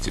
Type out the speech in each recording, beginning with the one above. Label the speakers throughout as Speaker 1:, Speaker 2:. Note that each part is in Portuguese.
Speaker 1: Se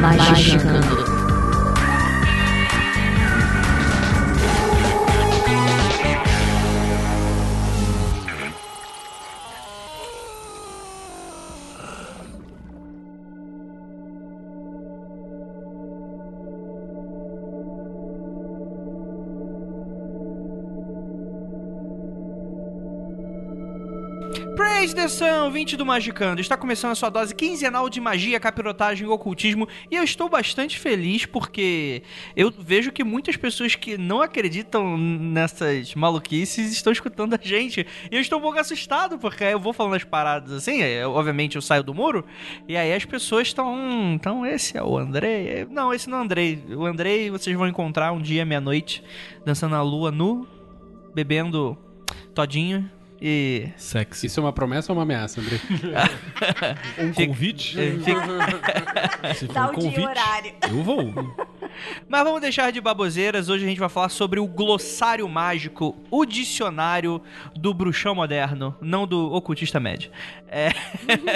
Speaker 2: Magicando.
Speaker 3: Praise the Sun, 20 do Magicando. Está começando a sua dose quinzenal de magia, capirotagem e ocultismo. E eu estou bastante feliz porque eu vejo que muitas pessoas que não acreditam nessas maluquices estão escutando a gente. E eu estou um pouco assustado porque eu vou falando as paradas assim, é, obviamente eu saio do muro. E aí as pessoas estão. "Hum, então esse é o Andrei? É, Não, esse não é o Andrei. O Andrei vocês vão encontrar um dia, meia-noite, dançando na lua nu, bebendo todinho. E
Speaker 4: Sexy.
Speaker 5: Isso é uma promessa ou uma ameaça, André?
Speaker 4: Um convite?
Speaker 3: É, fica-
Speaker 4: Se for
Speaker 2: Dá
Speaker 4: um
Speaker 2: o dia e
Speaker 4: convite,
Speaker 2: horário.
Speaker 4: eu vou.
Speaker 3: Mas vamos deixar de baboseiras. Hoje a gente vai falar sobre o glossário mágico, o dicionário do bruxão moderno, não do ocultista médio. É...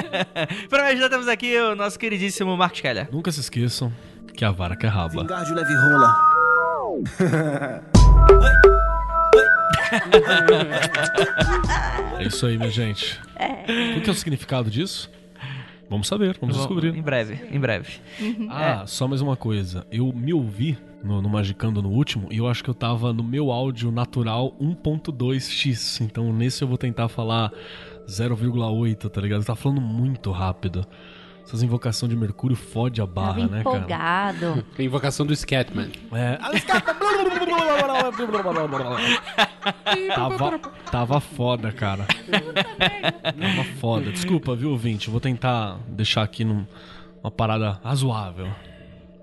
Speaker 3: pra me ajudar, temos aqui o nosso queridíssimo Marcos Keller.
Speaker 4: Nunca se esqueçam que a vara que é raba.
Speaker 6: Vingardio leve rola.
Speaker 4: É isso aí, minha gente. O que é o significado disso? Vamos saber, vamos
Speaker 3: Em
Speaker 4: descobrir.
Speaker 3: breve, em breve.
Speaker 4: Ah, só mais uma coisa. Eu me ouvi no, no Magicando no último e eu acho que eu tava no meu áudio natural 1.2x. Então nesse eu vou tentar falar 0,8, tá ligado? Eu tava falando muito rápido. Essas invocação de Mercúrio fode a
Speaker 2: Tava
Speaker 4: barra, né, cara?
Speaker 2: empolgado.
Speaker 5: É A invocação do Scatman.
Speaker 4: É. tava, tava foda, cara. tava foda. Desculpa, viu, ouvinte? Eu Vou tentar deixar aqui num- uma parada razoável.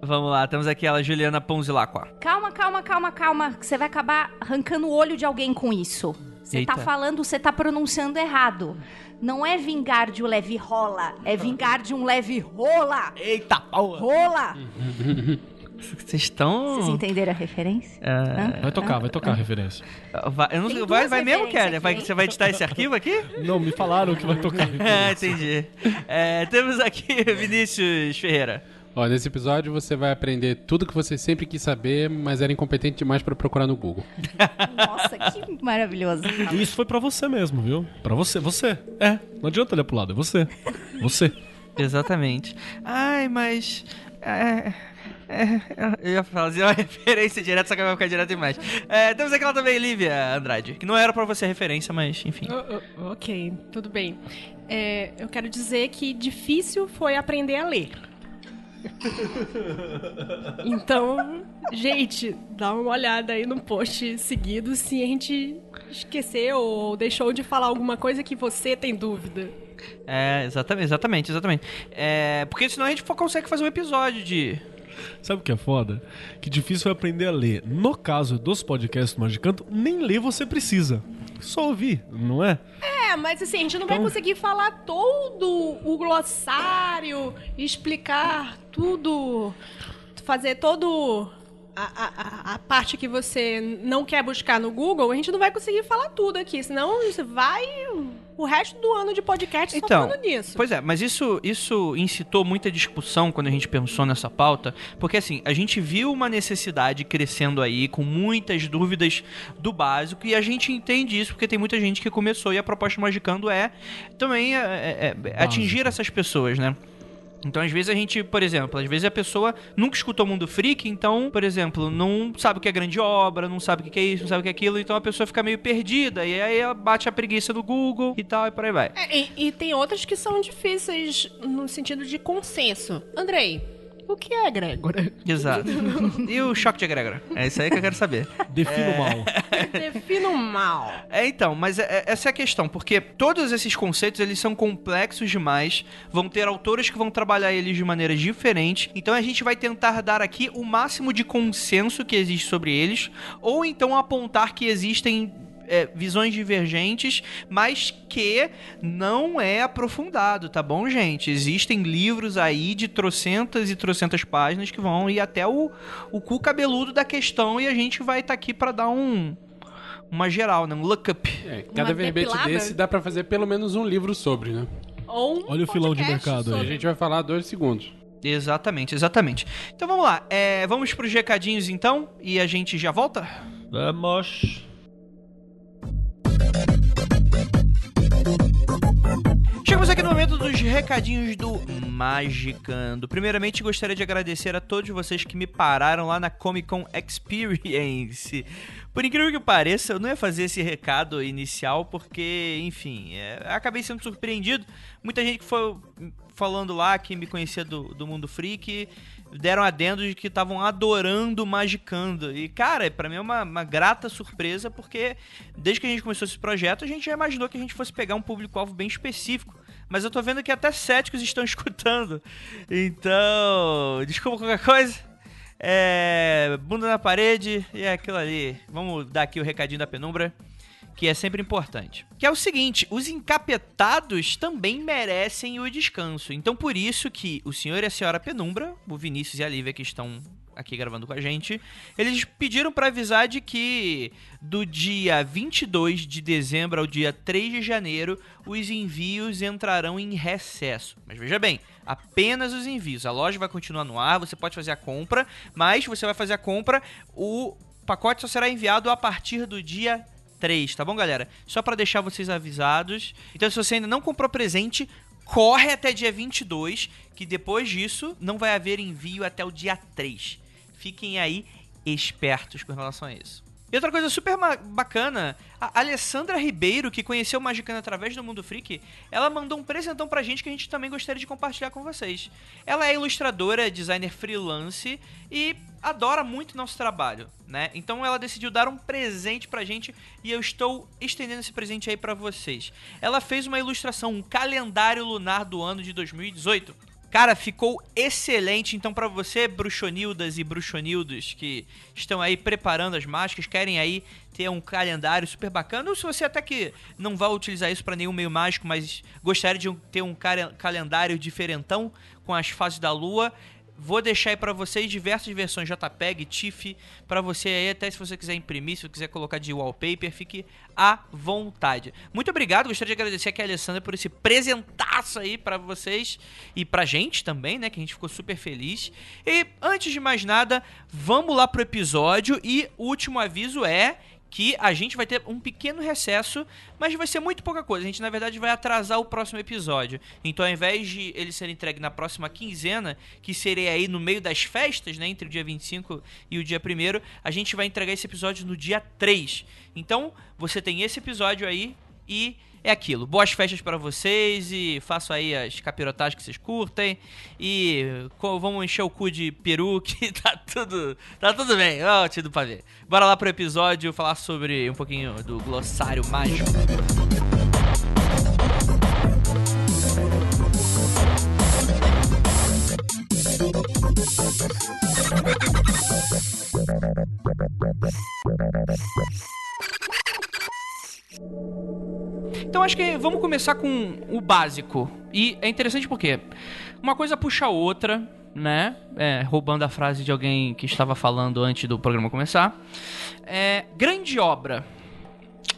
Speaker 3: Vamos lá, temos aqui ela, Juliana Ponzilacqua.
Speaker 2: Calma, calma, calma, calma. que Você vai acabar arrancando o olho de alguém com isso. Você tá
Speaker 3: Eita.
Speaker 2: falando, você tá pronunciando errado. Não é vingar de um leve rola, é vingar de um leve rola.
Speaker 3: Eita porra!
Speaker 2: Rola!
Speaker 4: Hum.
Speaker 3: Vocês
Speaker 2: Vocês
Speaker 3: estão.
Speaker 2: entenderam a referência?
Speaker 3: É,
Speaker 4: Vai tocar, vai tocar a referência.
Speaker 3: vai, eu não
Speaker 2: Tem
Speaker 3: sei- vai,
Speaker 2: duas
Speaker 3: vai mesmo,
Speaker 2: referências
Speaker 3: Keller? Vai,
Speaker 2: aqui, hein?
Speaker 3: você vai editar esse arquivo aqui?
Speaker 4: Não, me falaram que vai tocar a
Speaker 3: É,
Speaker 4: referência.
Speaker 3: entendi. É, temos aqui Vinícius Ferreira.
Speaker 5: Ó, nesse episódio você vai aprender tudo que você sempre quis saber, mas era incompetente demais pra procurar no Google.
Speaker 2: Nossa, que maravilhoso.
Speaker 4: E Isso foi pra você mesmo, viu? Pra você, você. É, não adianta olhar pro lado, é você. Você.
Speaker 3: Exatamente. Ai, mas. É, é, eu ia fazer uma referência direta, só que vai ficar direto demais. É, temos aquela também, Lívia Andrade, que não era pra você referência, mas enfim.
Speaker 7: O- o- Ah, Ok, tudo bem. É, eu quero dizer que difícil foi aprender a ler. Então, gente, dá uma olhada aí no post seguido se a gente esqueceu ou deixou de falar alguma coisa que você tem dúvida.
Speaker 3: É, exatamente, exatamente, exatamente. É, porque senão a gente fo- consegue fazer um episódio de.
Speaker 4: Sabe o que é foda? Que difícil foi aprender a ler. No caso dos podcasts do Magicanto, nem ler você precisa. Só ouvir, não é?
Speaker 7: É, mas assim, a gente não vai
Speaker 4: Então-
Speaker 7: conseguir falar todo o glossário, explicar tudo, fazer todo a, a- a- a parte que você não quer buscar no Google, a gente não vai conseguir falar tudo aqui, senão você vai o resto do ano de podcast
Speaker 3: Então,
Speaker 7: só falando nisso.
Speaker 3: Pois é, mas isso, isso incitou muita discussão quando a gente pensou nessa pauta, porque assim, a gente viu uma necessidade crescendo aí, com muitas dúvidas do básico, e a gente entende isso porque tem muita gente que começou e a proposta do Magicando é também é, é, é, atingir essas pessoas, né? Então, às vezes a gente, por exemplo, às vezes a pessoa nunca escutou o Mundo Freak, então, por exemplo, não sabe o que é grande obra, não sabe o que é isso, não sabe o que é aquilo, então a pessoa fica meio perdida, e aí ela bate a preguiça no Google e tal, e por aí vai.
Speaker 7: É, e, e tem outras que são difíceis no sentido de consenso. Andrei, o que é Grégora?
Speaker 3: Exato. e o choque de egrégora? É isso aí que eu quero saber.
Speaker 4: Defino mal.
Speaker 7: Defina o mal.
Speaker 3: É, então, mas é- é- essa é a questão, porque todos esses conceitos, eles são complexos demais, vão ter autores que vão trabalhar eles de maneiras diferentes, então a gente vai tentar dar aqui o máximo de consenso que existe sobre eles, ou então apontar que existem é, visões divergentes, mas que não é aprofundado, tá bom, gente? Existem livros aí de trocentas e trocentas páginas que vão ir até o, o cu cabeludo da questão e a gente vai estar aqui pra dar um uma geral, né? Um lookup.
Speaker 5: É, cada verbete
Speaker 7: depilada?
Speaker 5: desse dá pra fazer pelo menos um livro sobre, né?
Speaker 7: Ou um
Speaker 4: Olha o filão de
Speaker 7: podcast
Speaker 4: mercado aí.
Speaker 5: A
Speaker 7: sobre-
Speaker 5: gente vai falar dois segundos.
Speaker 3: Exatamente, exatamente. Então vamos lá, é, vamos pros recadinhos então e a gente já volta?
Speaker 4: Vamos.
Speaker 3: Chegamos aqui no momento dos recadinhos do Magicando. Primeiramente, gostaria de agradecer a todos vocês que me pararam lá na Comic Con Experience. Por incrível que pareça, eu não ia fazer esse recado inicial porque, enfim, é, acabei sendo surpreendido. Muita gente que foi falando lá, que me conhecia do, do mundo freak, deram adendos de que estavam adorando o Magicando. E, cara, pra mim é uma, uma grata surpresa porque desde que a gente começou esse projeto, a gente já imaginou que a gente fosse pegar um público-alvo bem específico. Mas eu tô vendo que até céticos estão escutando. Então, desculpa qualquer coisa. É, bunda na parede e é aquilo ali. Vamos dar aqui o recadinho da penumbra, que é sempre importante. Que é o seguinte, os encapetados também merecem o descanso. Então, por isso que o senhor e a senhora penumbra, o Vinícius e a Lívia que estão aqui gravando com a gente, eles pediram pra avisar de que do dia 22 de dezembro ao dia 3 de janeiro, os envios entrarão em recesso. Mas veja bem, apenas os envios. A loja vai continuar no ar, você pode fazer a compra, mas você vai fazer a compra, o pacote só será enviado a partir do dia 3, tá bom, galera? Só pra deixar vocês avisados. Então, se você ainda não comprou presente, corre até dia 22, que depois disso não vai haver envio até o dia 3. Fiquem aí espertos com relação a isso. E outra coisa super ma- bacana, a Alessandra Ribeiro, que conheceu o Magicano através do Mundo Freak, ela mandou um presentão pra gente que a gente também gostaria de compartilhar com vocês. Ela é ilustradora, designer freelance e adora muito nosso trabalho, né? Então ela decidiu dar um presente pra gente e eu estou estendendo esse presente aí pra vocês. Ela fez uma ilustração, um calendário lunar do ano de 2018. Cara, ficou excelente. Então, pra você, bruxonildas e bruxonildos que estão aí preparando as máscaras, querem aí ter um calendário super bacana, ou se você até que não vai utilizar isso pra nenhum meio mágico, mas gostaria de um- ter um cara- calendário diferentão com as fases da lua, vou deixar aí pra vocês diversas versões JPEG, TIFF, pra você aí, até se você quiser imprimir, se você quiser colocar de wallpaper, fique à vontade. Muito obrigado, gostaria de agradecer aqui a Alessandra por esse presentaço aí pra vocês e pra gente também, né, que a gente ficou super feliz. E antes de mais nada, vamos lá pro episódio e o último aviso é que a gente vai ter um pequeno recesso, mas vai ser muito pouca coisa. A gente, na verdade, vai atrasar o próximo episódio. Então, ao invés de ele ser entregue na próxima quinzena, que seria aí no meio das festas, né? Entre o dia 25 e o dia 1 a gente vai entregar esse episódio no dia 3. Então, você tem esse episódio aí e é aquilo. Boas festas pra vocês e faço aí as capirotagens que vocês curtem. E co- vamos encher o cu de peru que tá tudo, tá tudo bem. Ó, o tio do pavê. Bora lá pro episódio falar sobre um pouquinho do glossário mágico. Então acho que vamos começar com o básico. E é interessante porque uma coisa puxa a outra, né? É, roubando a frase de alguém que estava falando antes do programa começar. É, grande obra,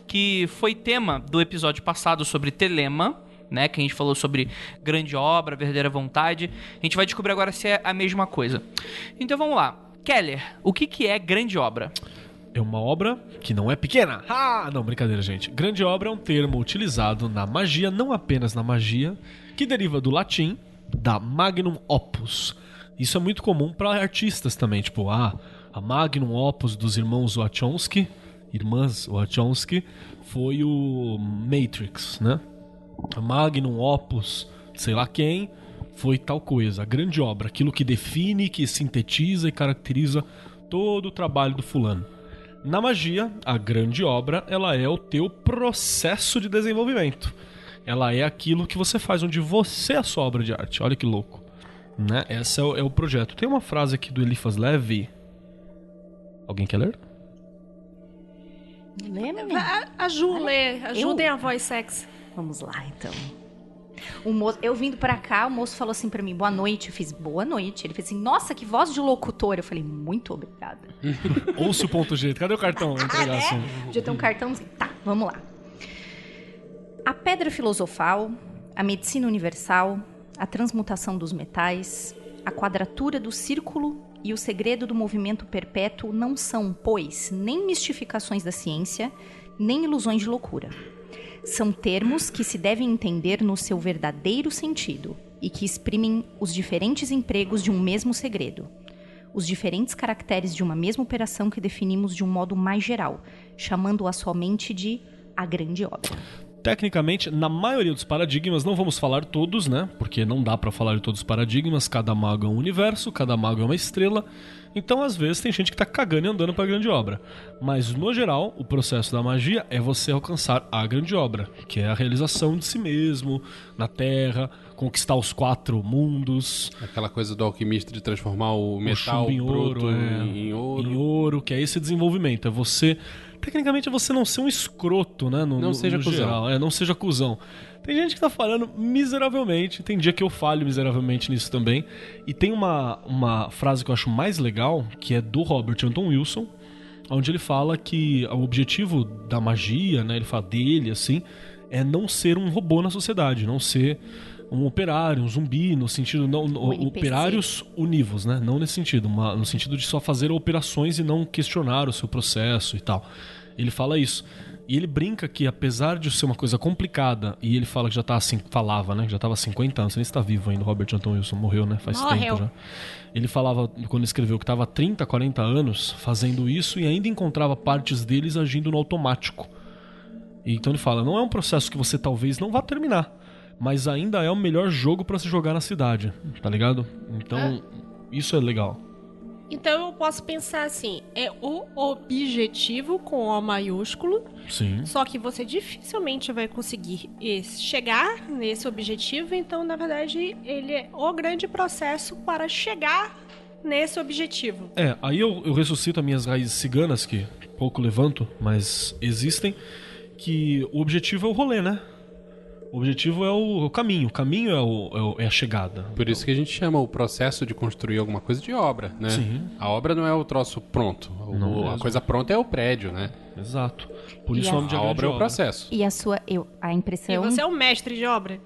Speaker 3: que foi tema do episódio passado sobre Telema, né? Que a gente falou sobre grande obra, verdadeira vontade. A gente vai descobrir agora se é a mesma coisa. Então vamos lá. Keller, o que, que é grande obra?
Speaker 4: É uma obra que não é pequena. Ah, não, brincadeira, gente. Grande obra é um termo utilizado na magia, não apenas na magia, que deriva do latim da magnum opus. Isso é muito comum para artistas também, tipo, ah, a magnum opus dos irmãos Wachowski, irmãs Wachowski, foi o Matrix, né? A magnum opus, sei lá quem, foi tal coisa, a grande obra, aquilo que define, que sintetiza e caracteriza todo o trabalho do fulano. Na magia, a grande obra, ela é o teu processo de desenvolvimento. Ela é aquilo que você faz, onde você é a sua obra de arte. Olha que louco. Né? Esse é o, é o projeto. Tem uma frase aqui do Eliphas Levy. Alguém quer ler?
Speaker 2: Lembra?
Speaker 7: A, a Ju lê, ajudem a voz sexy.
Speaker 2: Vamos lá, então. O moço, eu vindo pra cá, o moço falou assim pra mim, boa noite. Eu fiz, boa noite. Ele fez assim, nossa, que voz de locutor. Eu falei, muito obrigada.
Speaker 4: Ouça o ponto G. Cadê o cartão? Vou
Speaker 2: Ah,
Speaker 4: entregar assim.
Speaker 2: né? Podia ter um cartão. Tá, vamos lá. A pedra filosofal, a medicina universal, a transmutação dos metais, a quadratura do círculo e o segredo do movimento perpétuo não são, pois, nem mistificações da ciência, nem ilusões de loucura. São termos que se devem entender no seu verdadeiro sentido e que exprimem os diferentes empregos de um mesmo segredo os diferentes caracteres de uma mesma operação que definimos de um modo mais geral, chamando-a somente de a grande obra.
Speaker 4: Tecnicamente, na maioria dos paradigmas, não vamos falar todos, né? Porque não dá pra falar de todos os paradigmas, cada mago é um universo, cada mago é uma estrela. Então, às vezes, tem gente que tá cagando e andando pra grande obra. Mas, no geral, o processo da magia é você alcançar a grande obra, que é a realização de si mesmo, na Terra, conquistar os quatro mundos,
Speaker 5: Aquela coisa do alquimista de transformar o
Speaker 4: o
Speaker 5: metal
Speaker 4: chumbo em
Speaker 5: bruto
Speaker 4: um ouro, é.
Speaker 5: em ouro.
Speaker 4: Em ouro, que é esse desenvolvimento. É você. Tecnicamente é você não ser um escroto, né? No,
Speaker 5: Não
Speaker 4: no-
Speaker 5: seja
Speaker 4: no
Speaker 5: cuzão.
Speaker 4: geral. É, não seja cuzão. Tem gente que tá falando miseravelmente. Tem dia que eu falho miseravelmente nisso também. E tem uma, uma frase que eu acho mais legal, que é do Robert Anton Wilson, onde ele fala que o objetivo da magia, né? Ele fala dele, assim, é não ser um robô na sociedade, não ser um operário, um zumbi, no sentido não
Speaker 2: Um NPC.
Speaker 4: operários Processos univos, né? Não nesse sentido, uma- no sentido de só fazer operações e não questionar o seu processo e tal. Ele fala isso. E ele brinca que, apesar de ser uma coisa complicada, e ele fala que já tá assim, falava, né? que Já tava há 50 anos, não sei nem se tá vivo ainda, o Robert Anton Wilson morreu, né? Faz
Speaker 7: Morreu.
Speaker 4: tempo já. Ele falava, quando escreveu, que tava há 30, 40 anos fazendo isso e ainda encontrava partes deles agindo no automático. E então ele fala, não é um processo que você talvez não vá terminar, mas ainda é o melhor jogo pra se jogar na cidade, tá ligado? Então, isso é legal.
Speaker 7: Então eu posso pensar assim, é o objetivo com O maiúsculo,
Speaker 4: Sim.
Speaker 7: só que você dificilmente vai conseguir esse- chegar nesse objetivo, então na verdade ele é o grande processo para chegar nesse objetivo.
Speaker 4: É, aí eu, eu ressuscito as minhas raízes ciganas, que pouco levanto, mas existem, que o objetivo é o rolê, né? O objetivo é o, o caminho, o caminho é, o- é o- é a chegada.
Speaker 5: Por isso que a gente chama o processo de construir alguma coisa de obra, né?
Speaker 4: Sim.
Speaker 5: A obra não é o troço pronto. O-
Speaker 4: Não
Speaker 5: a
Speaker 4: mesmo.
Speaker 5: coisa pronta é o prédio, né?
Speaker 4: Exato. Por
Speaker 2: E
Speaker 4: isso o nome de
Speaker 5: a
Speaker 4: grande
Speaker 5: obra é o processo.
Speaker 2: E a sua, eu, a
Speaker 7: E
Speaker 2: impressão.
Speaker 7: você é um mestre de obra.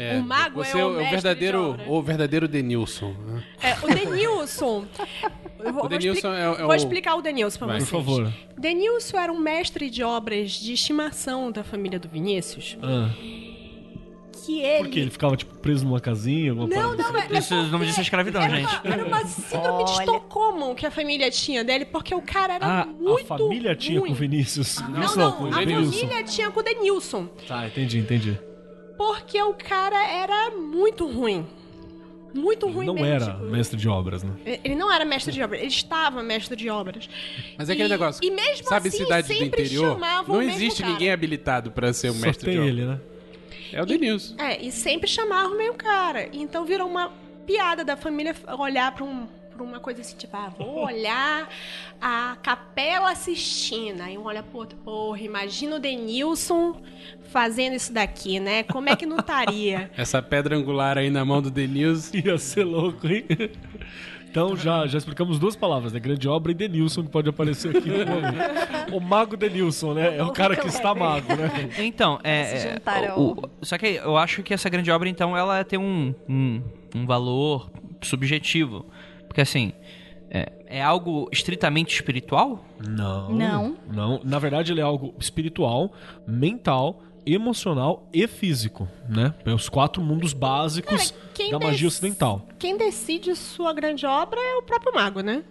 Speaker 5: É,
Speaker 7: O mago é
Speaker 5: você
Speaker 7: o
Speaker 5: o
Speaker 7: mestre de
Speaker 5: verdadeiro,
Speaker 7: obra.
Speaker 5: o verdadeiro Denilson. né?
Speaker 7: É, o Denilson.
Speaker 5: O
Speaker 7: Eu vou- vou
Speaker 5: Denilson
Speaker 7: expli-
Speaker 5: é o- é
Speaker 7: Vou
Speaker 5: o-
Speaker 7: explicar o Denilson pra
Speaker 5: Vai.
Speaker 4: Por
Speaker 7: vocês.
Speaker 4: favor.
Speaker 7: Denilson era um mestre de obras de estimação da família do Vinícius.
Speaker 4: Ah,
Speaker 7: Que ele.
Speaker 4: por quê? Ele ficava, tipo, preso numa casinha, alguma
Speaker 7: Não,
Speaker 4: parada
Speaker 7: não, é,
Speaker 3: Isso, o nome disso é
Speaker 4: Então,
Speaker 3: escravidão,
Speaker 7: era,
Speaker 3: gente.
Speaker 7: uma, era uma síndrome de
Speaker 2: Olha.
Speaker 7: Estocolmo que a família tinha dele, porque o cara era
Speaker 4: Ah,
Speaker 7: muito.
Speaker 4: a família tinha
Speaker 7: ruim.
Speaker 4: com o Vinícius.
Speaker 7: Não,
Speaker 4: Vinícius
Speaker 7: não,
Speaker 4: com o
Speaker 7: a
Speaker 4: Denilson.
Speaker 7: família tinha com o Denilson,
Speaker 4: Tá, entendi, entendi.
Speaker 7: porque o cara era muito ruim. Muito ruim
Speaker 4: não
Speaker 7: mesmo.
Speaker 4: era
Speaker 7: tipo,
Speaker 4: mestre de obras, né?
Speaker 7: Ele não era mestre de obras, ele estava mestre de obras.
Speaker 5: Mas é aquele
Speaker 7: E-
Speaker 5: negócio.
Speaker 7: E mesmo
Speaker 5: sabe
Speaker 7: assim,
Speaker 5: cidade do
Speaker 7: sempre
Speaker 5: interior? Não
Speaker 7: chamavam o mesmo
Speaker 5: existe
Speaker 7: cara.
Speaker 5: ninguém habilitado pra ser um
Speaker 4: Só
Speaker 5: mestre
Speaker 4: tem
Speaker 5: de obra.
Speaker 4: ele, né?
Speaker 5: É o Denilson.
Speaker 7: É, e sempre chamavam o mesmo cara. Então virou uma piada da família olhar pra, um, pra uma coisa assim, tipo, ah, vou olhar a Capela Sistina. Aí um olha pro outro, porra, imagina o Denilson fazendo isso daqui, né? Como é que não estaria?
Speaker 5: Essa pedra angular aí na mão do Denilson.
Speaker 4: Ia ser louco, hein? Então já, já explicamos duas palavras, né? Grande obra e Denilson, que pode aparecer aqui no momento. O mago Denilson, né? É o cara que está mago, né?
Speaker 3: Então,
Speaker 2: Se
Speaker 3: é.
Speaker 2: juntaram.
Speaker 3: o- o- só que eu acho que essa grande obra, então, ela tem um, um, um valor subjetivo. Porque, assim, é, é algo estritamente espiritual?
Speaker 4: Não.
Speaker 2: Não.
Speaker 4: Não. Na verdade, ele é algo espiritual, mental, emocional e físico, né? É os quatro mundos básicos
Speaker 7: Cara, quem
Speaker 4: da
Speaker 7: dec-
Speaker 4: magia ocidental.
Speaker 7: Quem decide sua grande obra é o próprio mago, né?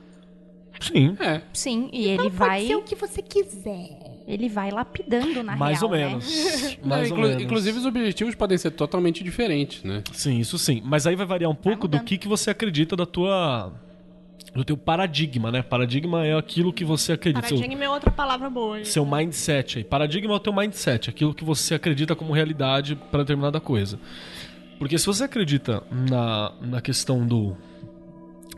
Speaker 4: Sim.
Speaker 5: É.
Speaker 2: Sim, um e ele
Speaker 7: Então
Speaker 2: vai,
Speaker 7: pode ser o que você quiser.
Speaker 2: ele vai lapidando na
Speaker 4: Mais
Speaker 2: real,
Speaker 4: ou
Speaker 2: né?
Speaker 4: menos. Mais
Speaker 5: Não,
Speaker 4: ou
Speaker 5: inclu-
Speaker 4: menos.
Speaker 5: Inclusive, os objetivos podem ser totalmente diferentes, né?
Speaker 4: Sim, isso sim. Mas aí vai variar um pouco do
Speaker 2: Tá mudando.
Speaker 4: que, que você acredita da tua do teu paradigma, né? Paradigma é aquilo que você acredita. seu-
Speaker 7: Paradigma é outra palavra boa. hein?
Speaker 4: um seu mindset aí. Paradigma é o teu mindset, aquilo que você acredita como realidade para determinada coisa. Porque se você acredita na, na questão do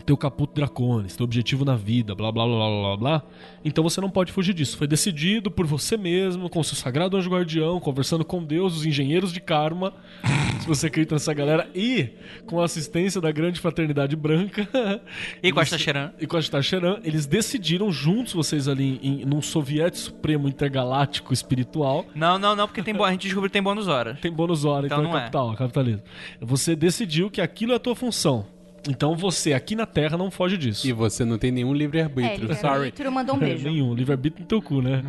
Speaker 4: teu caputo dracones, teu objetivo na vida, blá blá blá blá blá blá, então você não pode fugir disso. Foi decidido por você mesmo, com o seu sagrado anjo guardião, conversando com Deus, os engenheiros de karma, se você acredita nessa galera, e com a assistência da grande fraternidade branca.
Speaker 3: E Costa
Speaker 4: Eles-
Speaker 3: Xeran.
Speaker 4: e com a Tacheran, eles decidiram juntos, vocês ali, em, num soviete supremo intergaláctico espiritual.
Speaker 3: Não, não, não, porque tem bo- a gente descobriu que tem bônus horas.
Speaker 4: Tem bônus hora,
Speaker 3: Então
Speaker 4: então,
Speaker 3: não
Speaker 4: é
Speaker 3: é.
Speaker 4: capital, é capitalismo. Você decidiu que aquilo é a tua função. Então você, aqui na Terra, não foge disso.
Speaker 5: E você não tem nenhum
Speaker 2: É,
Speaker 5: livre-arbítrio.
Speaker 2: ele
Speaker 5: Sorry.
Speaker 2: e mandou um beijo.
Speaker 4: Nenhum, livre-arbítrio no teu cu, né?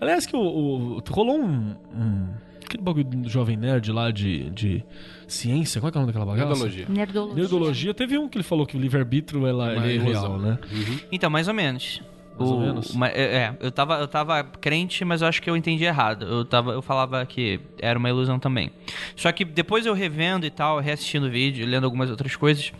Speaker 4: Aliás, que o, o- rolou um, um- Aquele bagulho do jovem nerd lá de, de ciência, qual é, que é o nome daquela bagaça?
Speaker 5: Metodologia.
Speaker 2: Nerdologia.
Speaker 4: Neurologia, teve um que ele falou que o livre-arbítrio ela,
Speaker 5: Uma
Speaker 4: ele é
Speaker 5: ilusão.
Speaker 4: real, né?
Speaker 3: Então, mais ou menos.
Speaker 4: Mais ou
Speaker 3: O-
Speaker 4: menos?
Speaker 3: ma- é, é, eu tava, eu tava crente, mas eu acho que eu entendi errado. Eu, tava, eu falava que era uma ilusão também. Só que depois eu revendo e tal, reassistindo o vídeo, lendo algumas outras coisas.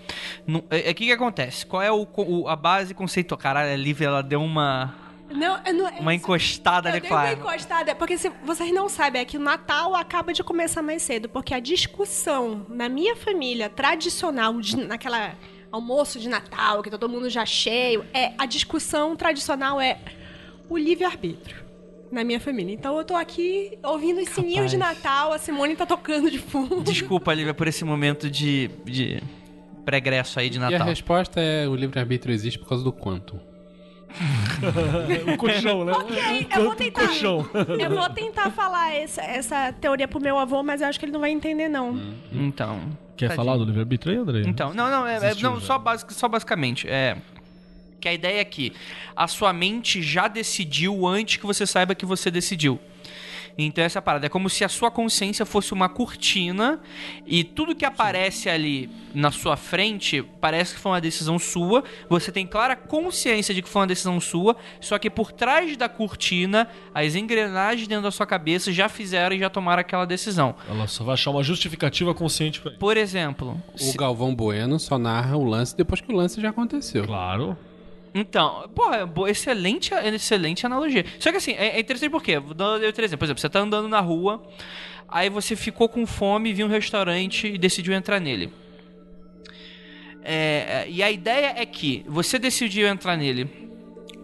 Speaker 3: não- é, é, o que que acontece? Qual é o, co- o- a base conceitual? Caralho, a Lívia, ela deu uma,
Speaker 7: Não, é- não, é
Speaker 3: uma
Speaker 7: isso.
Speaker 3: encostada
Speaker 7: Eu
Speaker 3: ali,
Speaker 7: dei uma
Speaker 3: claro.
Speaker 7: encostada, porque se vocês não sabem, é que o Natal acaba de começar mais cedo, porque a discussão na minha família tradicional, de- naquela almoço de Natal, que todo mundo já cheio, é a discussão tradicional é o livre-arbítrio na minha família. Então eu tô aqui ouvindo os sininhos de Natal, a Simone tá tocando de fundo.
Speaker 3: Desculpa, Lívia, por esse momento de, de pregresso aí de
Speaker 5: E a
Speaker 3: Natal.
Speaker 5: resposta é o livre-arbítrio existe por causa do quantum.
Speaker 4: O colchão, né?
Speaker 7: Ok, eu vou tentar. Eu vou tentar falar essa, essa teoria pro meu avô, mas eu acho que ele não vai entender, não.
Speaker 3: Então.
Speaker 4: Quer
Speaker 3: tadinho.
Speaker 4: falar do livre-arbítrio aí, André?
Speaker 3: Então, não, não, é, é-
Speaker 4: Desistiu
Speaker 3: não
Speaker 4: já.
Speaker 3: só, basic, só basicamente. É. Que a ideia é que a sua mente já decidiu antes que você saiba que você decidiu. Então, essa parada é como se a sua consciência fosse uma cortina e tudo que aparece ali na sua frente parece que foi uma decisão sua. Você tem clara consciência de que foi uma decisão sua, só que por trás da cortina, as engrenagens dentro da sua cabeça já fizeram e já tomaram aquela decisão.
Speaker 4: Ela só vai achar uma justificativa consciente pra isso.
Speaker 3: Por exemplo, se-
Speaker 5: O Galvão Bueno só narra o lance depois que o lance já aconteceu.
Speaker 4: Claro.
Speaker 3: Então, pô, é boa- excelente, excelente analogia. Só que assim, é é interessante porque, vou dar outro exemplo. Por exemplo, você tá andando na rua, aí você ficou com fome, viu um restaurante e decidiu entrar nele. É, é, e a ideia é que você decidiu entrar nele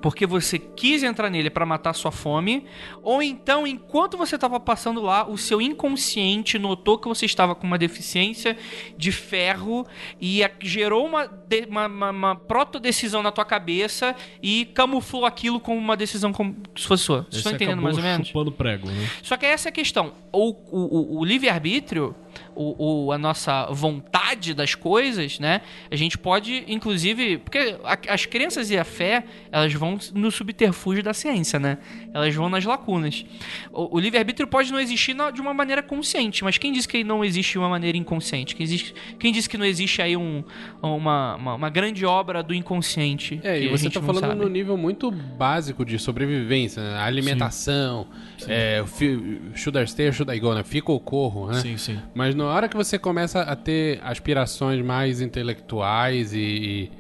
Speaker 3: porque você quis entrar nele pra matar sua fome, ou então, enquanto você estava passando lá, o seu inconsciente notou que você estava com uma deficiência de ferro e a- gerou uma, de, uma, uma, uma protodecisão na tua cabeça e camuflou aquilo como uma decisão como se fosse sua. Vocês
Speaker 5: tá
Speaker 3: estão
Speaker 4: Esse
Speaker 3: entendendo
Speaker 4: acabou
Speaker 3: mais ou menos?
Speaker 4: chupando prego, né?
Speaker 3: Só que essa é a questão. O, o, o- o livre-arbítrio, o, o- a nossa vontade das coisas, né? A gente pode, inclusive. Porque a- as crenças e a fé, elas vão no subterfúgio da ciência, né? Elas vão nas lacunas. O, o livre-arbítrio pode não existir na- de uma maneira consciente, mas quem disse que não existe de uma maneira inconsciente? Quem, existe, quem disse que não existe aí um, uma, uma, uma grande obra do inconsciente?
Speaker 5: É, e
Speaker 3: que a
Speaker 5: você
Speaker 3: gente
Speaker 5: tá
Speaker 3: não
Speaker 5: falando
Speaker 3: sabe?
Speaker 5: num nível muito básico de sobrevivência, né? alimentação, é, fi- should I stay or should I go, né? Fica ou corro, né?
Speaker 4: Sim, sim.
Speaker 5: Mas na hora que você começa a ter aspirações mais intelectuais e,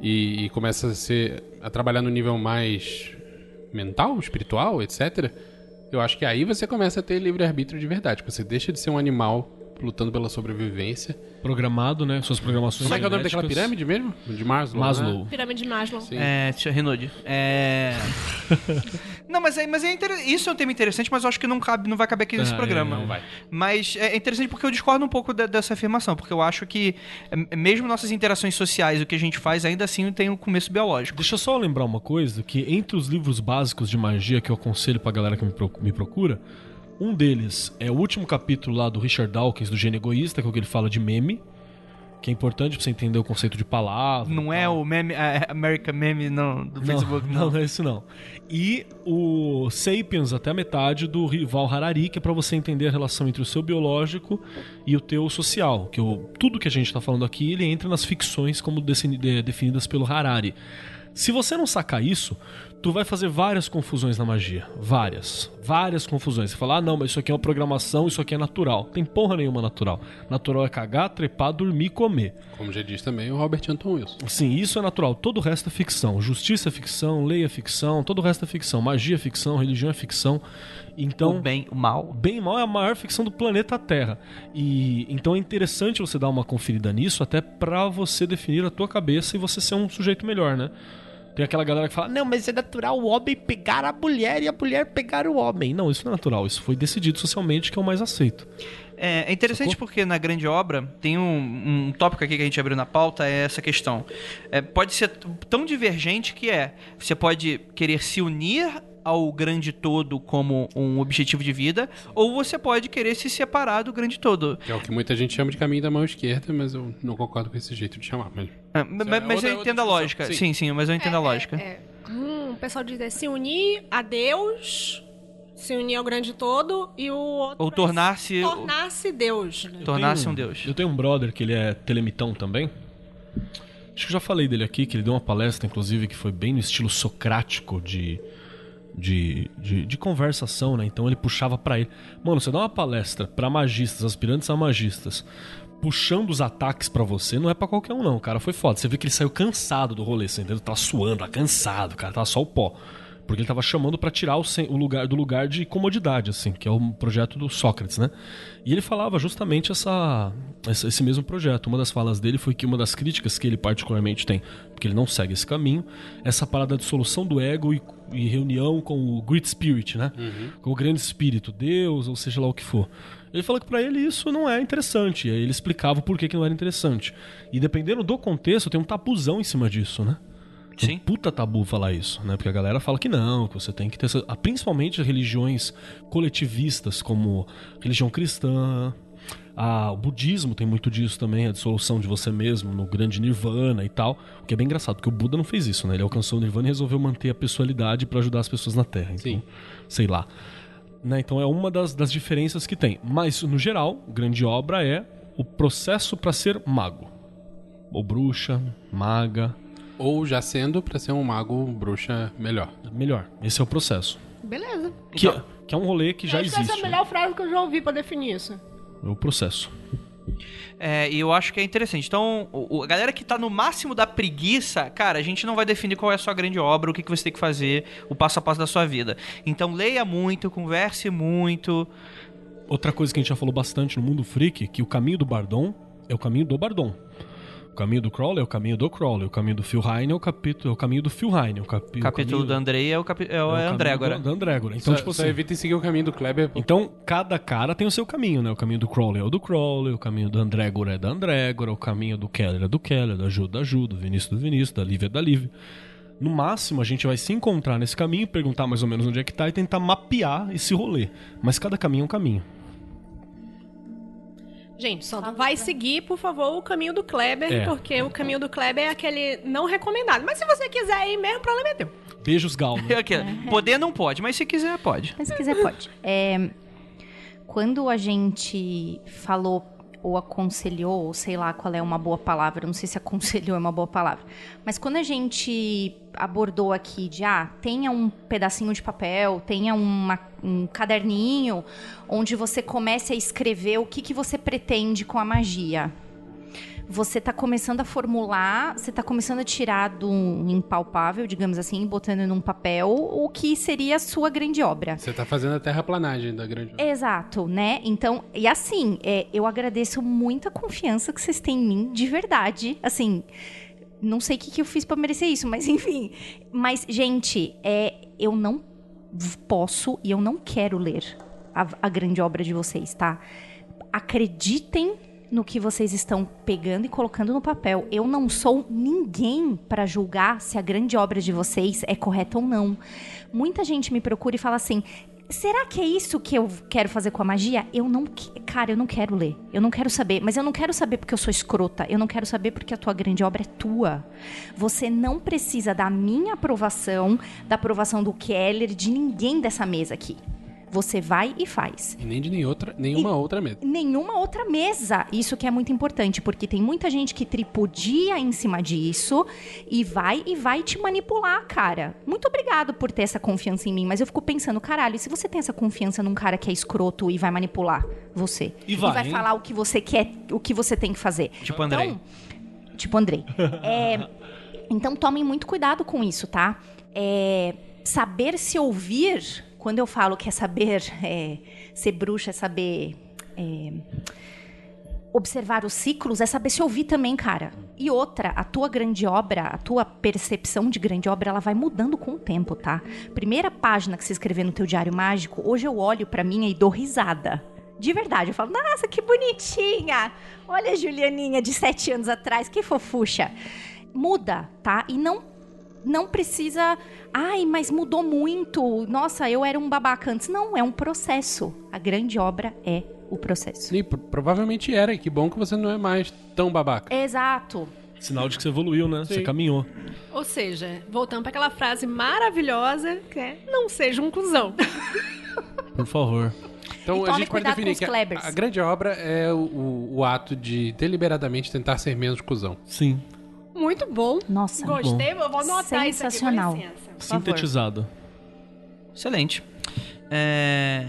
Speaker 5: e, e começa a, ser, a trabalhar no nível mais mental, espiritual, etc., eu acho que aí você começa a ter livre-arbítrio de verdade. que Você deixa de ser um animal lutando pela sobrevivência.
Speaker 4: Programado, né? Suas programações.
Speaker 5: Como é que é o nome daquela
Speaker 4: genéticas.
Speaker 5: pirâmide mesmo? De Maslow. né?
Speaker 4: Maslow.
Speaker 7: Pirâmide de Maslow.
Speaker 5: Sim.
Speaker 3: É, tio Renode. É. não, mas, é, mas é inter- isso é um tema interessante, mas eu acho que não cabe, não vai caber aqui nesse
Speaker 4: Ah, é,
Speaker 3: programa.
Speaker 4: não vai.
Speaker 3: Mas é interessante porque eu discordo um pouco de- dessa afirmação, porque eu acho que é, mesmo nossas interações sociais, o que a gente faz, ainda assim tem um começo biológico.
Speaker 4: Deixa eu só lembrar uma coisa, que entre os livros básicos de magia que eu aconselho pra galera que me procu- me procura, um deles é o último capítulo lá do Richard Dawkins, do Gênio Egoísta, que é o que ele fala de meme, que é importante pra você entender o conceito de palavra.
Speaker 3: Não é o meme, a American Meme não, do Facebook, não.
Speaker 4: não, é isso não. E o Sapiens até a metade do rival Harari, que é pra você entender a relação entre o seu biológico e o teu social, que o, tudo que a gente tá falando aqui, ele entra nas ficções como defini- de- definidas pelo Harari. Se você não sacar isso, tu vai fazer várias confusões na magia. Várias. Várias confusões. Você fala, ah, não, mas isso aqui é uma programação, isso aqui é natural. Tem porra nenhuma natural. Natural é cagar, trepar, dormir, comer.
Speaker 5: Como já diz também o Robert Anton Wilson.
Speaker 4: Sim, isso é natural. Todo o resto é ficção. Justiça é ficção, lei é ficção, todo o resto é ficção. Magia é ficção, religião é ficção. Então,
Speaker 3: O bem, o mal.
Speaker 4: bem e mal é a maior ficção do planeta Terra. E então é interessante você dar uma conferida nisso até pra você definir a tua cabeça e você ser um sujeito melhor, né? Tem aquela galera que fala: "Não, mas é natural o homem pegar a mulher e a mulher pegar o homem". Não, isso não é natural, isso foi decidido socialmente que é o mais aceito.
Speaker 3: É, é interessante porque na grande obra tem um, um tópico aqui que a gente abriu na pauta, é essa questão. É, pode ser t- tão divergente que é. Você pode querer se unir ao grande todo como um objetivo de vida, ou você pode querer se separar do grande todo.
Speaker 5: Que é o que muita gente chama de caminho da mão esquerda, mas eu não concordo com esse jeito de chamar. Mas...
Speaker 3: É, mas
Speaker 5: é
Speaker 3: mas
Speaker 5: outra-
Speaker 3: eu
Speaker 5: outra
Speaker 3: entendo a
Speaker 5: discussão,
Speaker 3: lógica. Sim.
Speaker 5: sim.
Speaker 3: sim, mas eu entendo a lógica.
Speaker 7: É. Hum, o pessoal diz é se unir a Deus, se unir ao grande todo e o outro.
Speaker 3: Ou tornar-se.
Speaker 7: É tornar-se Deus. né?
Speaker 3: Tornar-se
Speaker 4: Tenho-
Speaker 3: um deus.
Speaker 4: Eu tenho um brother que ele é telemitão também. Acho que eu já falei dele aqui, que ele deu uma palestra, inclusive, que foi bem no estilo socrático de, de, de, de conversação, né? Então ele puxava pra ele. Mano, você dá uma palestra pra magistas, aspirantes a magistas, puxando os ataques pra você, não é pra qualquer um, não. O cara foi foda. Você vê que ele saiu cansado do rolê, você entendeu? Tava suando, tava cansado, cara, tava só o pó. Porque ele tava chamando pra tirar o, sen- o lugar do lugar de comodidade, assim, que é um projeto do Sócrates, né? E ele falava justamente essa, essa- esse mesmo projeto. Uma das falas dele foi que uma das críticas que ele particularmente tem, porque ele não segue esse caminho, é essa parada de solução do ego e, e reunião com o Great Spirit, né? Com o grande espírito, Deus, ou seja lá o que for. Ele falou que pra ele isso não é interessante. E aí ele explicava por que, que não era interessante. E dependendo do contexto, tem um tabuzão em cima disso, né?
Speaker 3: Sim.
Speaker 4: Um puta tabu falar isso, né? Porque a galera fala que não, que você tem que ter. Essa... ah, Principalmente religiões coletivistas, como religião cristã. ah, o budismo tem muito disso também, a dissolução de você mesmo no grande nirvana e tal. O que é bem engraçado, porque o Buda não fez isso, né? Ele alcançou o nirvana e resolveu manter a pessoalidade pra ajudar as pessoas na Terra. Então,
Speaker 5: Sim.
Speaker 4: Sei lá. Né, Então é uma das, das diferenças que tem. Mas, no geral, grande obra é o processo pra ser mago. Ou bruxa, maga,
Speaker 5: Ou já sendo pra ser um mago bruxa melhor.
Speaker 4: Melhor. Esse é o processo.
Speaker 7: Beleza.
Speaker 4: Que, que é um rolê que já
Speaker 7: Acho que
Speaker 4: existe.
Speaker 7: essa é a melhor frase que eu já ouvi pra definir isso.
Speaker 4: É o processo.
Speaker 3: É, e eu acho que é interessante. Então, o- o- a galera que tá no máximo da preguiça, cara, a gente não vai definir qual é a sua grande obra, o que, que você tem que fazer, o passo a passo da sua vida. Então, leia muito, converse muito.
Speaker 4: Outra coisa que a gente já falou bastante no mundo freak, que o caminho do Bardon é o caminho do Bardon. O caminho do Crowley é o caminho do Crowley. O caminho do Phil Heine é o, capítulo, é o caminho do Phil Heine. O, capi,
Speaker 3: O capítulo
Speaker 4: o
Speaker 3: da
Speaker 4: caminho,
Speaker 3: Andrei é o, capi- é
Speaker 4: é o
Speaker 3: o
Speaker 4: caminho
Speaker 3: Andrégora.
Speaker 4: do- da Andrégora. Então,
Speaker 5: só,
Speaker 4: tipo
Speaker 5: só
Speaker 4: assim,
Speaker 5: evitem seguir o caminho do Kleber.
Speaker 4: Então, cada cara tem o seu caminho, né? O caminho do Crowley é o do Crowley, o caminho do Andrégora é da Andrégora, o caminho do Keller é do Keller, da Ju é da Ju, do Vinícius é do Vinícius, da Lívia é da Lívia. No máximo, a gente vai se encontrar nesse caminho, perguntar mais ou menos onde é que tá e tentar mapear esse rolê. Mas cada caminho é um caminho.
Speaker 7: Gente, só não vai seguir, por favor, o caminho do Kleber,
Speaker 4: É.
Speaker 7: porque o caminho do Kleber é aquele não recomendado. Mas se você quiser ir mesmo, o problema é teu.
Speaker 4: Beijos, Gal. né?
Speaker 3: É aquilo, Poder não pode, mas se quiser, pode.
Speaker 2: Mas se quiser, pode. É, quando a gente falou ou aconselhou, ou sei lá qual é uma boa palavra, não sei se aconselhou é uma boa palavra, mas quando a gente abordou aqui de, ah, tenha um pedacinho de papel, tenha uma- um caderninho onde você comece a escrever o que, que você pretende com a magia. Você está começando a formular, você está começando a tirar do impalpável, digamos assim, botando num papel o que seria a sua grande obra.
Speaker 5: Você tá fazendo a terraplanagem da grande.
Speaker 2: Exato, né? Então, e assim, é, eu agradeço muito a confiança que vocês têm em mim, de verdade. Assim, não sei o que, que eu fiz pra merecer isso, mas enfim. Mas, gente, é, eu não v- posso e eu não quero ler a, a grande obra de vocês, tá? Acreditem no que vocês estão pegando e colocando no papel. Eu não sou ninguém pra julgar se a grande obra de vocês é correta ou não. Muita gente me procura e fala assim: será que é isso que eu quero fazer com a magia? Eu não. que- Cara, eu não quero ler. Eu não quero saber. Mas eu não quero saber porque eu sou escrota. Eu não quero saber porque a tua grande obra é tua. Você não precisa da minha aprovação, da aprovação do Keller, de ninguém dessa mesa aqui. Você vai e faz.
Speaker 5: E nem de nem outra, nenhuma outra mesa.
Speaker 2: Nenhuma outra mesa. Isso que é muito importante, porque tem muita gente que tripudia em cima disso e vai e vai te manipular, cara. Muito obrigado por ter essa confiança em mim, mas eu fico pensando, caralho, e se você tem essa confiança num cara que é escroto e vai manipular você
Speaker 4: E vai, hein?
Speaker 2: falar o que você quer, o que você tem que fazer.
Speaker 3: Tipo Andrei.
Speaker 2: Então, tipo Andrei. É, então tomem muito cuidado com isso, tá? É, saber se ouvir, quando eu falo que é saber é, ser bruxa, é saber é, observar os ciclos, é saber se ouvir também, cara. E outra, a tua grande obra, a tua percepção de grande obra, ela vai mudando com o tempo, tá? Primeira página que você escrever no teu diário mágico, hoje eu olho pra minha e dou risada. De verdade, eu falo, nossa, que bonitinha! Olha a Julianinha de sete anos atrás, que fofucha. Muda, tá? E não não precisa, ai, mas mudou muito. Nossa, eu era um babaca antes. Não, é um processo. A grande obra é o processo.
Speaker 5: E pro- provavelmente era, e que bom que você não é mais tão babaca.
Speaker 2: Exato.
Speaker 4: Sinal de que você evoluiu, né? Você caminhou.
Speaker 7: Ou seja, voltando para aquela frase maravilhosa, que é, não seja um cuzão.
Speaker 4: Por favor.
Speaker 2: É, E
Speaker 5: Então a
Speaker 2: tome
Speaker 5: gente pode
Speaker 2: cuidado com
Speaker 5: definir
Speaker 2: os
Speaker 5: que a,
Speaker 2: Klebers.
Speaker 5: a grande obra é o, o- o ato de deliberadamente tentar ser menos cuzão.
Speaker 4: Sim.
Speaker 7: Muito bom.
Speaker 2: Nossa.
Speaker 7: Gostei, eu vou anotar isso aqui, com
Speaker 2: Sensacional.
Speaker 7: licença.
Speaker 2: favor.
Speaker 4: Sintetizado.
Speaker 3: Excelente. É...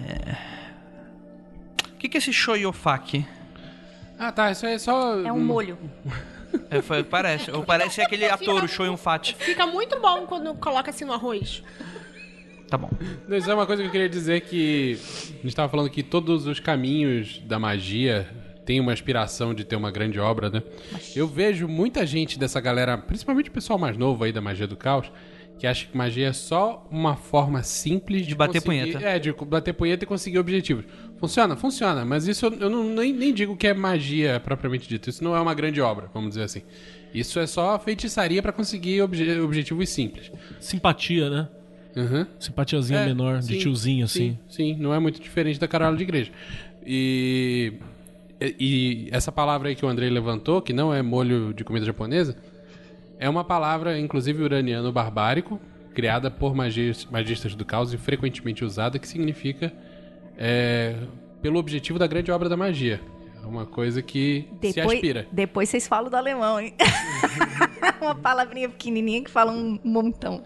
Speaker 3: O que que é esse shoyofaki?
Speaker 5: Ah, tá, isso aí é só.
Speaker 2: É um molho.
Speaker 3: É, foi, parece. Ou parece aquele ator, o shoyofati.
Speaker 7: Fica muito bom quando coloca assim no arroz.
Speaker 3: Tá bom.
Speaker 5: Não, Isso é uma coisa que eu queria dizer que a gente estava falando que todos os caminhos da magia têm uma aspiração de ter uma grande obra, né? Eu vejo muita gente dessa galera, principalmente o pessoal mais novo aí da magia do caos, que acha que magia é só uma forma simples de,
Speaker 3: bater
Speaker 5: conseguir-
Speaker 3: punheta.
Speaker 5: É, de co- bater punheta e conseguir objetivos. Funciona, funciona, mas isso eu eu não, nem, nem digo que é magia propriamente dito. Isso não é uma grande obra, vamos dizer assim. Isso é só feitiçaria para conseguir obje- objetivos simples.
Speaker 4: Simpatia, né?
Speaker 5: Uhum.
Speaker 4: Simpatiazinha
Speaker 5: É,
Speaker 4: menor,
Speaker 5: sim,
Speaker 4: de tiozinho,
Speaker 5: sim,
Speaker 4: assim.
Speaker 5: Sim, não é muito diferente da carola de igreja. E, e essa palavra aí que o Andrei levantou, que não é molho de comida japonesa, é uma palavra, inclusive, uraniano-barbárico, criada por magis- magistas do caos e frequentemente usada, que significa é, pelo objetivo da grande obra da magia. É uma coisa que se
Speaker 2: Depois,
Speaker 5: aspira.
Speaker 2: depois vocês falam do alemão, hein? Uma palavrinha pequenininha que fala um montão.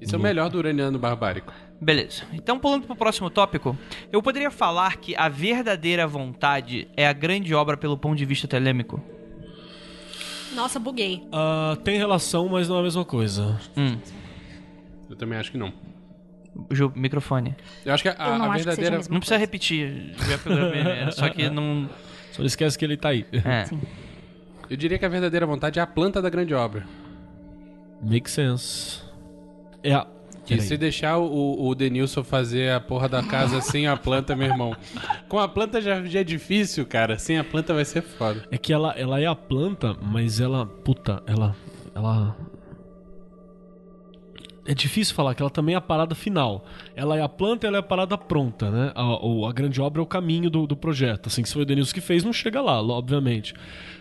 Speaker 5: Isso é
Speaker 4: Uhum.
Speaker 5: o melhor do uraniano-barbárico.
Speaker 3: Beleza. Então, pulando pro próximo tópico, eu poderia falar que a verdadeira vontade é a grande obra pelo ponto de vista telêmico?
Speaker 7: Nossa, buguei.
Speaker 4: Ah, tem relação, mas não é a mesma coisa.
Speaker 5: Eu também acho que não.
Speaker 3: Ju, microfone.
Speaker 5: Eu acho que a,
Speaker 2: Eu não
Speaker 5: a
Speaker 2: acho que seja
Speaker 5: verdadeira...
Speaker 2: mesmo.
Speaker 3: Não precisa repetir, já pegou a primeira, só que não...
Speaker 4: Só não esquece que ele tá aí.
Speaker 3: É.
Speaker 5: eu diria que a verdadeira vontade é a planta da grande obra.
Speaker 4: Make sense. É a.
Speaker 5: E
Speaker 4: Peraí.
Speaker 5: se deixar o, o Denilson fazer a porra da casa sem a planta, meu irmão. Com a planta já, já é difícil, cara. Sem a planta vai ser foda.
Speaker 4: É que ela, ela é a planta, mas ela. Puta, ela. Ela. É difícil falar que ela também é a parada final. Ela é a planta ela é a parada pronta, né? A, o- a grande obra é o caminho do, do projeto. Assim, que se foi o Denilson que fez, não chega lá, lo- obviamente.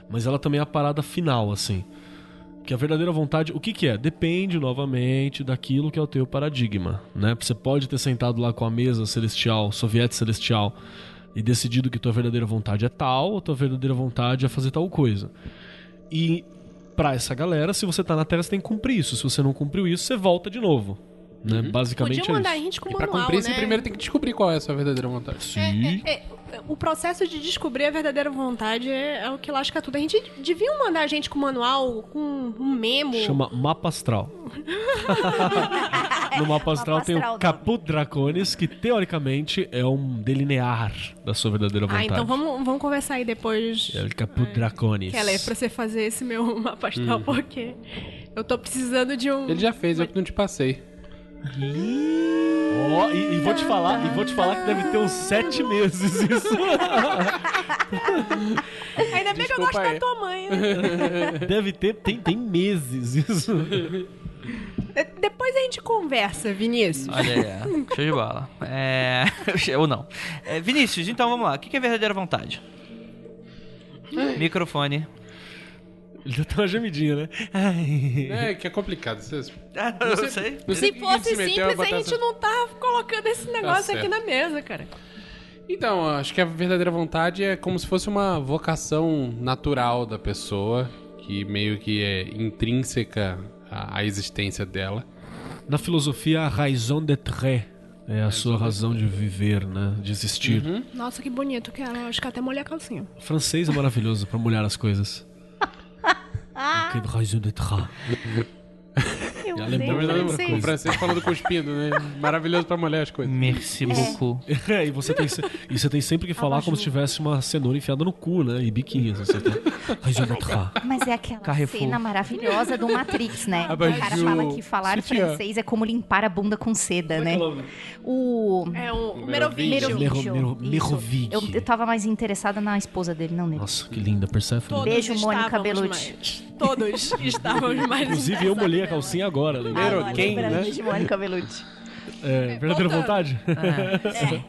Speaker 4: Mas ela também é a parada final, assim. Que a verdadeira vontade, o que que é? Depende novamente daquilo que é o teu paradigma, né? Você pode ter sentado lá com a mesa celestial, soviética celestial, e decidido que tua verdadeira vontade é tal, ou tua verdadeira vontade é fazer tal coisa. E pra essa galera, se você tá na Terra, você tem que cumprir isso. Se você não cumpriu isso, você volta de novo, né? Basicamente
Speaker 7: Uhum. Podia
Speaker 4: é
Speaker 7: mandar a
Speaker 4: isso.
Speaker 7: gente com
Speaker 5: E
Speaker 7: o
Speaker 5: pra
Speaker 7: manual,
Speaker 5: cumprir isso,
Speaker 7: né?
Speaker 5: primeiro tem que descobrir qual é a sua verdadeira vontade.
Speaker 4: Sim.
Speaker 7: É, o processo de descobrir a verdadeira vontade é, é o que lasca tudo. A gente devia mandar a gente com manual, com um memo.
Speaker 4: Chama Mapa Astral.
Speaker 7: é,
Speaker 4: no Mapa Astral tem
Speaker 2: Astral,
Speaker 4: o
Speaker 2: não.
Speaker 4: Caput Draconis, que teoricamente é um delinear da sua verdadeira
Speaker 7: ah,
Speaker 4: vontade.
Speaker 7: então vamos, vamos conversar aí depois.
Speaker 4: É o Caput Draconis.
Speaker 7: Kelly, é pra você fazer esse meu mapa astral, porque eu tô precisando de um.
Speaker 5: Hum. Ele já fez, eu que não te passei.
Speaker 4: Ó, e, e vou te falar, e vou te falar que deve ter uns sete meses isso.
Speaker 7: Ainda bem que eu
Speaker 5: Desculpa
Speaker 7: gosto
Speaker 5: aí.
Speaker 7: da tua mãe, né?
Speaker 4: deve ter, tem, tem meses isso.
Speaker 7: De- Depois a gente conversa, Vinícius.
Speaker 3: Olha aí, é. show de bola. É... Ou não. É, Vinícius, então vamos lá. O que que é verdadeira vontade? Microfone.
Speaker 4: Ele deu até uma gemidinha, né? Ai.
Speaker 5: É, que é complicado. Você,
Speaker 3: Ah, não, eu sei.
Speaker 5: não sei por que
Speaker 7: Se
Speaker 5: que
Speaker 7: fosse
Speaker 5: meteu
Speaker 7: simples, a
Speaker 5: botar
Speaker 7: gente
Speaker 5: essa-
Speaker 7: não tava colocando esse negócio aqui
Speaker 5: certo.
Speaker 7: na mesa, cara.
Speaker 5: Então, acho que a verdadeira vontade é como se fosse uma vocação natural da pessoa, que meio que é intrínseca à à existência dela.
Speaker 4: Na filosofia, a raison d'être é a sua razão de viver, né? De existir.
Speaker 7: Nossa, que bonito que era. Acho que até molhei a calcinha.
Speaker 4: O francês é maravilhoso pra molhar as coisas. Que raison d'être. é
Speaker 2: Eu
Speaker 4: Já
Speaker 2: odeio
Speaker 4: lembrou,
Speaker 5: Também não lembro
Speaker 2: francês.
Speaker 5: o francês falando cuspindo, né? Maravilhoso pra mulher as coisas.
Speaker 3: Merci beaucoup.
Speaker 4: É, e você tem, se- e você tem sempre que
Speaker 7: Tá
Speaker 4: falar como se tivesse uma cenoura enfiada no cu, né? E biquinhos. Você tem... Raison d'être.
Speaker 2: Mas é aquela
Speaker 3: Carrefour.
Speaker 2: cena maravilhosa do Matrix, né?
Speaker 5: Abajur.
Speaker 2: O cara fala que falar
Speaker 5: Sutiã.
Speaker 2: francês é como limpar a bunda com seda, né? O...
Speaker 7: É o
Speaker 5: Merovingio.
Speaker 7: Merovingio.
Speaker 4: Mero- Mero-
Speaker 2: Isso.
Speaker 4: Merovingi.
Speaker 2: Eu, eu tava mais interessada na esposa dele, não nele.
Speaker 4: Nossa, que linda, Persephone.
Speaker 7: Todos
Speaker 2: Beijo, Mônica
Speaker 7: estávamos
Speaker 2: Bellucci.
Speaker 7: mais- Todos estávamos mais
Speaker 4: Inclusive, eu
Speaker 7: interessados
Speaker 4: molhei a
Speaker 7: nela.
Speaker 4: calcinha agora. lembra?
Speaker 5: Primeiro, quem, né?
Speaker 2: Tipo, de Mônica Bellucci.
Speaker 4: É, verdadeira
Speaker 7: voltando. Ah.
Speaker 4: vontade?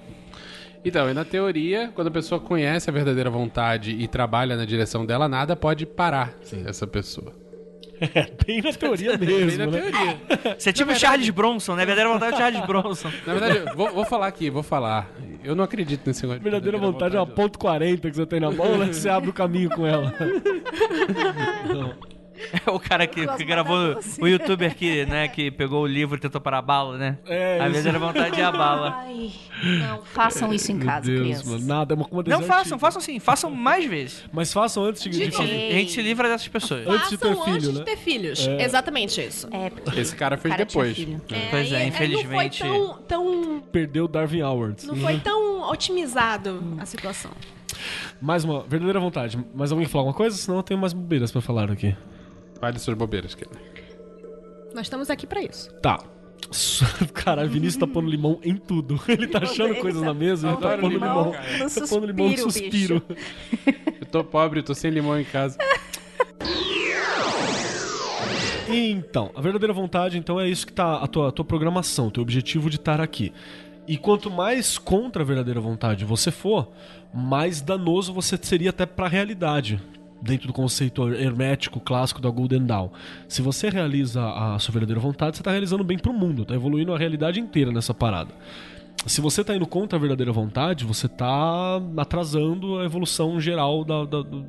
Speaker 5: Então, e na teoria, quando a pessoa conhece a verdadeira vontade e trabalha na direção dela, nada pode parar essa pessoa.
Speaker 4: Bem na teoria
Speaker 5: Bem
Speaker 4: mesmo,
Speaker 5: na
Speaker 4: né?
Speaker 5: teoria.
Speaker 3: Você é tipo Charles Bronson, né? A verdadeira vontade é Charles Bronson.
Speaker 5: Na verdade, eu vou, vou falar aqui, vou falar. Eu não acredito nesse negócio. de
Speaker 4: Verdadeira vontade é uma ponto 40 que você tem na bola e você abre o caminho com ela.
Speaker 3: É o cara que, que gravou o youtuber que, né, que pegou o livro e tentou parar a bala, né?
Speaker 4: É,
Speaker 3: a
Speaker 4: isso.
Speaker 3: verdadeira vontade é a bala.
Speaker 2: Ai, não, façam isso em
Speaker 4: Meu
Speaker 2: casa,
Speaker 4: Deus,
Speaker 2: crianças.
Speaker 4: mano, nada, é uma uma
Speaker 3: Não
Speaker 4: deserta.
Speaker 3: façam, façam sim, façam mais vezes.
Speaker 4: Mas façam antes de, de,
Speaker 3: A gente, a gente se livra dessas pessoas.
Speaker 4: antes de ter
Speaker 7: Façam
Speaker 4: filho,
Speaker 7: antes
Speaker 4: né?
Speaker 7: de ter filhos. Exatamente isso.
Speaker 2: É, porque
Speaker 5: Esse cara
Speaker 2: o
Speaker 5: fez
Speaker 2: cara tinha
Speaker 5: depois.
Speaker 2: filho.
Speaker 3: Pois é,
Speaker 7: e-
Speaker 3: infelizmente.
Speaker 7: Não foi tão, tão-
Speaker 4: perder o Darwin Awards.
Speaker 7: não foi tão otimizado a situação.
Speaker 4: Mais uma, verdadeira vontade. Mais alguém quer falar alguma coisa? Senão eu tenho mais bobeiras pra falar aqui.
Speaker 5: Vale suas bobeiras, cara.
Speaker 7: Nós estamos aqui pra isso.
Speaker 4: Tá. Caralho, o Vinícius tá pondo limão em tudo. Ele tá achando coisas na mesa, ele tá
Speaker 5: Adoro
Speaker 4: pondo
Speaker 5: limão,
Speaker 4: limão.
Speaker 5: cara.
Speaker 2: No
Speaker 4: Tá pondo limão no
Speaker 2: suspiro,
Speaker 4: suspiro.
Speaker 2: bicho.
Speaker 5: Eu tô pobre, eu tô sem limão em casa.
Speaker 4: Então, a verdadeira vontade, então, é isso que tá a tua, a tua programação, teu objetivo de estar aqui. E quanto mais contra a verdadeira vontade você for, mais danoso você seria até pra realidade, dentro do conceito hermético clássico da Golden Dawn. Se você realiza a sua verdadeira vontade, você tá realizando bem pro mundo, tá evoluindo a realidade inteira nessa parada. Se você tá indo contra a verdadeira vontade, você tá atrasando a evolução geral da, da, do-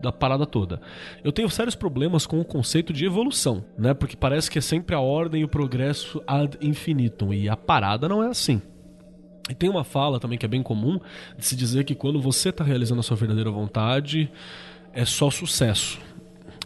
Speaker 4: da parada toda. Eu tenho sérios problemas com o conceito de evolução, né? Porque parece que é sempre a ordem e o progresso ad infinitum. E a parada não é assim. E tem uma fala também que é bem comum de se dizer que quando você está realizando a sua verdadeira vontade, é só sucesso.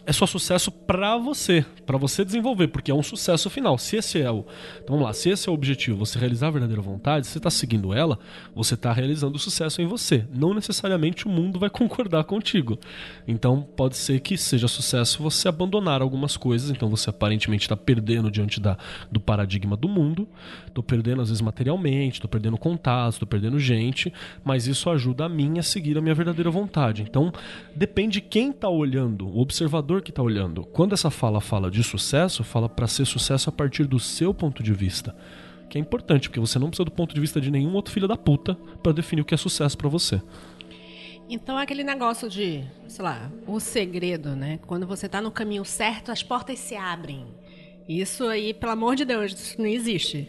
Speaker 4: É só sucesso pra você, pra você desenvolver, porque é um sucesso final. Se esse é o, então vamos lá, se esse é o objetivo, você realizar a verdadeira vontade, se você tá seguindo ela, você tá realizando o sucesso em você. Não necessariamente o mundo vai concordar contigo. Então pode ser que seja sucesso você abandonar algumas coisas, então você aparentemente está perdendo diante da, do paradigma do mundo. Tô perdendo, às vezes, materialmente, tô perdendo contatos, tô perdendo gente, mas isso ajuda a mim a seguir a minha verdadeira vontade. Então, depende quem tá olhando, o observador que tá olhando. Quando essa fala fala de sucesso, fala para ser sucesso a partir do seu ponto de vista. Que é importante, porque você não precisa do ponto de vista de nenhum outro filho da puta para definir o que é sucesso para você.
Speaker 7: Então é aquele negócio de, sei lá, o segredo, né? Quando você tá no caminho certo, as portas se abrem. Isso aí, pelo amor de Deus, isso não existe.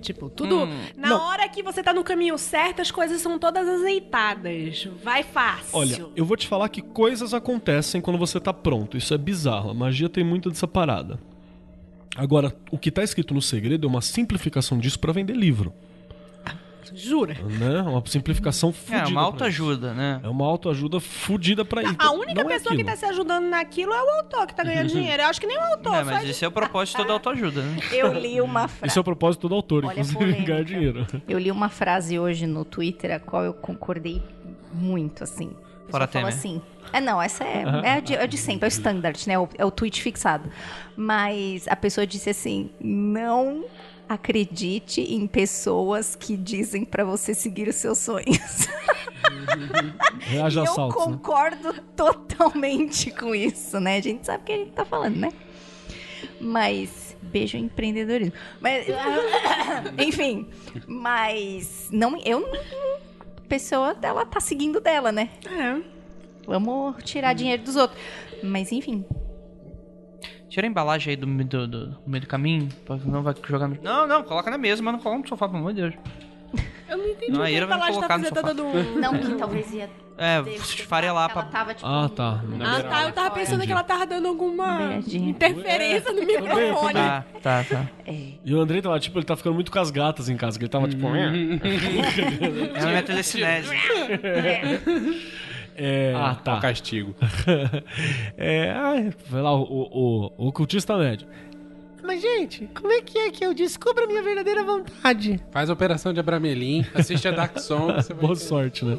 Speaker 7: Tipo, tudo.
Speaker 3: Hum,
Speaker 7: na
Speaker 4: não.
Speaker 7: hora que você tá no caminho certo, as coisas são todas azeitadas. Vai fácil.
Speaker 4: Olha, eu vou te falar que coisas acontecem quando você tá pronto. Isso é bizarro. A magia tem muito dessa parada. Agora, o que tá escrito no segredo é uma simplificação disso para vender livro.
Speaker 7: Jura.
Speaker 4: né? Uma simplificação fudida.
Speaker 3: É, uma
Speaker 4: pra
Speaker 3: autoajuda, né?
Speaker 4: isso. É uma autoajuda fudida pra isso. é
Speaker 7: A
Speaker 3: Então,
Speaker 7: única
Speaker 3: é
Speaker 7: pessoa que tá se ajudando naquilo é o autor que tá ganhando dinheiro. Eu acho que nem o autor,
Speaker 3: Uhum. Não,
Speaker 7: só
Speaker 3: mas esse é o propósito da autoajuda, né?
Speaker 2: Eu li uma frase.
Speaker 4: Isso é o propósito do autor,
Speaker 2: Olha a
Speaker 4: inclusive,
Speaker 2: polêmica.
Speaker 4: ganhar dinheiro.
Speaker 2: Eu li uma frase hoje no Twitter, a qual eu concordei muito, assim. A
Speaker 3: Fora
Speaker 2: pessoa falou
Speaker 3: Temer.
Speaker 2: assim. É, não, essa é, é, a de, é a de sempre, é o standard, né? É o, é o tweet fixado. Mas a pessoa disse assim: não acredite em pessoas que dizem pra você seguir os seus sonhos.
Speaker 4: Reage a
Speaker 2: eu
Speaker 4: assaltos, né?
Speaker 2: concordo totalmente com isso, né? A gente sabe o que a gente tá falando, né? Mas beijo empreendedorismo. Mas enfim, mas não eu não- pessoa ela tá seguindo dela, né?
Speaker 7: É.
Speaker 2: Vamos tirar dinheiro dos outros. Mas enfim,
Speaker 3: Tira a embalagem aí do, me- do, do- do meio do caminho, pra- não vai jogar no... Não, não, coloca na mesa, mas não coloca no sofá, pelo amor de Deus.
Speaker 7: Eu não entendi
Speaker 3: Não,
Speaker 7: o
Speaker 3: a
Speaker 7: que
Speaker 3: Ira
Speaker 7: a
Speaker 3: vai
Speaker 7: embalagem tá
Speaker 3: colocar no
Speaker 7: apresentada do...
Speaker 2: não que talvez ia
Speaker 3: É,
Speaker 2: ter-
Speaker 3: esfarelar
Speaker 2: ela
Speaker 3: pra...
Speaker 2: tava, tipo,
Speaker 4: Ah, tá.
Speaker 7: Ah, tá. Eu tava pensando
Speaker 4: Entendi.
Speaker 7: que ela tava dando alguma
Speaker 2: Beiradinha.
Speaker 7: interferência no microfone.
Speaker 3: Tá, tá, tá.
Speaker 4: E o André tava, tipo, ele tá ficando muito com as gatas em casa, que ele tava, tipo...
Speaker 3: Uhum. É uma telecinese.
Speaker 4: é,
Speaker 5: Ah, tá. castigo.
Speaker 4: é, ai, vai lá, o, o, o ocultista médio.
Speaker 6: Mas, gente, como é que é que eu descubro a minha verdadeira vontade?
Speaker 5: Faz a operação de Abramelin, assiste a Dark Song. Você vai...
Speaker 4: Boa sorte, né?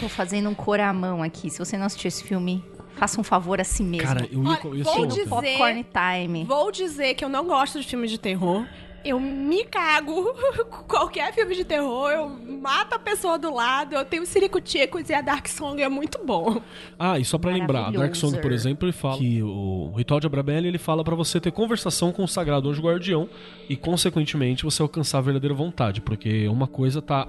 Speaker 2: tô fazendo um coramão aqui. Se você não assistiu esse filme, faça um favor a si mesmo. um
Speaker 4: Cara, eu ia...
Speaker 7: Olha,
Speaker 4: co- eu ia
Speaker 7: vou
Speaker 4: ser
Speaker 7: dizer-
Speaker 4: outra.
Speaker 2: Popcorn time.
Speaker 7: Vou dizer que eu não gosto de filmes de terror. Eu me cago com qualquer filme de terror. Eu mato a pessoa do lado. Eu tenho Siricutiecos e a Dark Song é muito bom.
Speaker 4: Ah, e só pra lembrar, Dark Song, por exemplo, ele fala que o ritual de Abramelli, ele fala pra você ter conversação com o sagrado anjo guardião e, consequentemente, você alcançar a verdadeira vontade, porque uma coisa tá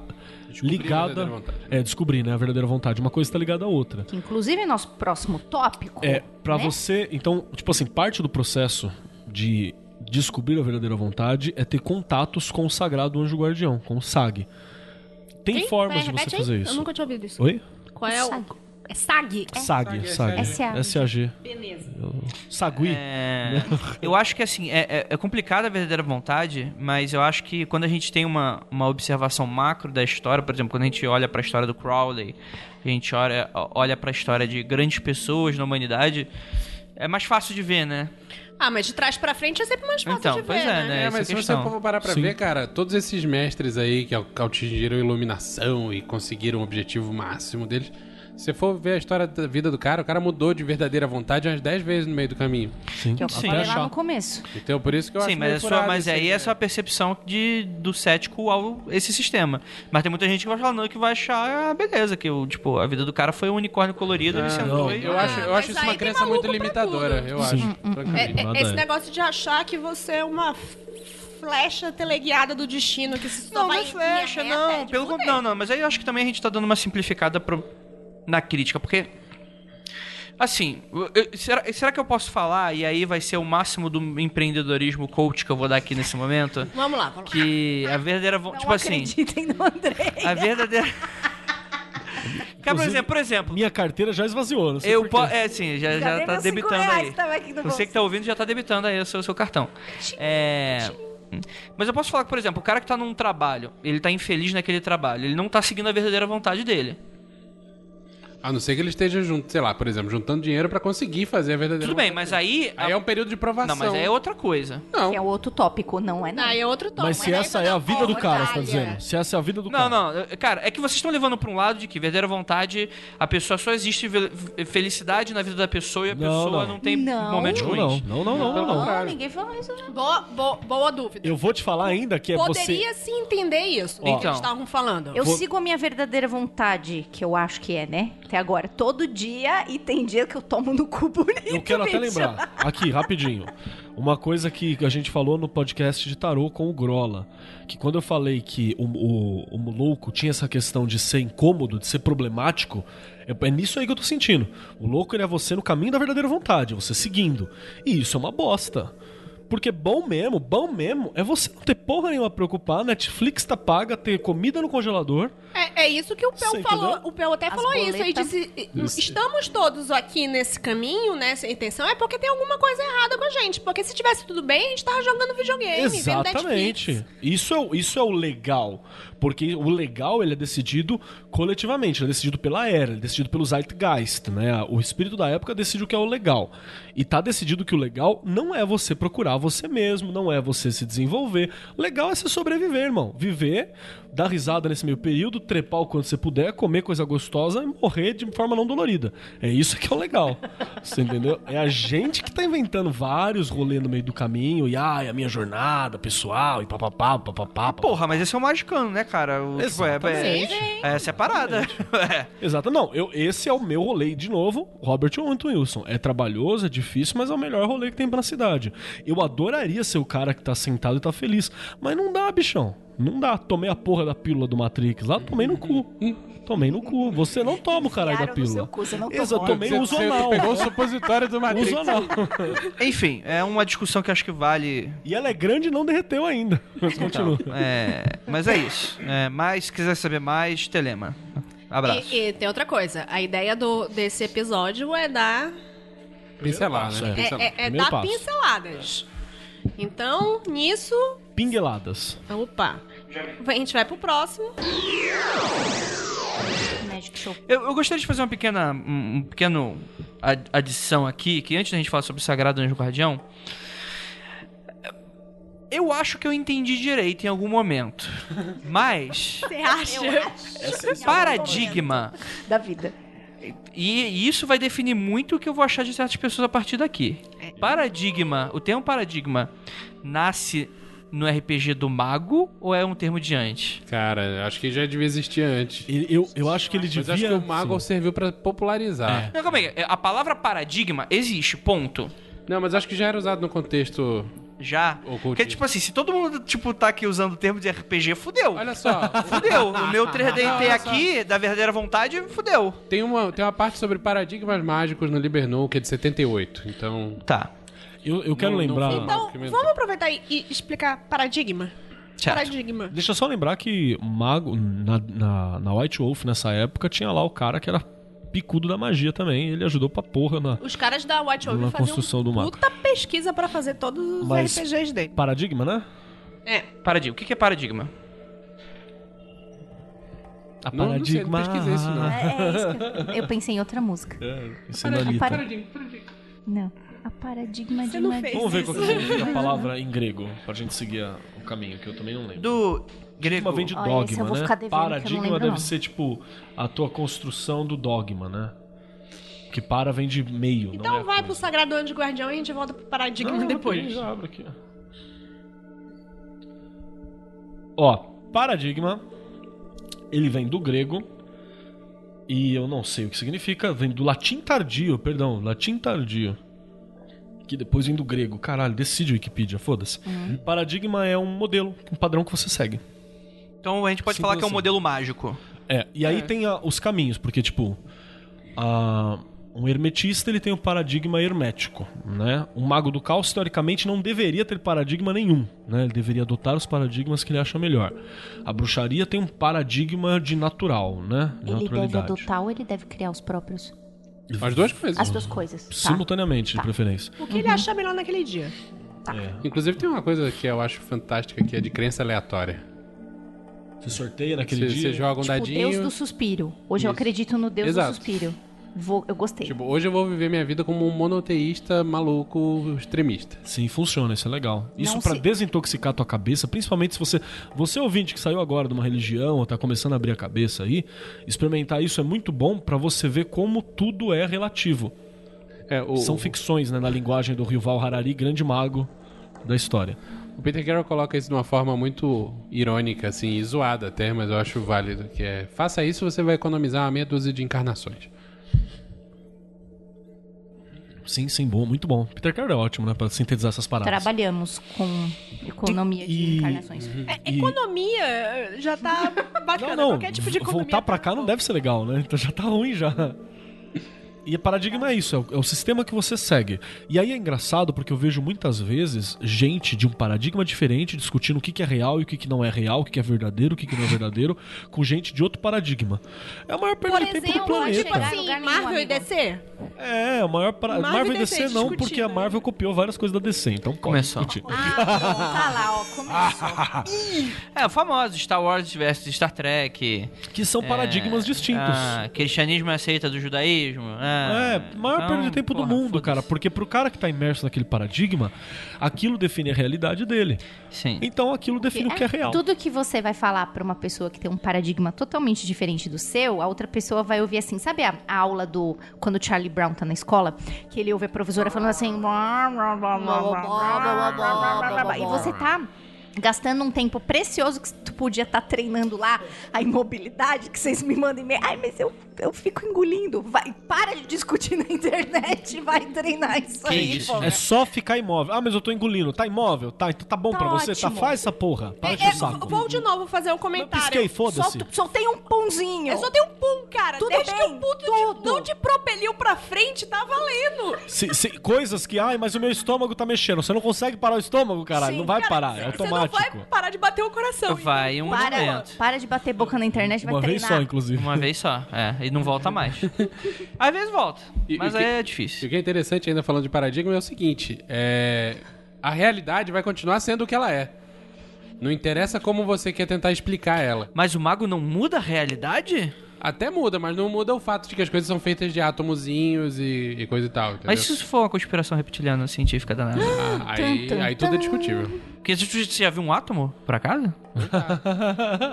Speaker 4: ligada...
Speaker 5: a verdadeira vontade.
Speaker 4: É, descobrir, né, a verdadeira vontade. Uma coisa tá ligada à outra.
Speaker 2: Que inclusive é nosso próximo tópico.
Speaker 4: É, pra
Speaker 2: né?
Speaker 4: você. Então, tipo assim, parte do processo de descobrir a verdadeira vontade é ter contatos com o sagrado anjo guardião, com o SAG. Tem
Speaker 7: Quem?
Speaker 4: formas
Speaker 7: Peraí,
Speaker 4: de você
Speaker 7: é, repete aí.
Speaker 4: fazer isso.
Speaker 7: Eu nunca tinha ouvido isso.
Speaker 4: Oi?
Speaker 7: Qual é o. É SAG.
Speaker 4: SAG, SAG. É
Speaker 2: SAG.
Speaker 4: SAG.
Speaker 7: Beleza.
Speaker 4: Sagui.
Speaker 3: É, eu acho que assim, é, é, é complicada a verdadeira vontade, mas eu acho que quando a gente tem uma, uma observação macro da história, por exemplo, quando a gente olha pra história do Crowley, a gente olha, olha pra história de grandes pessoas na humanidade, é mais fácil de ver, né?
Speaker 7: Ah, mas de trás pra frente é sempre mais fácil
Speaker 3: Então,
Speaker 7: de ver,
Speaker 3: pois é, né?
Speaker 5: É,
Speaker 3: essa
Speaker 5: mas se
Speaker 3: questão.
Speaker 5: você for parar pra
Speaker 4: Sim.
Speaker 5: ver, cara, todos esses mestres aí que al- atingiram iluminação e conseguiram o objetivo máximo deles, se você for ver a história da vida do cara, o cara mudou de verdadeira vontade umas 10 vezes no meio do caminho.
Speaker 2: Que
Speaker 4: Sim.
Speaker 2: Então, eu
Speaker 4: Até
Speaker 2: falei lá
Speaker 4: achar.
Speaker 2: no começo.
Speaker 7: Tipo
Speaker 5: Então, por isso que eu
Speaker 3: Sim,
Speaker 5: acho
Speaker 3: mas,
Speaker 5: meio
Speaker 3: é sua,
Speaker 5: furado
Speaker 3: mas
Speaker 5: esse-
Speaker 3: aí é só a percepção de, do cético ao esse sistema. Mas tem muita gente que vai falar, não, que vai achar, ah, beleza, que o, tipo, a vida do cara foi um unicórnio colorido, ele sentou
Speaker 4: não.
Speaker 3: e...
Speaker 5: É,
Speaker 3: é.
Speaker 5: Eu acho, eu
Speaker 7: mas
Speaker 5: acho isso
Speaker 7: aí
Speaker 5: uma
Speaker 7: tem
Speaker 5: crença
Speaker 7: maluco
Speaker 5: muito
Speaker 7: pra
Speaker 5: limitadora, eu acho.
Speaker 4: Sim.
Speaker 7: É,
Speaker 5: francamente.
Speaker 7: é,
Speaker 4: Nada
Speaker 7: esse
Speaker 4: é.
Speaker 7: negócio de achar que você é uma f- flecha teleguiada do destino que se só
Speaker 3: Não, não
Speaker 7: vai
Speaker 3: é flecha,
Speaker 7: em linha reta, é
Speaker 3: não.
Speaker 7: de
Speaker 3: Pelo
Speaker 7: fuder.
Speaker 3: contrário, não, não. Mas aí eu acho que também a gente tá dando uma simplificada pro- na crítica, porque. Assim, eu- eu- será, será que eu posso falar, e aí vai ser o máximo do empreendedorismo coach que eu vou dar aqui nesse momento?
Speaker 7: Vamos lá, vamos lá.
Speaker 3: Que a verdadeira. vo-
Speaker 2: Não
Speaker 3: tipo assim,
Speaker 2: acreditem no André.
Speaker 3: a verdadeira. Cara, por
Speaker 4: Inclusive,
Speaker 3: exemplo, por exemplo
Speaker 4: Minha carteira já esvaziou, não sei
Speaker 3: eu
Speaker 4: por quê.
Speaker 3: po- É assim, já, já
Speaker 2: Cadê
Speaker 3: tá
Speaker 2: meus cinco
Speaker 3: debitando
Speaker 2: reais?
Speaker 3: aí.
Speaker 2: Tava aqui no
Speaker 3: Você que tá ouvindo já tá debitando aí o seu, seu cartão. É. Mas eu posso falar que, por exemplo, o cara que tá num trabalho, ele tá infeliz naquele trabalho, ele não tá seguindo a verdadeira vontade dele.
Speaker 5: A não ser que ele esteja junto, sei lá, por exemplo, juntando dinheiro pra conseguir fazer a verdadeira
Speaker 3: Tudo bem, mas aí.
Speaker 5: Aí é um período de provação.
Speaker 3: Não, mas aí é outra coisa.
Speaker 5: Não.
Speaker 2: Que é o outro tópico, não é? Não.
Speaker 7: Então- Aí é outro tom.
Speaker 4: Mas se
Speaker 7: aí
Speaker 4: essa
Speaker 7: vai
Speaker 4: é
Speaker 7: dar
Speaker 4: a vida do
Speaker 7: porra,
Speaker 4: cara, você tá
Speaker 7: Itália.
Speaker 4: dizendo? Se essa é a vida do
Speaker 3: Não,
Speaker 4: cara.
Speaker 3: não, eu- cara, é que vocês estão levando pra um lado de que verdadeira vontade, a pessoa só existe ve- ve- felicidade na vida da pessoa e a
Speaker 4: Não,
Speaker 3: pessoa
Speaker 4: não.
Speaker 3: não, é tem
Speaker 2: Não.
Speaker 3: momentos ruins.
Speaker 4: Não, não, não, não, não, não.
Speaker 2: Não, ninguém falou isso. não.
Speaker 7: Boa, boa, boa dúvida.
Speaker 4: Eu vou te falar ainda que é você...
Speaker 7: Poderia se entender isso, do que
Speaker 3: Então.
Speaker 7: eles estavam falando.
Speaker 2: Eu sigo a minha verdadeira vontade, que eu acho que é, né? Até agora, todo dia, e tem dia que eu tomo no cu bonito.
Speaker 4: Eu quero até
Speaker 2: bicho.
Speaker 4: lembrar, aqui, rapidinho. Uma coisa que a gente falou no podcast de tarô com o Grola. Que quando eu falei que o, o, o louco tinha essa questão de ser incômodo, de ser problemático, é, é nisso aí que eu tô sentindo. O louco ele é você no caminho da verdadeira vontade, você seguindo. E isso é uma bosta. Porque bom mesmo, bom mesmo, é você não ter porra nenhuma a preocupar, Netflix tá paga, ter comida no congelar.
Speaker 7: É, é isso que o Pel
Speaker 4: Você
Speaker 7: falou.
Speaker 4: entendeu?
Speaker 7: O Pel até
Speaker 2: As
Speaker 7: falou isso. Ele
Speaker 2: boletas.
Speaker 7: disse: estamos todos aqui nesse caminho, nessa intenção, é porque tem alguma coisa errada com a gente. Porque se tivesse tudo bem, a gente tava jogando videogame, vendo Netflix.
Speaker 4: Exatamente. Isso é, o- isso é o legal. Porque o legal ele é decidido coletivamente, ele é decidido pela era, ele é decidido pelo Zeitgeist, né? O espírito da época decide o que é o legal. E tá decidido que o legal não é você procurar você mesmo, não é você se desenvolver. Legal é você sobreviver, irmão. Viver, dar risada nesse meio período, trepar o quanto você puder, comer coisa gostosa e morrer de forma não dolorida. É isso que é o legal. Você entendeu? É a gente que tá inventando vários rolês no meio do caminho e ai, a minha jornada pessoal e papapá, papapá. papapá.
Speaker 3: Porra, mas esse é o magicano, né, cara? O, tipo, é,
Speaker 4: Exatamente.
Speaker 3: é, é separada. É.
Speaker 4: Exato, não, eu, esse é o meu rolê, de novo, Robert Anton Wilson. É trabalhoso, é difícil, mas é o melhor rolê que tem pra cidade. Eu adoraria ser o cara que tá sentado e tá feliz, mas não dá, bichão. Não dá, tomei a porra da pílula do Matrix lá, tomei no cu. Tomei no cu. Você não toma o caralho da
Speaker 2: Enfiaram no seu
Speaker 4: pílula.
Speaker 2: cu, você não
Speaker 4: Exato, eu
Speaker 2: tomou.
Speaker 4: tomei
Speaker 5: Você-
Speaker 4: o uso
Speaker 5: você
Speaker 4: anal.
Speaker 5: Pegou o supositório do Matrix.
Speaker 4: Uso anal.
Speaker 3: Enfim, é uma discussão que acho que vale.
Speaker 4: E ela é grande e não derreteu ainda. Mas continua.
Speaker 5: tá.
Speaker 3: É, mas é isso. É, mas se quiser saber mais, Telema. Abraço.
Speaker 7: E, e tem outra coisa. A ideia do, desse episódio é dar,
Speaker 5: Pincelar,
Speaker 4: Isso,
Speaker 5: né?
Speaker 4: é.
Speaker 7: é,
Speaker 5: Pincelar.
Speaker 7: é- é
Speaker 4: Primeiro
Speaker 7: dar
Speaker 4: passo.
Speaker 7: pinceladas. Então, nisso.
Speaker 4: Pingueladas.
Speaker 7: Opa! A gente vai pro próximo.
Speaker 4: Ah,
Speaker 2: Magic Show.
Speaker 3: Eu, eu gostaria de fazer uma pequena um, um pequeno ad- adição aqui, que antes da gente falar sobre o Sagrado Anjo Guardião, eu acho que eu entendi direito em algum momento. Mas
Speaker 7: Você acha?
Speaker 3: paradigma
Speaker 2: Da vida.
Speaker 3: e, e isso vai definir muito o que eu vou achar de certas pessoas a partir daqui. Paradigma, o termo paradigma nasce no RPG do mago ou é um termo de antes?
Speaker 5: Cara, acho que já devia existir antes.
Speaker 4: Ele- Eu, eu acho que ele devia. É.
Speaker 5: Mas acho que o Mago
Speaker 4: sim.
Speaker 5: serviu pra popularizar.
Speaker 3: Não, calma aí. A palavra paradigma existe, ponto.
Speaker 5: Não, mas acho que já era usado no contexto.
Speaker 3: Já.
Speaker 5: Ocultismo.
Speaker 3: Porque, tipo assim, se todo mundo, tipo, tá aqui usando o termo de RPG, fudeu.
Speaker 5: Olha só,
Speaker 3: Fudeu. O meu 3DT aqui, da verdadeira vontade, fudeu.
Speaker 5: tem uma, tem uma parte sobre paradigmas mágicos no Libernou, que é de 78. Então.
Speaker 3: Tá.
Speaker 4: Eu, eu quero
Speaker 5: Não- não
Speaker 4: lembrar.
Speaker 5: foi mal.
Speaker 7: Então,
Speaker 5: que mesmo.
Speaker 7: vamos aproveitar e, e explicar paradigma.
Speaker 3: Certo.
Speaker 7: Paradigma.
Speaker 4: Deixa eu só lembrar que o Mago, na, na, na White Wolf, nessa época, tinha lá o cara que era picudo da magia também. Ele ajudou pra porra na
Speaker 7: Os caras da White
Speaker 4: Na
Speaker 7: Wolf
Speaker 4: construção do
Speaker 7: faziam
Speaker 4: mapa.
Speaker 7: um puta pesquisa pra fazer todos os
Speaker 4: Mas-
Speaker 7: RPGs dele.
Speaker 4: paradigma, né?
Speaker 7: É.
Speaker 3: Paradigma. O que que é paradigma?
Speaker 4: A
Speaker 5: Não- não sei, não
Speaker 4: paradigma.
Speaker 5: pesquisei isso, não.
Speaker 2: É, é isso que eu... eu pensei em outra música.
Speaker 4: Isso é Lolita.
Speaker 2: Para- Não. A paradigma
Speaker 7: Você
Speaker 2: de
Speaker 7: não
Speaker 2: uma-
Speaker 7: fez.
Speaker 4: Vamos ver qual que é significa a palavra em grego, pra gente seguir a- o caminho, que eu também não lembro.
Speaker 3: Do grego.
Speaker 4: Paradigma vem de
Speaker 2: Olha,
Speaker 4: dogma,
Speaker 2: esse eu vou
Speaker 4: né?
Speaker 2: ficar devendo, que eu não
Speaker 4: Paradigma
Speaker 2: lembro,
Speaker 4: deve
Speaker 2: não.
Speaker 4: ser, tipo, a tua construção do dogma, né? Que para vem de meio, não é
Speaker 7: Então
Speaker 4: a
Speaker 7: vai pro
Speaker 4: coisa.
Speaker 7: Sagrado Anjo Guardião e a gente volta pro paradigma
Speaker 4: Não, rapidinho,
Speaker 7: depois.
Speaker 4: Já abro aqui. Ó, paradigma, ele vem do grego e eu não sei o que significa, vem do latim tardio, perdão, latim tardio. Que depois vem do grego. Caralho, decide Wikipedia, foda-se.
Speaker 7: Uhum.
Speaker 4: Paradigma é um modelo, um padrão que você segue.
Speaker 3: Então a gente pode
Speaker 4: Simples
Speaker 3: falar que é um
Speaker 4: assim.
Speaker 3: modelo mágico.
Speaker 4: É, e aí tem a- os caminhos, porque, tipo, a- um hermetista ele tem o paradigma hermético, né? O mago do caos, teoricamente, não deveria ter paradigma nenhum, né? Ele deveria adotar os paradigmas que ele acha melhor. A bruxaria tem um paradigma de natural, né? De
Speaker 2: Ele deve
Speaker 4: naturalidade.
Speaker 2: adotar ou ele deve criar os próprios?
Speaker 5: As duas coisas.
Speaker 2: As duas coisas. tá?
Speaker 4: Simultaneamente, de preferência.
Speaker 7: O que ele achar melhor naquele dia.
Speaker 5: Inclusive tem uma coisa que eu acho fantástica que é de crença aleatória.
Speaker 4: Você sorteia naquele
Speaker 5: Você
Speaker 4: dia.
Speaker 5: você joga um
Speaker 2: Tipo,
Speaker 5: dadinho.
Speaker 2: Deus do suspiro. Hoje eu
Speaker 5: Isso.
Speaker 2: acredito no Deus
Speaker 5: Exato.
Speaker 2: do suspiro. Vou, eu gostei.
Speaker 5: Tipo, hoje eu vou viver minha vida como um monoteísta maluco extremista.
Speaker 4: Sim, funciona, isso é legal. Isso
Speaker 2: Não
Speaker 4: pra
Speaker 2: se-
Speaker 4: desintoxicar tua cabeça, principalmente se você, você ouvinte que saiu agora de uma religião ou tá começando a abrir a cabeça aí, experimentar isso é muito bom pra você ver como tudo é relativo.
Speaker 5: É, o,
Speaker 4: São ficções, né, na linguagem do Rival Harari, grande mago da história.
Speaker 5: o Peter Carroll coloca isso de uma forma muito irônica, assim, e zoada até, mas eu acho válido, que é faça isso você vai economizar uma meia dúzia de encarnações.
Speaker 4: Sim, sim, bom, muito bom. Peter Carroll é ótimo, né, Pra sintetizar essas paradas.
Speaker 2: Trabalhamos com economia de
Speaker 4: E-
Speaker 2: encarnações.
Speaker 5: Uhum.
Speaker 4: Hum, E-
Speaker 7: É, Economia eh, já tá bacana.
Speaker 4: Não, não.
Speaker 7: Qualquer tipo de
Speaker 4: vo-
Speaker 7: economia.
Speaker 4: Voltar pra cá não deve ser legal, né? Então já tá ruim já. E o paradigma é isso, é o, é o sistema que você segue. E aí é engraçado porque eu vejo muitas vezes gente de um paradigma diferente discutindo o que, que é real e o que, que não é real, o que, que é verdadeiro, o que, que não é verdadeiro, com gente de outro paradigma. É a maior perda
Speaker 2: Por
Speaker 4: de tempo do
Speaker 2: exemplo,
Speaker 4: planeta.
Speaker 7: Tipo
Speaker 2: Chegar em
Speaker 7: assim,
Speaker 2: lugar nenhum,
Speaker 7: Marvel e
Speaker 2: amigo.
Speaker 7: DC?
Speaker 4: É, a maior para... Marvel,
Speaker 7: Marvel
Speaker 4: e
Speaker 7: e
Speaker 4: DC,
Speaker 7: DC
Speaker 4: não,
Speaker 7: discutindo,
Speaker 4: porque a
Speaker 7: né?
Speaker 4: Marvel copiou várias coisas da DC, então pode
Speaker 3: Começou.
Speaker 4: discutir.
Speaker 2: Ah, tá lá, ó. Começou.
Speaker 3: É, o famoso Star Wars versus Star Trek.
Speaker 4: Que são paradigmas distintos.
Speaker 3: É. Ah, cristianismo é seita do judaísmo. Ah,
Speaker 4: É, maior
Speaker 3: então,
Speaker 4: perda de tempo
Speaker 3: porra,
Speaker 4: do mundo,
Speaker 3: foda-se.
Speaker 4: cara. Porque pro cara que tá imerso naquele paradigma, aquilo define a realidade dele.
Speaker 3: Sim.
Speaker 4: Então aquilo define o que é real.
Speaker 2: Tudo que você vai falar pra uma pessoa que tem um paradigma totalmente diferente do seu, a outra pessoa vai ouvir assim. Sabe a, a aula do. Quando o Charlie Brown tá na escola? Que ele ouve a professora falando assim. "Blá, blá, blá, blá, blá, blá, blá, blá, blá, blá, blá", E você tá. Gastando um tempo tá precioso que tu podia estar treinando lá a imobilidade que vocês me mandam e-mail. Ai, mas eu eu fico engolindo. Vai, para de discutir na internet, vai treinar isso aí, pô.
Speaker 4: É só ficar imóvel. Ah, mas eu tô engolindo. Tá imóvel? Tá, então tá bom
Speaker 2: Tá
Speaker 4: pra você? Tá,
Speaker 2: ótimo.
Speaker 4: faz essa porra. Para de
Speaker 7: É,
Speaker 4: encher o saco.
Speaker 7: vou de novo fazer um
Speaker 4: Eu
Speaker 7: comentário.
Speaker 4: pisquei, foda-se.
Speaker 2: Só, só tem um pãozinho.
Speaker 7: Eu só tenho um pum, cara.
Speaker 2: Tudo
Speaker 7: Desde que
Speaker 2: bem,
Speaker 7: o puto
Speaker 2: tudo.
Speaker 7: te- não te propeliu pra frente, tá valendo.
Speaker 4: Se- se- coisas que, ai, mas o meu estômago tá mexendo. Você não consegue parar o estômago, caralho.
Speaker 2: Sim,
Speaker 4: não vai
Speaker 7: Cara,
Speaker 4: parar, é
Speaker 7: Você não
Speaker 4: automático.
Speaker 7: vai parar de bater o coração.
Speaker 3: Vai um
Speaker 2: Então, Para,
Speaker 3: momento.
Speaker 2: para de bater boca na internet, vai
Speaker 4: Uma vez
Speaker 2: treinar.
Speaker 4: só, inclusive.
Speaker 3: Uma vez só, é. E não volta mais. Às vezes volta,
Speaker 5: E-
Speaker 3: mas
Speaker 5: e
Speaker 3: aí
Speaker 5: que-
Speaker 3: é
Speaker 5: E o
Speaker 3: difícil.
Speaker 5: que é interessante ainda falando de paradigma é o seguinte: é, a realidade vai continuar sendo o que ela é. Não interessa como você quer tentar explicar ela.
Speaker 3: Mas o mago não muda a realidade?
Speaker 5: Até muda, mas não muda o fato de que as coisas são feitas de átomozinhos e, e coisa e tal.
Speaker 4: É.
Speaker 5: Entendeu?
Speaker 3: Mas se isso for uma conspiração reptiliana científica danada?
Speaker 5: Ah, aí, aí tudo é discutível.
Speaker 3: Porque se tu- você já viu um átomo, por acaso?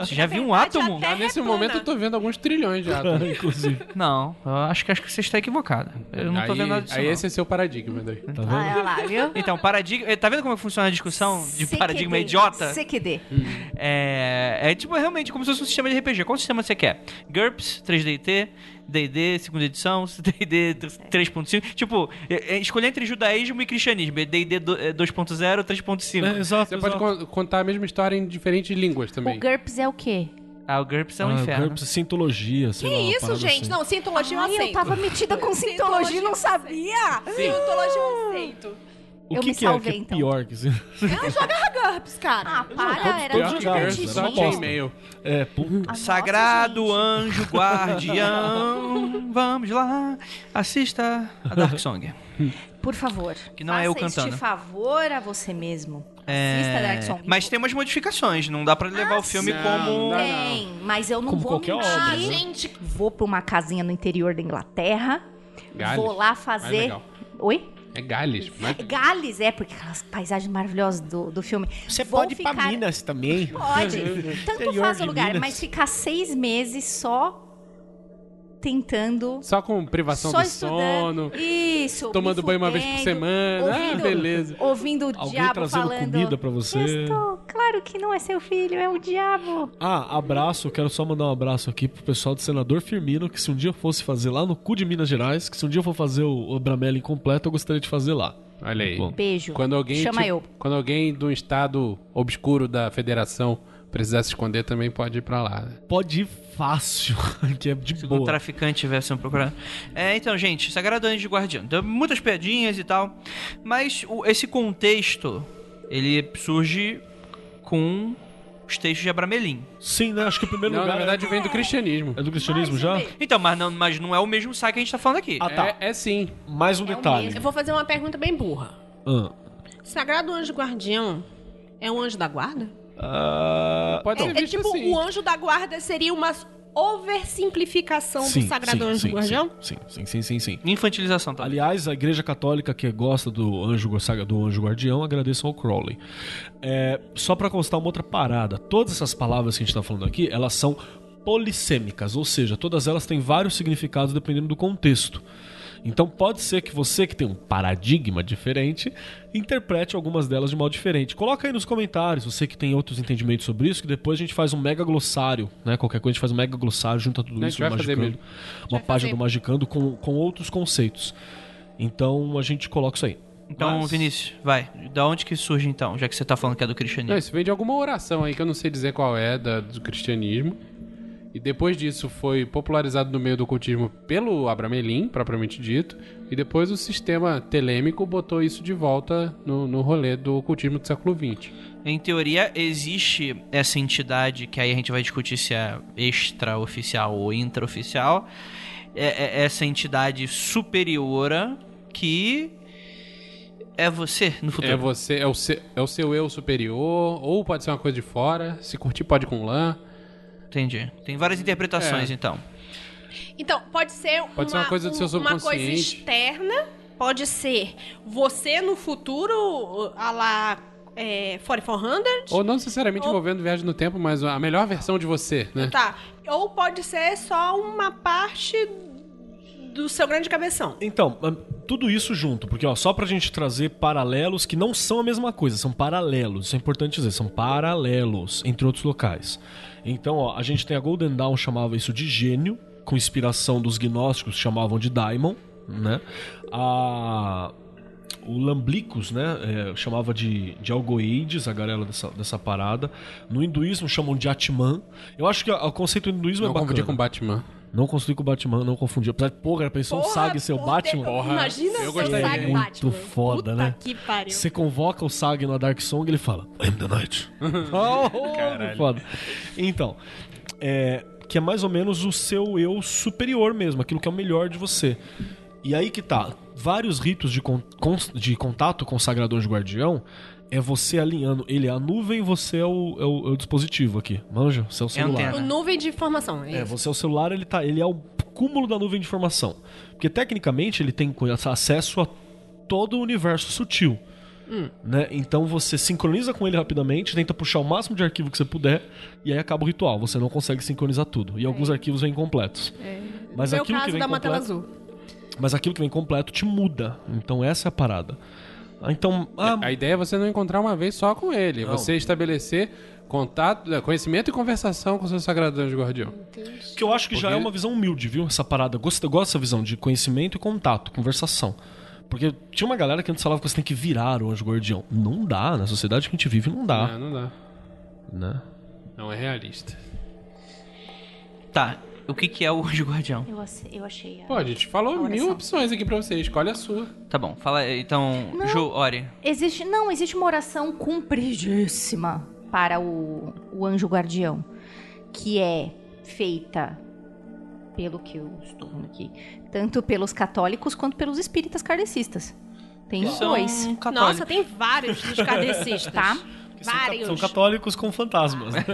Speaker 3: Você já viu um átomo?
Speaker 7: até-
Speaker 5: Ah, nesse
Speaker 7: É plana.
Speaker 5: momento eu tô vendo alguns trilhões de átomos.
Speaker 4: inclusive.
Speaker 3: Não, eu acho que, acho que você está equivocada. Eu não tô
Speaker 5: aí,
Speaker 3: vendo nada disso.
Speaker 5: Aí
Speaker 3: não.
Speaker 5: esse é seu paradigma, André.
Speaker 4: Tá vendo?
Speaker 2: Ah, olha lá, viu?
Speaker 3: Então, paradigma. eh, Tá vendo como é que funciona a discussão de
Speaker 2: CQD,
Speaker 3: paradigma idiota?
Speaker 2: CQD.
Speaker 4: Hum.
Speaker 3: É, é tipo realmente como se fosse um sistema de RPG. Qual sistema você quer? GURPS, 3DT, DD, segunda edição, DD 3.5. Tipo, é- é escolher entre judaísmo e cristianismo. É DD do- é 2.0, 3.5.
Speaker 4: É, exato,
Speaker 5: Você pode con-
Speaker 4: exato.
Speaker 5: contar a mesma história em diferentes línguas também.
Speaker 2: O GURPS é o quê?
Speaker 3: Ah, o GURPS é
Speaker 4: Ah,
Speaker 3: um
Speaker 4: eu
Speaker 3: inferno.
Speaker 4: quero pra Sintologia, sei
Speaker 7: Que
Speaker 4: lá, uma
Speaker 7: isso,
Speaker 4: parada
Speaker 7: gente?
Speaker 4: assim.
Speaker 7: Não, sintologia é um eu
Speaker 2: Ai, eu
Speaker 7: aceito.
Speaker 2: tava metida com sintologia e não sabia.
Speaker 7: é um Sintologia é um eu aceito.
Speaker 4: O
Speaker 2: Eu
Speaker 4: que,
Speaker 2: me
Speaker 4: que é
Speaker 2: salvei,
Speaker 4: que é
Speaker 2: então.
Speaker 4: pior que isso?
Speaker 7: A GURPS, cara.
Speaker 2: Ah, para, era
Speaker 4: todos
Speaker 5: Só
Speaker 4: jogaram, era uma
Speaker 5: tinha
Speaker 4: bosta.
Speaker 2: divertidíssimo.
Speaker 5: e-mail.
Speaker 4: É, puta.
Speaker 2: Ah,
Speaker 3: um Sagrado
Speaker 2: nossa, gente.
Speaker 3: anjo guardião, vamos lá, assista a Dark Song.
Speaker 2: Por favor.
Speaker 3: Que não é eu
Speaker 2: faça
Speaker 3: cantando. É,
Speaker 2: Este favor a você mesmo. Assista Dark Song.
Speaker 3: Mas tem umas modificações, não dá pra levar
Speaker 2: Ah,
Speaker 3: o filme
Speaker 5: sim.
Speaker 3: como.
Speaker 5: Não,
Speaker 2: Tem, mas eu não
Speaker 4: Como
Speaker 2: vou
Speaker 4: qualquer
Speaker 2: mentir.
Speaker 4: obra, né?
Speaker 7: gente.
Speaker 2: Vou pra uma casinha no interior da Inglaterra.
Speaker 5: Gales.
Speaker 2: Vou
Speaker 4: Ah, é
Speaker 2: lá
Speaker 5: Mais
Speaker 2: fazer.
Speaker 5: legal.
Speaker 2: Oi?
Speaker 5: É Gales. Mas...
Speaker 2: Gales, é, porque aquelas paisagens maravilhosas do, do filme. Vou ficar...
Speaker 4: também.
Speaker 2: Pode. Tanto
Speaker 4: Interior
Speaker 2: faz o
Speaker 4: de
Speaker 2: lugar,
Speaker 4: Minas.
Speaker 2: mas ficar seis meses só tentando.
Speaker 5: Só com privação
Speaker 2: só
Speaker 5: do
Speaker 2: estudando.
Speaker 5: sono.
Speaker 2: Isso.
Speaker 5: Tomando
Speaker 2: me
Speaker 5: banho uma vez por
Speaker 2: fudendo,
Speaker 5: semana. Ah,
Speaker 2: Ouvindo,
Speaker 5: beleza.
Speaker 2: Ouvindo o
Speaker 4: Alguém
Speaker 2: diabo
Speaker 4: trazendo
Speaker 2: falando.
Speaker 4: comida pra você.
Speaker 2: "Estou, claro que não é seu filho, é o diabo.
Speaker 4: Ah, abraço. Eu quero só mandar um abraço aqui pro pessoal do senador Firmino, que se um dia eu fosse fazer lá no cu de Minas Gerais, que se um dia eu for fazer o, o Bramelli incompleto, eu gostaria de fazer lá.
Speaker 5: Olha aí.
Speaker 4: Bom.
Speaker 2: Beijo.
Speaker 5: Quando alguém,
Speaker 2: Chama
Speaker 5: tipo,
Speaker 2: eu.
Speaker 5: quando alguém de um estado obscuro da federação precisar se esconder, também pode ir pra lá. né?
Speaker 4: Pode ir fácil, que é de
Speaker 3: Se um
Speaker 4: boa.
Speaker 3: traficante tivesse sendo procurado. É, então, gente, Sagrado Anjo Guardião. Deu muitas piadinhas e tal. Mas o- esse contexto, ele surge com os textos de Abramelin.
Speaker 4: Sim, né? Acho que o primeiro
Speaker 5: Não,
Speaker 4: lugar
Speaker 5: na verdade
Speaker 4: é...
Speaker 5: vem do cristianismo.
Speaker 4: é do cristianismo já?
Speaker 3: Então, mas não, mas não é o mesmo saque que a gente tá falando aqui.
Speaker 4: Ah, tá.
Speaker 5: É, é sim.
Speaker 4: Mais um detalhe.
Speaker 7: Eu vou fazer uma pergunta bem burra.
Speaker 4: Ah.
Speaker 7: Sagrado anjo guardião é um anjo da guarda?
Speaker 4: Ah,
Speaker 5: Pode ser
Speaker 7: É,
Speaker 5: visto
Speaker 7: tipo,
Speaker 5: assim.
Speaker 7: o anjo da guarda seria uma
Speaker 2: É
Speaker 7: oversimplificação
Speaker 2: um
Speaker 7: do sagrado anjo guardião?
Speaker 4: Sim, sim, sim, sim, sim.
Speaker 3: Infantilização, tá?
Speaker 4: Aliás, a Igreja Católica que gosta do anjo saga do anjo guardião, agradeçam ao Crowley. É, só pra constar uma outra parada, todas essas palavras que a gente tá falando aqui, elas são polissêmicas, ou seja, todas elas têm vários significados dependendo do contexto. Então pode ser que você que tem um paradigma diferente interprete algumas delas de modo diferente. Coloca aí nos comentários, você que tem outros entendimentos sobre isso, que depois a gente faz um mega glossário, né? Qualquer coisa a gente faz um mega glossário, junta tudo
Speaker 5: A gente
Speaker 4: isso no
Speaker 5: vai fazer
Speaker 4: Magicando.
Speaker 5: mesmo.
Speaker 4: Uma página do Magicando com, com outros conceitos. Então a gente coloca isso aí.
Speaker 3: Então,
Speaker 4: Mas-
Speaker 3: Vinícius, vai. Da onde que surge então, já que você tá falando que é do cristianismo?
Speaker 5: Não, isso vem de alguma oração aí que eu não sei dizer qual é da- do cristianismo. E depois disso foi popularizado no meio do ocultismo pelo Abramelin, propriamente dito. E depois o sistema telêmico botou isso de volta no, no rolê do ocultismo do século XX.
Speaker 3: Em teoria, existe essa entidade, que aí a gente vai discutir se é extraoficial ou intraoficial, é, é- essa entidade superiora que é você no futuro.
Speaker 5: É você, é o, seu, é o seu eu superior, ou pode ser uma coisa de fora. Se curtir, pode ir com lã.
Speaker 3: Entendi. Tem várias interpretações,
Speaker 5: É.
Speaker 3: então.
Speaker 7: Então, pode ser,
Speaker 5: Pode ser uma coisa do seu
Speaker 7: um- uma coisa
Speaker 5: subconsciente.
Speaker 7: externa, pode ser você no futuro, a lá é, 4400,
Speaker 5: Ou não necessariamente envolvendo viagem no tempo, mas a melhor versão de você,
Speaker 4: É
Speaker 5: né?
Speaker 7: tá? Ou pode ser só uma parte do seu grande cabeção.
Speaker 4: Então, ah, tudo isso junto, porque ó, só pra gente trazer paralelos que não são a mesma coisa, são paralelos, isso é importante dizer, são paralelos entre outros locais. Então, ó, a gente tem a Golden Dawn chamava isso de gênio, com inspiração dos gnósticos, chamavam de Daimon, né? A, o Lamblicus, né? é, chamava de, de algoides, a galera dessa, dessa parada. No hinduísmo chamam de Atman. Eu acho que a- o conceito do hinduísmo
Speaker 5: Não
Speaker 4: é bacana.
Speaker 5: confundir com Batman.
Speaker 4: Não confundi com o Batman, não confundi. Apesar de, porra, pensou um Sag ser o
Speaker 7: porra,
Speaker 4: Batman? É
Speaker 5: Porra,
Speaker 7: Imagina
Speaker 5: eu
Speaker 7: ser o
Speaker 5: gostaria.
Speaker 7: Sag
Speaker 4: Muito
Speaker 7: Batman.
Speaker 4: foda,
Speaker 7: Puta
Speaker 4: né?
Speaker 7: que pariu.
Speaker 4: Você convoca o Sag na Dark Song e ele fala: I'm the Night. oh, Caralho. Foda. Então, é, que é mais ou menos o seu eu superior mesmo, aquilo que é o melhor de você. E aí que tá: vários ritos de, con- cons- de contato com o Sagrador de Guardião é você alinhando. Ele é a nuvem, você é o, é o- é o dispositivo aqui. Manja, você é o celular.
Speaker 3: antena.
Speaker 7: O nuvem de informação. É,
Speaker 4: É,
Speaker 7: isso.
Speaker 4: você o celular, ele tá, ele é o cúmulo da nuvem de informação. Porque tecnicamente ele tem co- acesso a todo o universo sutil.
Speaker 7: Hum.
Speaker 4: Né? Então você sincroniza com ele rapidamente, tenta puxar o máximo de arquivo que você puder, e aí acaba o ritual. Você não consegue sincronizar tudo. E alguns arquivos vêm completos. Mas
Speaker 7: Foi É. o
Speaker 4: aquilo que
Speaker 7: caso
Speaker 4: vem
Speaker 7: da Matela
Speaker 4: completo,
Speaker 7: Azul.
Speaker 4: Mas aquilo que vem completo te muda. Então essa é a parada. Ah, Então, ah,
Speaker 5: A ideia é você não encontrar uma vez só com ele. Você estabelecer contato, eh, conhecimento e conversação com o seu sagrado anjo guardião.
Speaker 4: Que eu acho que já é
Speaker 5: Porque-
Speaker 4: uma visão humilde, viu? Essa parada. Eu gosto, eu gosto dessa visão de conhecimento e contato, conversação. Porque tinha uma galera que antes falava que você tem que virar o anjo guardião. Não dá, na sociedade que a gente vive não dá,
Speaker 5: É, Não, não dá.
Speaker 4: né?
Speaker 5: Não é realista.
Speaker 3: Tá, o que, que é o anjo guardião?
Speaker 2: Eu, ace- eu achei. a-
Speaker 5: Pô, a gente falou
Speaker 2: Olha
Speaker 5: mil
Speaker 2: só.
Speaker 5: opções aqui pra você. Escolhe a sua.
Speaker 3: Tá bom, fala então,
Speaker 2: Não.
Speaker 3: Ju, Ori.
Speaker 2: Existe, não, existe uma oração cumpridíssima para o, o anjo guardião, que é feita, pelo que eu estou vendo aqui, tanto pelos católicos quanto pelos espíritas kardecistas. Tem os
Speaker 3: São
Speaker 2: dois.
Speaker 3: católicos.
Speaker 7: Nossa, tem vários dos kardecistas.
Speaker 2: Tá?
Speaker 7: Vários.
Speaker 4: São católicos com fantasmas. né?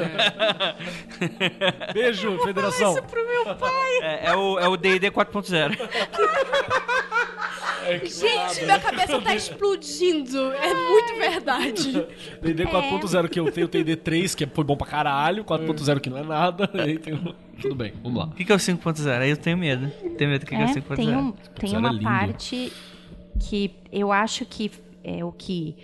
Speaker 4: Beijo, federação.
Speaker 3: É, é o é o D&D 4.0.
Speaker 4: É
Speaker 7: Gente, minha cabeça tá explodindo. É muito verdade.
Speaker 4: TD 4.0 que eu tenho, TD 3 que foi bom pra caralho, 4.0 que não é nada. e aí tem o- Tudo bem, vamos lá.
Speaker 3: O que, que é o 5.0? Aí eu tenho medo. Tenho medo do que, que é, o
Speaker 2: É,
Speaker 3: 5.0.
Speaker 2: tem, um-
Speaker 4: Zero
Speaker 2: tem
Speaker 4: é
Speaker 2: uma
Speaker 4: lindo.
Speaker 2: parte que eu acho que é o que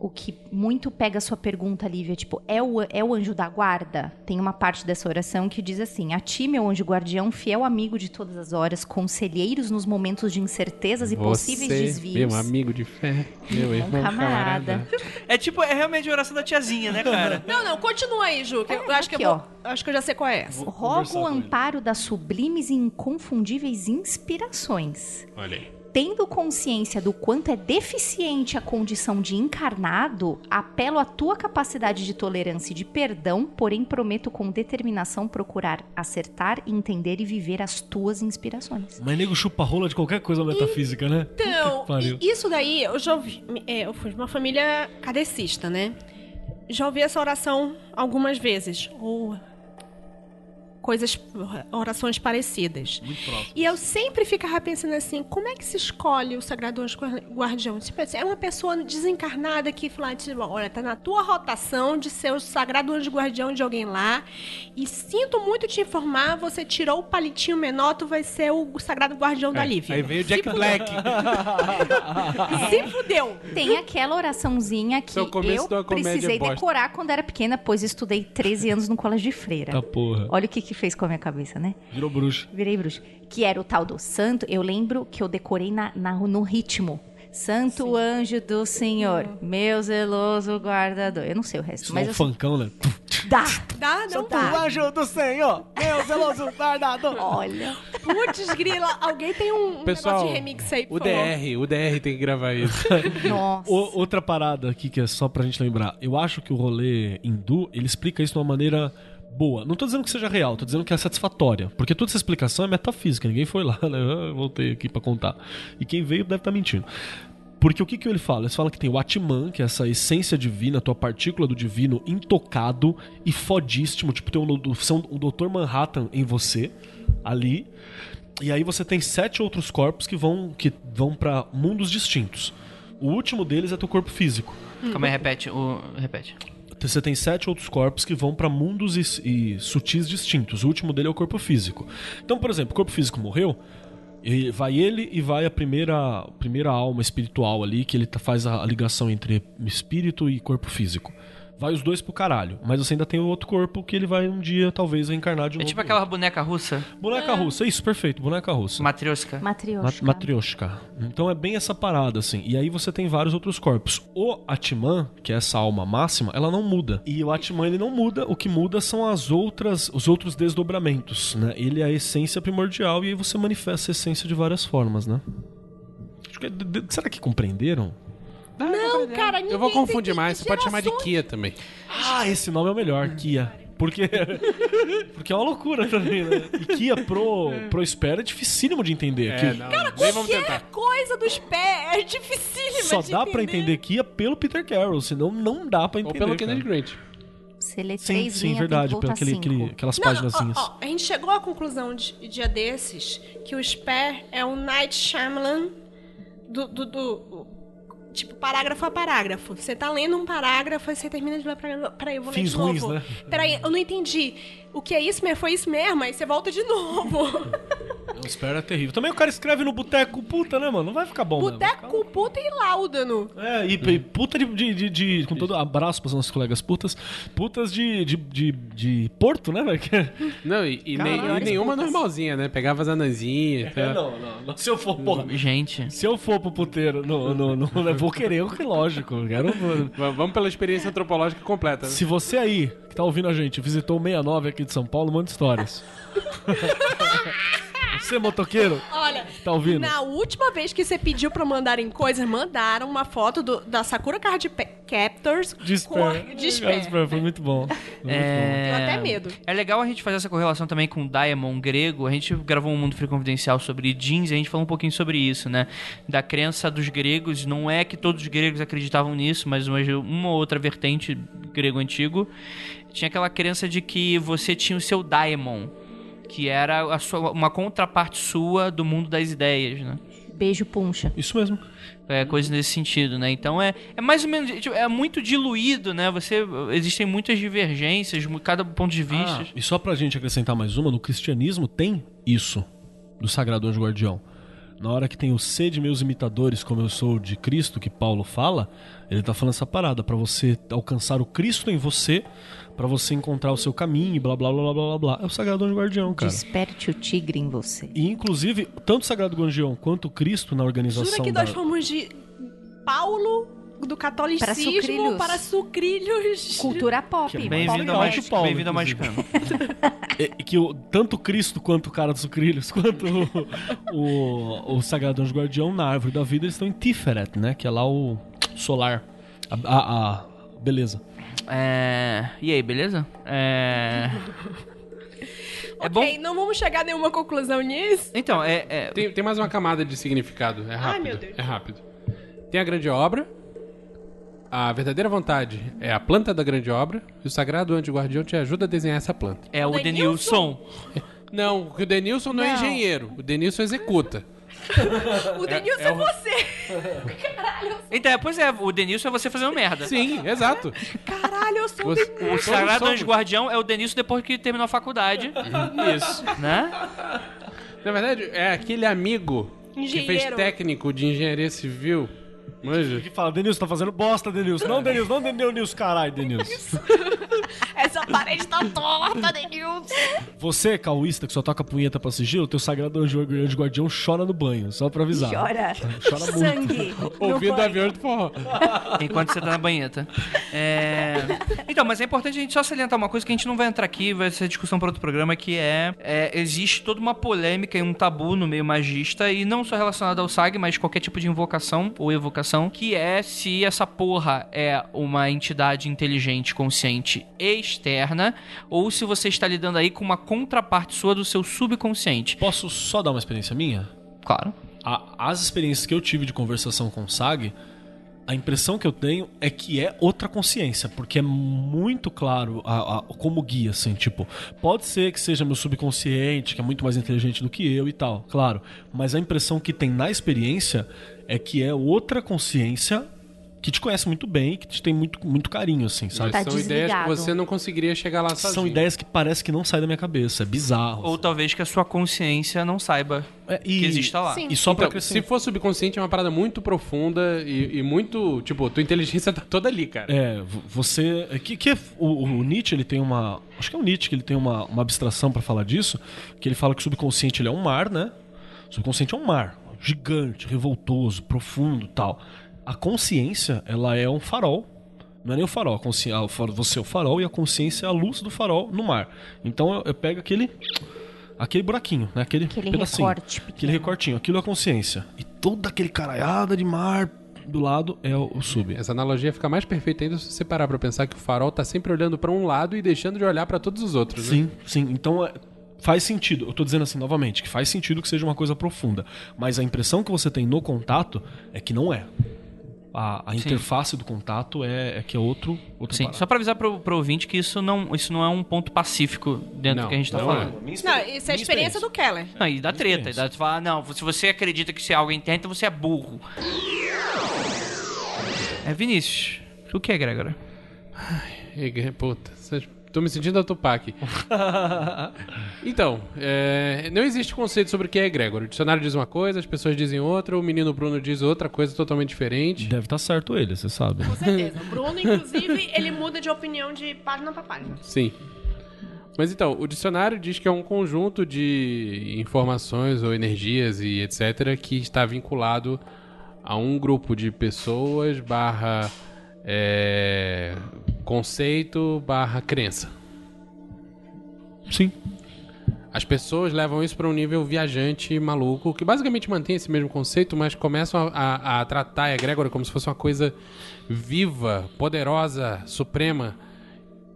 Speaker 2: o que muito pega a sua pergunta, Lívia, tipo, é o, é o anjo da guarda? Tem uma parte dessa oração que diz assim: A ti, meu anjo guardião, fiel amigo de todas as horas, conselheiros nos momentos de incertezas e possíveis desvios.
Speaker 5: Meu amigo de fé, meu irmão
Speaker 2: camarada.
Speaker 7: um
Speaker 5: camarada.
Speaker 3: É tipo, é realmente a oração da tiazinha, né, cara?
Speaker 7: Não, não, continua aí, Ju. que eu
Speaker 2: É,
Speaker 7: acho que eu
Speaker 2: aqui,
Speaker 7: vou. Acho que eu já sei qual é essa.
Speaker 2: Rogo o amparo das sublimes e inconfundíveis inspirações.
Speaker 5: Olha aí.
Speaker 2: Tendo consciência do quanto é deficiente a condição de encarnado, apelo à tua capacidade de tolerância e de perdão, porém prometo com determinação procurar acertar, entender e viver as tuas inspirações.
Speaker 4: Mas nego chupa rola de qualquer coisa metafísica, né?
Speaker 7: Então,
Speaker 4: que pariu.
Speaker 7: i- isso daí, eu já ouvi. é, eu fui de uma família cadecista, né? Já ouvi essa oração algumas vezes. Ou coisas, orações parecidas.
Speaker 4: Muito próximo.
Speaker 7: E eu sempre ficava pensando assim, como é que se escolhe o Sagrado Anjo Guar- Guardião? Tipo assim, É uma pessoa desencarnada que fala, tipo, olha, tá na tua rotação de ser o Sagrado Anjo Guardião de alguém lá. E sinto muito te informar, você tirou o palitinho menor, tu vai ser o Sagrado Guardião da Lívia.
Speaker 5: Aí veio Jack Black.
Speaker 7: Se fudeu!
Speaker 2: Tem aquela oraçãozinha que
Speaker 5: Isso é o Ah. começo de uma
Speaker 2: eu
Speaker 5: comédia
Speaker 2: precisei
Speaker 5: bosta.
Speaker 2: decorar quando era pequena, pois estudei 13 anos no colégio de freira.
Speaker 4: Tá porra.
Speaker 2: Olha o que que fez com a minha cabeça, né?
Speaker 4: Virou bruxa.
Speaker 2: Virei bruxa. Que era o tal do santo. Eu lembro que eu decorei na, na- no ritmo. Santo anjo do Senhor, meu zeloso guardador. Eu não sei o resto,
Speaker 4: Isso não é
Speaker 2: mas assim
Speaker 4: um
Speaker 2: eu
Speaker 4: funkão, né?
Speaker 2: sei- dá.
Speaker 7: Dá, não
Speaker 2: Então tá.
Speaker 7: dá.
Speaker 6: anjo do Senhor, meu é zeloso guardador.
Speaker 2: Olha.
Speaker 7: Putz, grila, alguém tem um, um
Speaker 5: Pessoal,
Speaker 7: negócio de remix aí,
Speaker 5: O
Speaker 7: por favor.
Speaker 5: DR, o DR tem que gravar isso.
Speaker 2: Nossa.
Speaker 4: O- outra parada aqui que é só pra gente lembrar. Eu acho que o rolê hindu, ele explica isso de uma maneira boa. Não tô dizendo que seja real, tô dizendo que é satisfatória. Porque toda essa explicação é metafísica, ninguém foi lá, né? Eu voltei aqui pra contar. E quem veio deve estar mentindo. Porque o que, que ele fala? Eles falam que tem o Atman, que é essa essência divina, tua partícula do divino intocado e fodíssimo, tipo, tem o, do- são- o Dr. Manhattan em você, ali. E aí você tem sete outros corpos que vão que vão para mundos distintos. O último deles é teu corpo físico.
Speaker 3: Calma aí, repete. O, repete.
Speaker 4: Você tem sete outros corpos que vão pra mundos e, e sutis distintos. O último dele é o corpo físico. Então, por exemplo, o corpo físico morreu, e vai ele e vai a primeira, a primeira alma espiritual ali, que ele tá- faz a a ligação entre espírito e corpo físico. vai os dois pro caralho. Mas você ainda tem o outro corpo que ele vai um dia, talvez, reencarnar de
Speaker 3: É
Speaker 4: novo.
Speaker 3: tipo É. aquela boneca russa,
Speaker 4: Boneca russa, isso, perfeito, boneca russa.
Speaker 3: matrioska.
Speaker 2: Matrioshka.
Speaker 4: Matrioshka. Então é bem essa parada, assim. E aí você tem vários outros corpos. O Atman, que é essa alma máxima, ela não muda. E o Atman, ele não muda. O que muda são as outras, os outros desdobramentos, né? Ele é a essência primordial e aí você manifesta a essência de várias formas, né? Acho que é- de- de- Será que compreenderam?
Speaker 7: Não, cara, ninguém
Speaker 5: Eu vou
Speaker 7: tem
Speaker 5: confundir
Speaker 7: que-
Speaker 5: mais, você pode chamar de Kia também.
Speaker 4: Ah, esse nome é o melhor, Kia. Porque, porque é uma loucura pra mim, né? E Kia pro, pro Espera é dificílimo de
Speaker 5: É,
Speaker 4: entender. que
Speaker 5: Cara, Nem vamos tentar.
Speaker 7: Qualquer coisa dos pés é dificílima
Speaker 4: só
Speaker 7: de
Speaker 4: dá pra entender Kia pelo Peter Carroll, senão não dá pra
Speaker 5: Ou
Speaker 4: entender.
Speaker 5: pelo
Speaker 4: cara.
Speaker 5: Kennedy Grant.
Speaker 2: Você lê
Speaker 4: Sim,
Speaker 2: três
Speaker 4: sim,
Speaker 2: linhas,
Speaker 4: verdade,
Speaker 2: tem que
Speaker 4: pela
Speaker 2: voltar
Speaker 4: aquele,
Speaker 2: cinco.
Speaker 4: aquele- aquelas
Speaker 7: Não,
Speaker 4: páginazinhas.
Speaker 7: ó, ó, a gente chegou à conclusão de dia desses que o Spare é um Night Shyamalan do, do- do- Tipo, parágrafo a parágrafo. Você tá lendo um parágrafo e você termina de ler pra, pra eu vou ler
Speaker 4: Fins
Speaker 7: de novo.
Speaker 4: ruins, né?
Speaker 7: Peraí, eu não entendi. O que é isso mesmo? Foi isso mesmo? Aí você volta de novo.
Speaker 4: Não, espera, é terrível. Também o cara escreve no boteco puta, né, mano? Não vai ficar bom, né? Vai ficar-
Speaker 7: Boteco, puta e láudano.
Speaker 4: É, e, e puta de, de, de- de- Com todo abraço pros nossos colegas putas. Putas de. de, de, de Porto, né, velho?
Speaker 5: Não, e, e nem- e
Speaker 2: olha as
Speaker 5: nenhuma
Speaker 2: putas.
Speaker 5: normalzinha, né? Pegava as anãzinhas. tá?
Speaker 4: É, não, não, não. Se eu for, porra.
Speaker 3: Gente.
Speaker 4: Se eu for pro puteiro, não, não, não, eu vou querer, eu que lógico. eu Quero.
Speaker 5: V- Vamos pela experiência antropológica completa. né?
Speaker 4: Se você aí, que tá ouvindo a gente, visitou o 69 aqui de São Paulo, manda histórias. você, motoqueiro,
Speaker 7: Olha,
Speaker 4: tá ouvindo?
Speaker 7: na última vez que você pediu pra mandarem coisas, mandaram uma foto do- da Sakura Card Pe- Captors
Speaker 4: Desespero.
Speaker 7: com Despair.
Speaker 4: Foi muito bom. Foi muito bom.
Speaker 7: Deu até medo.
Speaker 3: É legal a gente fazer essa correlação também com o Daemon grego. A gente gravou um Mundo Free Confidencial sobre jeans e a gente falou um pouquinho sobre isso, né? Da crença dos gregos. Não é que todos os gregos acreditavam nisso, mas uma, uma ou outra vertente grego antigo tinha aquela crença de que você tinha o seu Daemon, que era a sua- uma contraparte sua do mundo das ideias, né?
Speaker 2: Beijo, puncha.
Speaker 4: Isso mesmo.
Speaker 3: É, coisa nesse sentido, né? Então é, é mais ou menos. tipo, é muito diluído, né? Você. Existem muitas divergências, mu- cada ponto de vista.
Speaker 4: E só pra gente acrescentar mais uma, no cristianismo tem isso do Sagrado Anjo Guardião. Na hora que tem o ser de meus imitadores, como eu sou de Cristo, que Paulo fala, ele tá falando essa parada pra você alcançar o Cristo em você, pra você encontrar o seu caminho, e blá blá blá blá blá blá. É o Sagrado Anjo Guardião, cara.
Speaker 2: Desperte o tigre em você.
Speaker 4: E inclusive, tanto o Sagrado Guardião quanto o Cristo na organização
Speaker 7: Jura que
Speaker 4: da...
Speaker 7: nós fomos de Paulo, do
Speaker 2: Para
Speaker 7: catolicismo,
Speaker 2: sucrilhos.
Speaker 7: para sucrilhos.
Speaker 2: Cultura pop.
Speaker 4: Que é
Speaker 3: Bem-vindo ao
Speaker 4: Paulo
Speaker 3: Magic.
Speaker 4: Médico, Paulo,
Speaker 3: Bem-vindo ao
Speaker 4: inclusive.
Speaker 3: Magicano.
Speaker 4: É, que o, tanto o Cristo quanto o cara dos sucrilhos, quanto o, o, o Sagrado Anjo Guardião na árvore da vida, eles estão em Tiferet, né? Que é lá o solar. A, a- a- beleza.
Speaker 3: É... E aí, beleza? É. É bom.
Speaker 7: Ok, não vamos chegar a nenhuma conclusão nisso.
Speaker 3: Então, é. é-
Speaker 5: Tem, tem mais uma camada de significado. É rápido.
Speaker 7: meu Deus.
Speaker 5: É rápido. Tem a grande obra. A verdadeira vontade é a planta da grande obra. E o sagrado anjo guardião te ajuda a desenhar essa planta.
Speaker 3: É o
Speaker 7: Denilson.
Speaker 3: Denilson.
Speaker 5: Não, porque o Denilson não, é
Speaker 2: Não.
Speaker 5: engenheiro. O Denilson executa.
Speaker 7: O Denilson é, você.
Speaker 3: Então, é, pois é, o Denilson é você fazendo merda.
Speaker 5: Sim, exato.
Speaker 7: Caralho, eu sou um- o
Speaker 5: Você-
Speaker 7: Denilson.
Speaker 3: O
Speaker 5: todos
Speaker 3: Sagrado
Speaker 5: somos.
Speaker 3: Anjo Guardião é o Denilson depois que terminou a faculdade,
Speaker 5: Isso.
Speaker 3: né?
Speaker 5: Na verdade, é aquele amigo que fez
Speaker 7: Engenheiro.
Speaker 5: técnico de engenharia civil. Manja.
Speaker 4: Que fala, Denilson, tá fazendo bosta, Denilson. Não, Denilson, não, Denilson, caralho, Denilson.
Speaker 7: Essa parede tá torta, Denilson.
Speaker 4: Você, cauísta, que só toca punheta pra sigilo, teu Sagrado Anjo Grande Guardião chora no banho, só pra avisar.
Speaker 2: Chora.
Speaker 4: Chora muito.
Speaker 2: Sangue. no
Speaker 5: Ouvindo o
Speaker 2: banho.
Speaker 5: avião do forró.
Speaker 3: Enquanto você tá na banheta. É... Então, mas é importante a gente só salientar uma coisa que a gente não vai entrar aqui, vai ser discussão para outro programa, que é, é, Existe toda uma polêmica e um tabu no meio magista, e não só relacionado ao SAG, mas qualquer tipo de invocação ou evocação, que é se essa porra é uma entidade inteligente, consciente e externa, ou se você está lidando aí com uma contraparte sua do seu subconsciente.
Speaker 4: Posso só dar uma experiência minha?
Speaker 3: Claro.
Speaker 4: A- as experiências que eu tive de conversação com o SAG, a impressão que eu tenho é que é outra consciência, porque é muito claro a- a- como guia, assim, tipo, pode ser que seja meu subconsciente, que é muito mais inteligente do que eu e tal, claro, mas a impressão que tem na experiência é que é outra consciência que te conhece muito bem e que te tem muito, muito carinho, assim, sabe?
Speaker 2: Tá
Speaker 5: São ideias que
Speaker 2: desligado.
Speaker 5: você não conseguiria chegar lá sozinho.
Speaker 4: São ideias que parece que não saem da minha cabeça, é bizarro.
Speaker 3: Ou talvez que a sua consciência não saiba
Speaker 4: É,
Speaker 3: que exista lá.
Speaker 7: Sim.
Speaker 4: E só pra
Speaker 5: Então, se
Speaker 4: crescer.
Speaker 5: for subconsciente, é uma parada muito profunda e, e muito. Tipo, tua inteligência tá toda ali, cara.
Speaker 4: É, vo- você. é Que, que é- o, o Nietzsche ele tem uma. Acho que é o Nietzsche que ele tem uma, uma abstração pra falar disso. Que ele fala que o subconsciente ele é um mar, né? O subconsciente é um mar. Gigante, revoltoso, profundo tal. A consciência, ela é um farol. Não é nem o farol, a consci- a- o farol- você é o farol e a consciência é a luz do farol no mar. Então eu, eu pego aquele. Aquele buraquinho, né? Aquele,
Speaker 2: Aquele
Speaker 4: pedacinho.
Speaker 2: recorte pequeno.
Speaker 4: Aquele recortinho, aquilo é a consciência. E toda aquele caraiada de mar do lado é o, o sub.
Speaker 5: Essa analogia fica mais perfeita ainda se você parar pra pensar que o farol tá sempre olhando pra um lado e deixando de olhar pra todos os outros, né?
Speaker 4: Sim, sim. Então é, faz sentido. Eu tô dizendo assim novamente, que faz sentido que seja uma coisa profunda. Mas a impressão que você tem no contato é que não é. A, a interface do contato é, é que é outro, outro
Speaker 3: Sim, só pra avisar pro, pro ouvinte que isso não, isso não é um ponto pacífico dentro
Speaker 5: Não,
Speaker 3: do que a gente tá
Speaker 5: não
Speaker 3: falando.
Speaker 7: Não, isso é a experiência do Keller.
Speaker 3: Não, e dá treta, e dá falar, não, se você acredita que isso é algo interno, então você é burro. É Vinícius. O que é, Gregora?
Speaker 5: Ei, que- Puta, vocês- tô me sentindo a Tupac. então, é, não existe conceito sobre o que é egrégor. O dicionário diz uma coisa, as pessoas dizem outra, o menino Bruno diz outra coisa totalmente diferente.
Speaker 4: Deve estar certo ele, você sabe.
Speaker 7: Com certeza. O Bruno, inclusive, ele muda de opinião de página pra página.
Speaker 5: Sim. Mas então, o dicionário diz que é um conjunto de informações ou energias e etc. que está vinculado a um grupo de pessoas barra é, conceito barra crença.
Speaker 4: Sim.
Speaker 5: As pessoas levam isso para um nível viajante e maluco, que basicamente mantém esse mesmo conceito, mas começam a, a- a tratar a egrégora como se fosse uma coisa viva, poderosa, suprema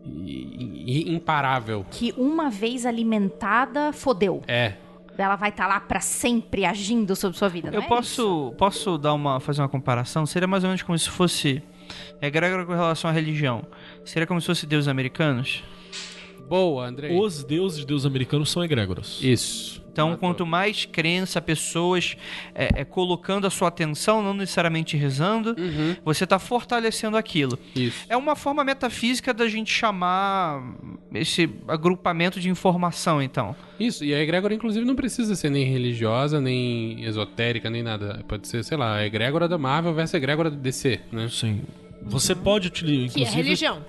Speaker 5: e, e imparável.
Speaker 2: Que uma vez alimentada, fodeu.
Speaker 5: É,
Speaker 2: Ela vai estar lá pra sempre agindo sobre sua vida. não
Speaker 3: Eu
Speaker 2: é isso?
Speaker 3: posso, posso dar uma, fazer uma comparação? Seria mais ou menos como se fosse. É Gregora com relação à religião. Seria como se fosse deuses americanos?
Speaker 5: Boa, Andrei.
Speaker 4: Os deuses de deus americanos são egrégoras.
Speaker 5: Isso.
Speaker 3: Então, quanto mais crença, pessoas é, é, colocando a sua atenção, não necessariamente rezando,
Speaker 5: Uhum.
Speaker 3: você está fortalecendo aquilo.
Speaker 5: Isso.
Speaker 3: É uma forma metafísica da gente chamar esse agrupamento de informação, então.
Speaker 5: Isso. E a egrégora, inclusive, não precisa ser nem religiosa, nem esotérica, nem nada. Pode ser, sei lá, a egrégora da Marvel versus a egrégora do DC, né?
Speaker 4: Sim. Você
Speaker 3: Uhum.
Speaker 4: pode utilizar,
Speaker 7: Que é
Speaker 4: inclusive,
Speaker 7: religião.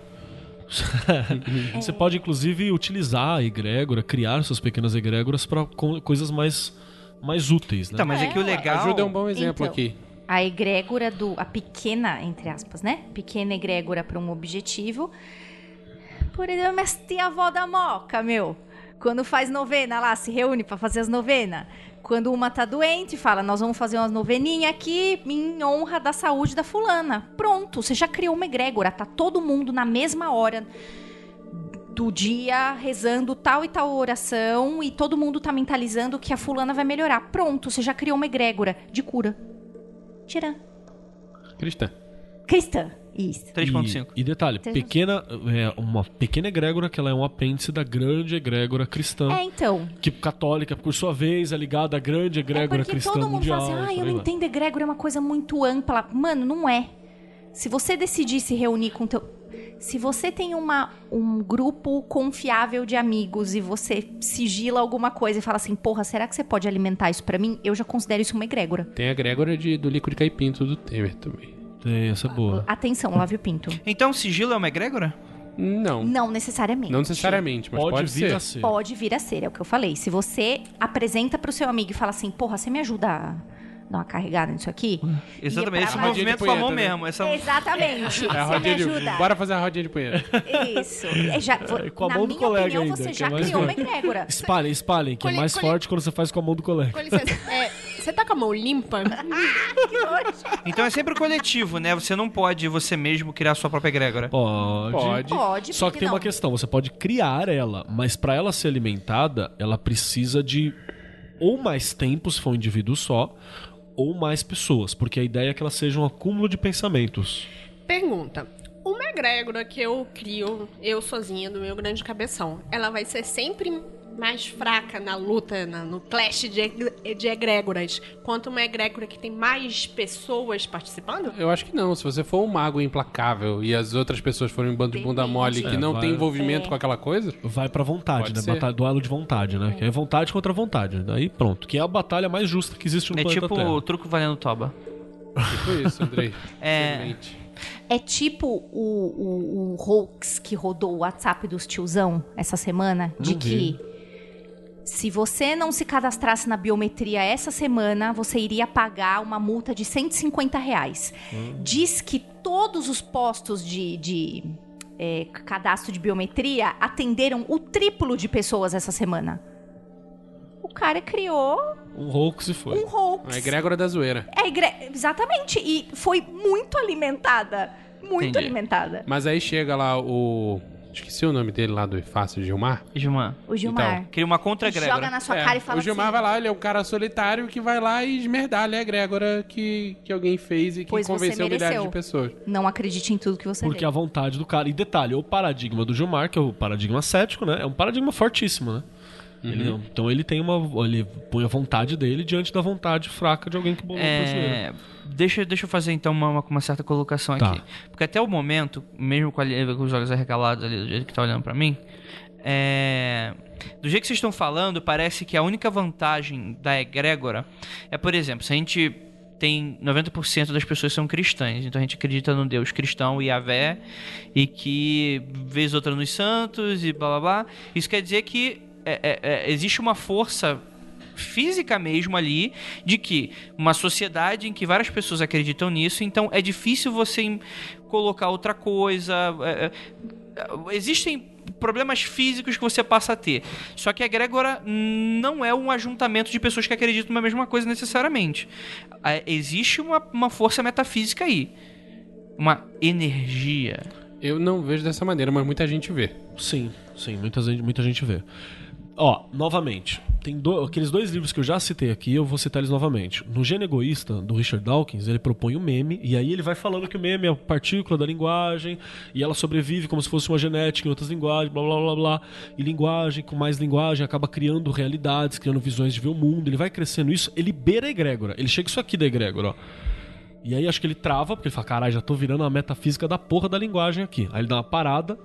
Speaker 4: você pode inclusive utilizar a egrégora, criar suas pequenas egrégoras para coisas mais mais úteis, né?
Speaker 3: Tá, mas
Speaker 2: É,
Speaker 3: é, que o
Speaker 2: ué.
Speaker 3: legal.
Speaker 5: Ajuda é um bom exemplo
Speaker 2: Então.
Speaker 5: aqui.
Speaker 2: A egrégora do. A pequena, entre aspas, né? Pequena egrégora pra um objetivo. Por exemplo, minha tia avó da moca, meu. Quando faz novena lá, se reúne pra fazer as novenas. Quando uma tá doente, fala: Nós vamos fazer umas noveninha aqui em honra da saúde da fulana. Pronto, você já criou uma egrégora. Tá todo mundo na mesma hora do dia rezando tal e tal oração e todo mundo tá mentalizando que a fulana vai melhorar. Pronto, você já criou uma egrégora de cura. Tira.
Speaker 5: Cristã.
Speaker 2: Cristã. Isso.
Speaker 3: 3.5.
Speaker 4: E, e detalhe, pequena, é, uma pequena egrégora que ela é um apêndice da grande egrégora cristã.
Speaker 2: É, então.
Speaker 4: Que católica, por sua vez, é ligada à grande egrégora
Speaker 2: é porque
Speaker 4: cristã
Speaker 2: todo mundo
Speaker 4: mundial.
Speaker 2: fala assim, ah, eu
Speaker 4: por aí
Speaker 2: não
Speaker 4: vai."
Speaker 2: entendo egrégora, é uma coisa muito ampla. Mano, não é. Se você decidir se reunir com teu... Se você tem uma, um grupo confiável de amigos e você sigila alguma coisa e fala assim, porra, será que você pode alimentar isso pra mim? Eu já considero isso uma egrégora.
Speaker 5: Tem a egrégora de, do líquido caipinto do Temer também.
Speaker 4: Tem, essa é boa.
Speaker 2: Atenção, lave o pinto.
Speaker 3: Então, sigilo é uma egrégora?
Speaker 5: Não.
Speaker 2: Não necessariamente.
Speaker 5: Não necessariamente, mas
Speaker 4: pode,
Speaker 5: pode,
Speaker 4: vir
Speaker 5: ser.
Speaker 4: a ser.
Speaker 2: Pode vir a ser, é o que eu falei. Se você apresenta pro seu amigo e fala assim, porra, você me ajuda a dar uma carregada nisso aqui?
Speaker 3: Exatamente, esse
Speaker 2: pra-
Speaker 3: movimento com a mão
Speaker 5: punheta, né?
Speaker 3: mesmo.
Speaker 4: Então,
Speaker 3: Essa...
Speaker 2: Exatamente.
Speaker 5: É a
Speaker 2: você me
Speaker 5: rodinha de...
Speaker 2: ajuda.
Speaker 5: Bora fazer a rodinha de punheta.
Speaker 2: Isso. É, já, vo-
Speaker 4: É, com a
Speaker 2: na
Speaker 4: mão do
Speaker 2: minha
Speaker 4: colega
Speaker 2: opinião,
Speaker 4: ainda,
Speaker 2: você
Speaker 4: que
Speaker 2: já
Speaker 4: é mais
Speaker 2: criou uma
Speaker 4: legal.
Speaker 2: egrégora.
Speaker 4: Espalhem, espalhem, que é
Speaker 7: Colhe-
Speaker 4: mais
Speaker 7: colhe-
Speaker 4: forte quando você faz com a mão do colega.
Speaker 7: Com licença, é, você tá com a mão limpa?
Speaker 3: Então é sempre coletivo, né? Você não pode você mesmo criar sua própria egrégora.
Speaker 4: Pode.
Speaker 5: Pode.
Speaker 2: Pode,
Speaker 4: Só
Speaker 2: por
Speaker 4: que tem
Speaker 2: não?
Speaker 4: uma questão, você pode criar ela, mas pra ela ser alimentada, ela precisa de ou mais tempo, se for um indivíduo só, ou mais pessoas, porque a ideia é que ela seja um acúmulo de pensamentos.
Speaker 7: Pergunta. Uma egrégora que eu crio, eu sozinha, do meu grande cabeção, ela vai ser sempre mais fraca na luta, na- no clash de, egre- de egrégoras, quanto uma egrégora que tem mais pessoas participando?
Speaker 5: Eu acho que não. Se você for um mago implacável e as outras pessoas forem um bando de bunda mole que
Speaker 7: Depende.
Speaker 5: não
Speaker 4: É,
Speaker 5: tem
Speaker 4: vai-
Speaker 5: envolvimento
Speaker 7: É.
Speaker 5: com aquela coisa,
Speaker 4: Vai pra vontade,
Speaker 5: Pode
Speaker 4: né?
Speaker 5: ser.
Speaker 4: Batalha, duelo de vontade, né? Que é vontade contra vontade. Daí pronto. Que é a batalha mais justa que
Speaker 5: um
Speaker 4: existe no
Speaker 3: É
Speaker 4: planeta
Speaker 3: tipo
Speaker 4: Terra.
Speaker 3: o truco valendo toba.
Speaker 5: tipo isso, Andrei.
Speaker 3: É.
Speaker 5: Excelente.
Speaker 2: É tipo o, o, o hoax que rodou o WhatsApp dos tiozão essa semana, de
Speaker 4: Não vi.
Speaker 2: que se você não se cadastrasse na biometria essa semana, você iria pagar uma multa de 150 reais. Diz que todos os postos de, de, é, cadastro de biometria atenderam o triplo de pessoas essa semana. O cara criou
Speaker 4: Um hoax e foi.
Speaker 2: um hoax.
Speaker 5: A egrégora da zoeira.
Speaker 2: É, igre- exatamente. E foi muito alimentada. Muito
Speaker 3: Entendi.
Speaker 2: alimentada.
Speaker 5: Mas aí chega lá o. Esqueci o nome dele lá do Fácil Gilmar.
Speaker 3: Gilmar,
Speaker 2: O Gilmar.
Speaker 3: cria uma contra
Speaker 2: joga
Speaker 3: egrégora.
Speaker 2: na sua
Speaker 5: Então, É,
Speaker 2: cara e fala
Speaker 5: o Gilmar
Speaker 2: assim,
Speaker 5: vai lá, ele é um cara solitário que vai lá e esmerdalha a egrégora que, que alguém fez e que
Speaker 2: Pois você
Speaker 5: convenceu milhares
Speaker 2: mereceu.
Speaker 5: de pessoas.
Speaker 2: não acredite em tudo que você
Speaker 5: é um
Speaker 4: Porque
Speaker 2: vê.
Speaker 4: a vontade do cara. E detalhe, o paradigma do Gilmar, que é o paradigma cético, né? É um paradigma fortíssimo, né? Ele-
Speaker 5: Uhum.
Speaker 4: então ele tem uma. Ele põe a vontade dele diante da vontade fraca de alguém que bolou pra zoeira.
Speaker 3: É, deixa, deixa eu fazer então uma, uma- uma certa colocação
Speaker 4: Tá.
Speaker 3: aqui. Porque até o momento, mesmo com, a li- com os olhos arregalados ali, do jeito que tá olhando pra mim, é, do jeito que vocês estão falando, parece que a única vantagem da egrégora é, por exemplo, se a gente tem 90% das pessoas são cristãs, então a gente acredita no Deus cristão e Yahvé, e que vez outra nos santos e blá blá blá. Isso quer dizer que é, é, é, existe uma força física mesmo ali de que uma sociedade em que várias pessoas acreditam nisso, então é difícil você em- colocar outra coisa. é, é, é, existem problemas físicos que você passa a ter. Só que a egrégora não é um ajuntamento de pessoas que acreditam na mesma coisa necessariamente. Ah, Existe uma, uma força metafísica aí. Uma energia.
Speaker 5: Eu não vejo dessa maneira, mas muita gente vê.
Speaker 4: Sim, sim, muita gente, muita gente vê. Ó, novamente, tem do- aqueles dois livros que eu já citei aqui, eu vou citar eles novamente. No Gênio Egoísta, do Richard Dawkins, ele propõe um meme, e aí ele vai falando que o meme é a partícula da linguagem, e ela sobrevive como se fosse uma genética em outras linguagens, blá blá blá blá. E linguagem, com mais linguagem, acaba criando realidades, criando visões de ver o mundo, ele vai crescendo isso, ele beira a egrégora, ele chega isso aqui da egrégora, ó. E aí acho que ele trava, porque ele fala, caralho, já tô virando a metafísica da porra da linguagem aqui. Aí ele dá uma parada,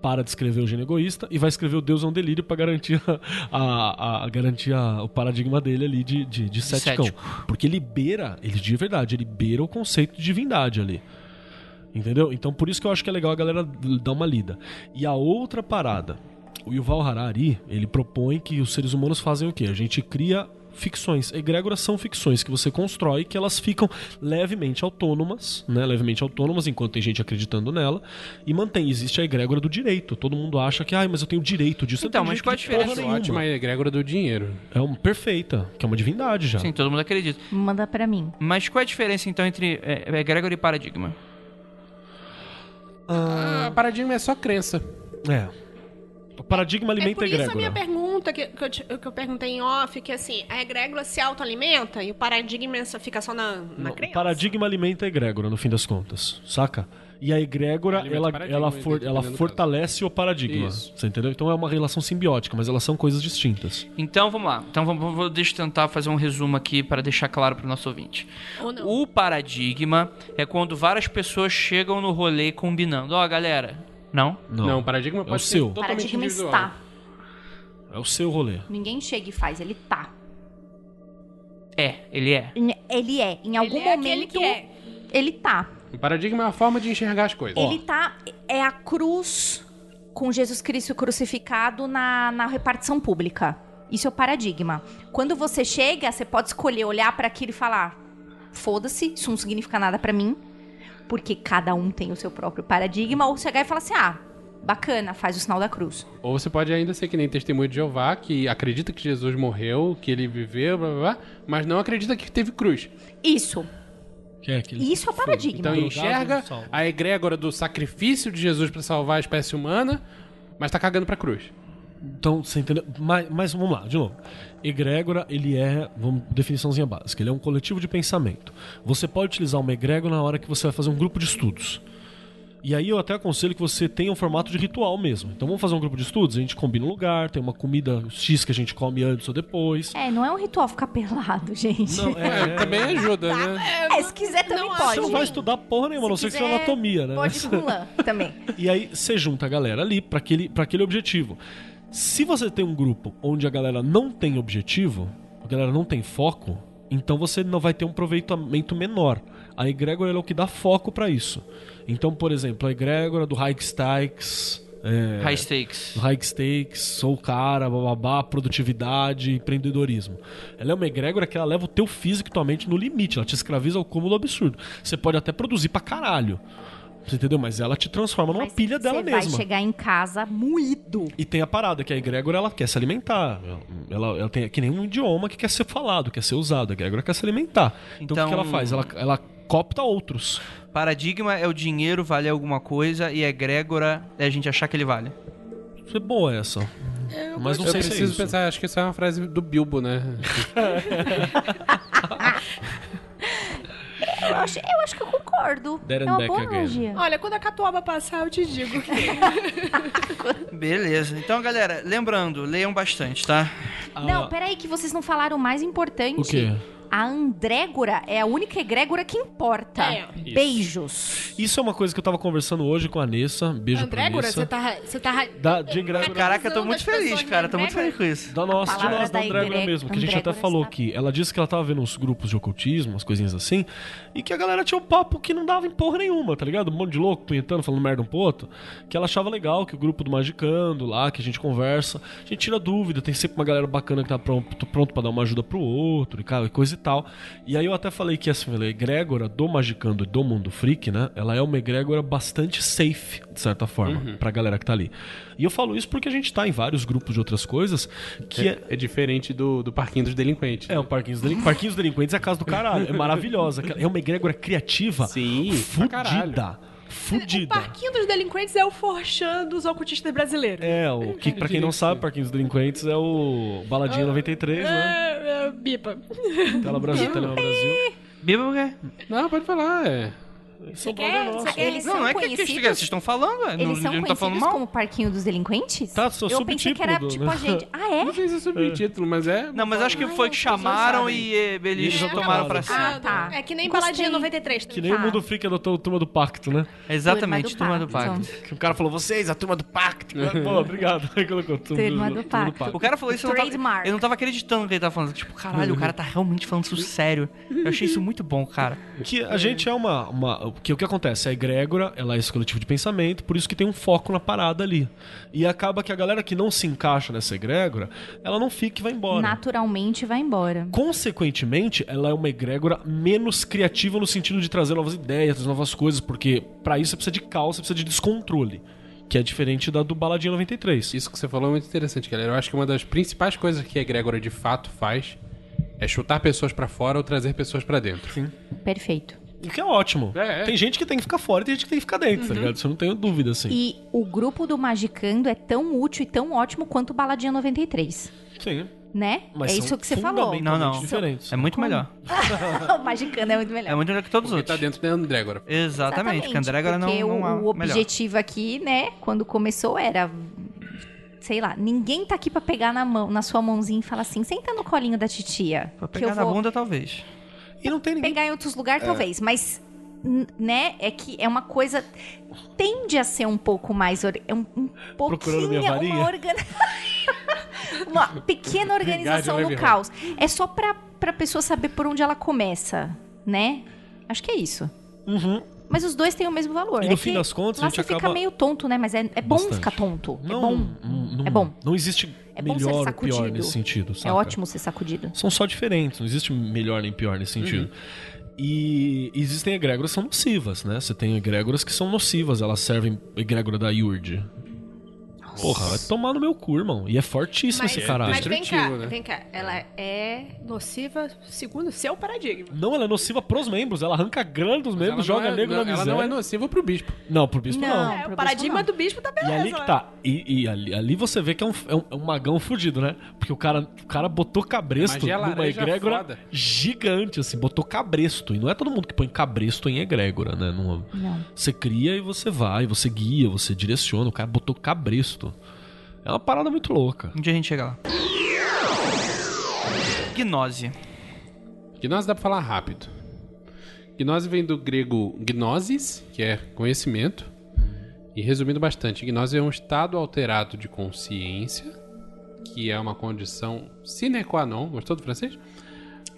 Speaker 4: para de escrever o gênio egoísta e vai escrever o Deus é um delírio pra garantir, a, a- a- garantir a- o paradigma dele ali de, de, de ceticão. Porque ele beira, ele de verdade, ele beira o conceito de divindade ali. Entendeu? Então por isso que eu acho que é legal a galera dar uma lida. E a outra parada, o Yuval Harari, ele propõe que os seres humanos fazem o quê? A gente cria ficções. Egrégoras são ficções que você constrói que elas ficam levemente autônomas, né? Levemente autônomas enquanto tem gente acreditando nela e mantém. Existe a egrégora do direito. Todo mundo acha que, ai, mas eu tenho direito disso. Eu
Speaker 3: Então,
Speaker 4: não tenho
Speaker 3: mas qual a
Speaker 4: direito de porra
Speaker 3: diferença?
Speaker 4: nenhuma.
Speaker 5: Ótima egrégora do dinheiro.
Speaker 4: É uma perfeita, que é uma divindade já.
Speaker 3: Sim, todo mundo acredita.
Speaker 2: Manda pra mim.
Speaker 3: Mas qual é a diferença então entre é, é, egrégora e paradigma?
Speaker 5: Ah, paradigma é só crença.
Speaker 4: É. O paradigma
Speaker 7: É
Speaker 4: alimenta
Speaker 7: por
Speaker 4: a
Speaker 7: isso a
Speaker 4: egrégora.
Speaker 7: minha pergunta, que, que eu, te- que eu perguntei em off, que assim, a egrégora se autoalimenta e o paradigma é só fica só na, na
Speaker 4: Não, O
Speaker 7: crença?
Speaker 4: paradigma alimenta a egrégora, no fim das contas, saca? E a egrégora,
Speaker 5: Alimenta
Speaker 4: ela,
Speaker 5: o paradigma,
Speaker 4: ela, for-
Speaker 5: dependendo
Speaker 4: ela
Speaker 5: do caso.
Speaker 4: fortalece o paradigma.
Speaker 5: Isso.
Speaker 4: Você entendeu? Então é uma relação simbiótica, mas elas são coisas distintas.
Speaker 3: Então vamos lá. Então vamos, vou deixa eu tentar fazer um resumo aqui para deixar claro para o nosso ouvinte.
Speaker 7: Ou não?
Speaker 3: O paradigma é quando várias pessoas chegam no rolê combinando. Ó, galera. Não?
Speaker 4: Não. É
Speaker 5: Não, paradigma
Speaker 4: o
Speaker 5: pode ser
Speaker 4: seu.
Speaker 5: totalmente
Speaker 2: Paradigma
Speaker 5: individual.
Speaker 2: está.
Speaker 4: É o seu rolê.
Speaker 2: Ninguém chega e faz, ele tá.
Speaker 3: É, ele é.
Speaker 2: Ele é. Em algum
Speaker 7: é aquele
Speaker 2: momento,
Speaker 7: que é.
Speaker 2: ele tá.
Speaker 5: O paradigma é a forma de enxergar as coisas.
Speaker 2: Ele tá. É a cruz com Jesus Cristo crucificado na, na repartição pública. Isso é o paradigma. Quando você chega, você pode escolher olhar pra aquilo e falar: foda-se, isso não significa nada pra mim, porque cada um tem o seu próprio paradigma, ou chegar e falar assim: ah, bacana, faz o sinal da cruz.
Speaker 5: Ou você pode ainda ser que nem testemunho de Jeová, que acredita que Jesus morreu, que ele viveu, blá, blá, blá, mas não acredita que teve cruz.
Speaker 2: Isso.
Speaker 4: Que é aquele...
Speaker 2: Isso é o paradigma.
Speaker 5: Então
Speaker 4: Drogado
Speaker 5: enxerga
Speaker 4: não salva.
Speaker 5: a egrégora do sacrifício de Jesus pra salvar a espécie humana, mas tá cagando pra cruz.
Speaker 4: Então, você entendeu? Mas, mas vamos lá, de novo. Egrégora, ele é, vamos, definiçãozinha básica, ele é um coletivo de pensamento. Você pode utilizar uma egrégora na hora que você vai fazer um grupo de estudos. E aí eu até aconselho que você tenha um formato de ritual mesmo. Então vamos fazer um grupo de estudos, a gente combina um lugar, tem uma comida X que a gente come antes ou depois.
Speaker 2: É, não é um ritual ficar pelado, gente.
Speaker 4: Não,
Speaker 5: É, também ajuda, né?
Speaker 2: É, se quiser também
Speaker 7: Não
Speaker 2: pode.
Speaker 4: Você não vai estudar porra nenhuma, a não
Speaker 2: Se
Speaker 4: ser que
Speaker 2: quiser,
Speaker 4: seja anatomia, né?
Speaker 2: Pode com lã também.
Speaker 4: E aí você junta a galera ali para aquele, pra aquele objetivo. Se você tem um grupo onde a galera não tem objetivo, a galera não tem foco, então você não vai ter um aproveitamento menor. A egrégora ela é o que dá foco para isso. Então, por exemplo, a egrégora do High Stakes, é,
Speaker 3: High stakes.
Speaker 4: do High Stakes, Sou Cara, bababá, produtividade, empreendedorismo. Ela é uma egrégora que ela leva o teu físico e tua mente no limite, ela te escraviza ao cúmulo absurdo. Você pode até produzir pra caralho. Você entendeu? Mas ela te transforma numa
Speaker 2: Mas
Speaker 4: pilha dela
Speaker 2: você
Speaker 4: mesma.
Speaker 2: vai chegar em casa moído.
Speaker 4: E tem a parada que a egrégora ela quer se alimentar. Ela, ela tem é que nem um idioma que quer ser falado, quer ser usado. A egrégora quer se alimentar. Então, o que que
Speaker 3: Então-
Speaker 4: ela faz? Ela, ela copta outros.
Speaker 3: Paradigma é o dinheiro valer alguma coisa e egrégora é a gente achar que ele vale.
Speaker 4: Isso é boa essa. Mas não
Speaker 5: eu
Speaker 4: sei se é
Speaker 5: preciso
Speaker 4: isso.
Speaker 5: pensar, acho que isso é uma frase do Bilbo, né?
Speaker 2: Eu acho, eu acho que eu concordo.
Speaker 4: There
Speaker 2: é
Speaker 4: and
Speaker 2: uma
Speaker 4: back
Speaker 2: boa
Speaker 4: again.
Speaker 2: analogia.
Speaker 7: Olha, quando a catuaba passar, eu te digo.
Speaker 3: Beleza. Então, galera, lembrando, leiam bastante, tá?
Speaker 2: Não, peraí, que vocês não falaram o mais importante.
Speaker 4: Ah, O quê?
Speaker 2: A Andrégora é a única egrégora que importa.
Speaker 7: É.
Speaker 2: Beijos.
Speaker 4: Isso é uma coisa que eu tava conversando hoje com a Nessa. Beijo pra
Speaker 7: Andrégora,
Speaker 4: Nessa.
Speaker 7: você tá. Você tá ra-
Speaker 4: Da, de egrégora.
Speaker 3: Caraca, eu tô
Speaker 7: Usando
Speaker 3: muito
Speaker 7: as pessoas
Speaker 3: feliz,
Speaker 2: né?
Speaker 7: na
Speaker 3: cara. Tô muito feliz
Speaker 7: egrégora.
Speaker 3: com isso.
Speaker 4: Da nossa, de
Speaker 2: Palavras
Speaker 4: nós, da
Speaker 2: da
Speaker 4: Andrégora
Speaker 2: Igre-
Speaker 4: mesmo. Que a gente até
Speaker 2: Andrégora
Speaker 4: falou
Speaker 2: está-
Speaker 4: que ela disse que ela tava vendo uns grupos de ocultismo, umas coisinhas assim, e que a galera tinha um papo que não dava em porra nenhuma, tá ligado? Um monte de louco punhetando, falando merda um pro outro. Que ela achava legal que o grupo do Magicando lá, que a gente conversa, a gente tira dúvida, tem sempre uma galera bacana que tá pronto, pronto pra dar uma ajuda pro outro e cara, e coisa e tal. E aí eu até falei que assim, a egrégora do Magicando e do Mundo Freak, né? Ela é uma egrégora bastante safe, de certa forma, pra galera que tá ali. E eu falo isso porque a gente tá em vários grupos de outras coisas que é,
Speaker 5: É, é diferente do, do parquinho dos delinquentes.
Speaker 4: é, o Parquinhos, Delin... Parquinhos Delinquentes é a casa do caralho. É maravilhosa. É uma egrégora criativa.
Speaker 5: Sim, pra
Speaker 4: Fudida.
Speaker 5: caralho.
Speaker 7: O
Speaker 4: Fudida.
Speaker 7: parquinho dos delinquentes é o forchan dos ocultistas brasileiros.
Speaker 4: É, o que pra quem não sabe, Parquinhos Delinquentes é o Baladinha 93, né?
Speaker 7: É, é, bipa.
Speaker 2: É.
Speaker 4: Tela Brasil, Tela Brasil.
Speaker 3: Bíblia por quê?
Speaker 5: Não, pode falar, é.
Speaker 4: São
Speaker 2: quer?
Speaker 4: Paulo é nosso.
Speaker 2: Você quer? Eles
Speaker 3: não,
Speaker 2: são
Speaker 3: não é que- que
Speaker 2: conhecidos.
Speaker 3: que vocês
Speaker 4: assim,
Speaker 3: estão falando, ué. não,
Speaker 2: Eles são
Speaker 3: não tá falando
Speaker 2: conhecidos
Speaker 3: mal.
Speaker 2: como Parquinho dos Delinquentes?
Speaker 4: Tá, né? só
Speaker 2: Eu pensei
Speaker 4: subtítulo
Speaker 2: que era
Speaker 4: do-
Speaker 2: tipo a gente. Ah, é?
Speaker 5: Não sei se é subtítulo, mas é.
Speaker 3: Não, mas acho que foi que chamaram e eh, eles
Speaker 4: Eles
Speaker 3: tomaram pra si.
Speaker 2: Ah, tá.
Speaker 7: É que nem
Speaker 2: Gostei.
Speaker 7: baladinha 93.
Speaker 4: Que nem o
Speaker 2: Tá.
Speaker 4: Mundo Freak adotou o Turma do Pacto, né?
Speaker 2: Ah,
Speaker 3: Exatamente, turma
Speaker 2: Turma do
Speaker 3: do pacto.
Speaker 4: Que o cara falou, vocês, a Turma do Pacto. Pô, obrigado. Aí colocou Turma,
Speaker 2: Turma do Pacto.
Speaker 3: O cara falou isso, eu não, tava,
Speaker 2: Trademark.
Speaker 3: eu não tava acreditando que ele tava falando. Tipo, caralho, o cara tá realmente falando isso sério. Eu achei isso muito bom, cara.
Speaker 4: Que a gente é uma. uma que o que acontece? A egrégora, ela é esse coletivo de pensamento, por isso que tem um foco na parada ali. E acaba que a galera que não se encaixa nessa egrégora, ela não fica e vai embora.
Speaker 2: Então, Naturalmente vai embora.
Speaker 4: Consequentemente, ela é uma egrégora menos criativa no sentido de trazer novas ideias, trazer novas coisas, porque pra isso você precisa de caos, você precisa de descontrole. Que é diferente da do Baladinha 93.
Speaker 5: Isso que você falou é muito interessante, galera. Eu acho que uma das principais coisas que a Egrégora de fato faz é chutar pessoas pra fora ou trazer pessoas pra dentro.
Speaker 2: Perfeito.
Speaker 4: O que é ótimo.
Speaker 5: É, é.
Speaker 4: Tem gente que tem que ficar fora e tem gente que tem que ficar dentro,
Speaker 2: Uhum.
Speaker 4: tá ligado? Isso eu não tenho dúvida, assim.
Speaker 2: E o grupo do Magicando é tão útil e tão ótimo quanto o Baladinha 93.
Speaker 4: Sim.
Speaker 2: Né?
Speaker 4: Mas
Speaker 2: é
Speaker 4: são
Speaker 2: isso que você falou.
Speaker 4: fundamentalmente
Speaker 3: Não, não.
Speaker 4: diferentes.
Speaker 3: É muito melhor.
Speaker 2: o Magicando é muito melhor.
Speaker 3: É muito melhor que todos os
Speaker 5: Porque tá
Speaker 3: outros.
Speaker 5: dentro da Egrégora.
Speaker 3: É, Exatamente, porque André agora não,
Speaker 2: porque
Speaker 3: não
Speaker 2: o,
Speaker 3: é
Speaker 2: o objetivo aqui, né, quando começou era sei lá, ninguém tá aqui pra pegar na mão, na sua mãozinha e falar assim, senta no colinho da titia,
Speaker 3: melhor. Pra
Speaker 2: que eu
Speaker 3: pegar na
Speaker 2: vou
Speaker 3: bunda, talvez.
Speaker 4: E não tem ninguém
Speaker 2: pegar em outros
Speaker 4: É.
Speaker 2: lugares talvez, mas n- né, é que é uma coisa tende a ser um pouco mais or- é um, um pouquinho é
Speaker 4: Procurando minha varinha?
Speaker 2: uma organ... uma pequena organização no
Speaker 5: Leve Rock.
Speaker 2: caos. É só pra, pra pessoa saber por onde ela começa, né? Acho que é isso.
Speaker 4: Uhum.
Speaker 2: Mas os dois têm o mesmo valor.
Speaker 4: E
Speaker 2: é
Speaker 4: no fim
Speaker 2: que
Speaker 4: das contas, a
Speaker 2: lá
Speaker 4: gente
Speaker 2: você fica
Speaker 4: acaba-
Speaker 2: meio tonto, né? Mas é, é bom
Speaker 4: Bastante.
Speaker 2: ficar tonto.
Speaker 4: Não,
Speaker 2: é bom.
Speaker 4: não- não-
Speaker 2: É bom.
Speaker 4: Não existe
Speaker 2: É bom ser
Speaker 4: melhor ou pior
Speaker 2: sacudido.
Speaker 4: nesse sentido, saca?
Speaker 2: É ótimo ser sacudido.
Speaker 4: São só diferentes, não existe melhor nem pior nesse sentido.
Speaker 2: Uhum.
Speaker 4: E existem egrégoras que são nocivas, né? Você tem egrégoras que são nocivas, elas servem egrégora da Yurd. Porra, vai tomar no meu cu, irmão. E é fortíssimo esse caralho.
Speaker 7: mas vem cá,
Speaker 5: destrutivo, né?
Speaker 7: vem cá. Ela é nociva segundo o seu paradigma.
Speaker 4: Não, ela é nociva pros membros. Ela arranca grana dos membros,
Speaker 5: não
Speaker 4: joga
Speaker 5: é,
Speaker 4: negro
Speaker 5: não,
Speaker 4: na
Speaker 5: Ela
Speaker 4: miséria.
Speaker 5: não é nociva pro bispo.
Speaker 4: Não, pro bispo não.
Speaker 2: Não,
Speaker 7: É,
Speaker 2: pro
Speaker 7: o paradigma
Speaker 2: bispo
Speaker 7: do bispo tá
Speaker 4: E
Speaker 2: É,
Speaker 7: beleza.
Speaker 4: ali que tá. E, e ali, ali você vê que é um, é um, é um magão fudido, né? Porque o cara, o cara botou cabresto
Speaker 5: Magia
Speaker 4: numa
Speaker 5: laranja
Speaker 4: egrégora
Speaker 5: foda.
Speaker 4: gigante, assim, botou cabresto. E não é todo mundo que põe cabresto em egrégora, né? Não-
Speaker 2: Não.
Speaker 4: Você cria e você vai, você guia, você direciona. O cara botou cabresto. É uma parada muito louca.
Speaker 3: Um dia a gente chega lá. Gnose.
Speaker 5: Gnose dá pra falar rápido. Gnose vem do grego gnosis, que é conhecimento. E resumindo bastante, gnose é um estado alterado de consciência, que é uma condição sine qua non. Gostou do francês?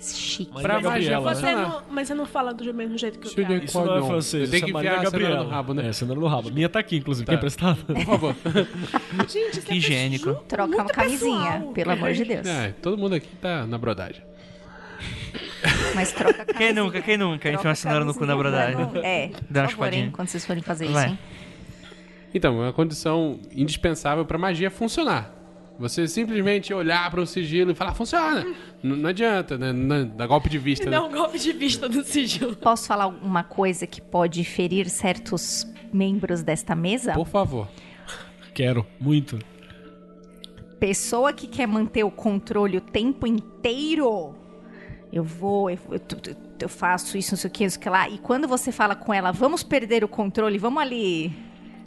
Speaker 2: Chique.
Speaker 4: Mas
Speaker 5: Pra
Speaker 4: é Gabriela,
Speaker 5: magia
Speaker 4: né?
Speaker 7: Você não, mas você não fala do mesmo jeito que o
Speaker 5: Sine
Speaker 7: cara.
Speaker 4: Isso não é francês,
Speaker 5: Eu tenho
Speaker 4: isso
Speaker 5: que
Speaker 4: é Maria
Speaker 5: enfiar a cenoura
Speaker 4: Gabriela.
Speaker 5: no rabo, né?
Speaker 4: É, cenoura no rabo. Minha tá aqui, inclusive.
Speaker 5: Tá.
Speaker 4: Quer emprestar?
Speaker 5: Por favor.
Speaker 7: Gente, isso é
Speaker 3: Higiênico.
Speaker 7: muito
Speaker 2: Troca uma camisinha,
Speaker 7: pessoal.
Speaker 2: pelo amor de Deus.
Speaker 5: É, todo mundo aqui tá na brodagem.
Speaker 2: Mas troca a camisinha.
Speaker 3: Quem nunca, quem nunca?
Speaker 2: Troca
Speaker 3: Enfia uma
Speaker 2: a
Speaker 3: cenoura no cu na
Speaker 2: camisinha,
Speaker 3: brodagem.
Speaker 2: vai, não. É,
Speaker 3: Dá uma
Speaker 2: por favor, hein,
Speaker 3: chupadinha.
Speaker 2: quando vocês forem fazer
Speaker 3: Vai.
Speaker 2: isso, hein?
Speaker 5: Então, é uma condição indispensável para magia funcionar. Você simplesmente olhar para o sigilo e falar, funciona. N- não adianta, né? N- dá golpe de vista. né?
Speaker 7: Dá um golpe de vista do sigilo.
Speaker 2: Posso falar uma coisa que pode ferir certos membros desta mesa?
Speaker 5: Por favor.
Speaker 4: Quero, muito.
Speaker 2: Pessoa que quer manter o controle o tempo inteiro. Eu vou, eu, eu- tu- tu- eu faço isso, não sei o que, não sei o que lá. E quando você fala com ela, vamos perder o controle, vamos ali,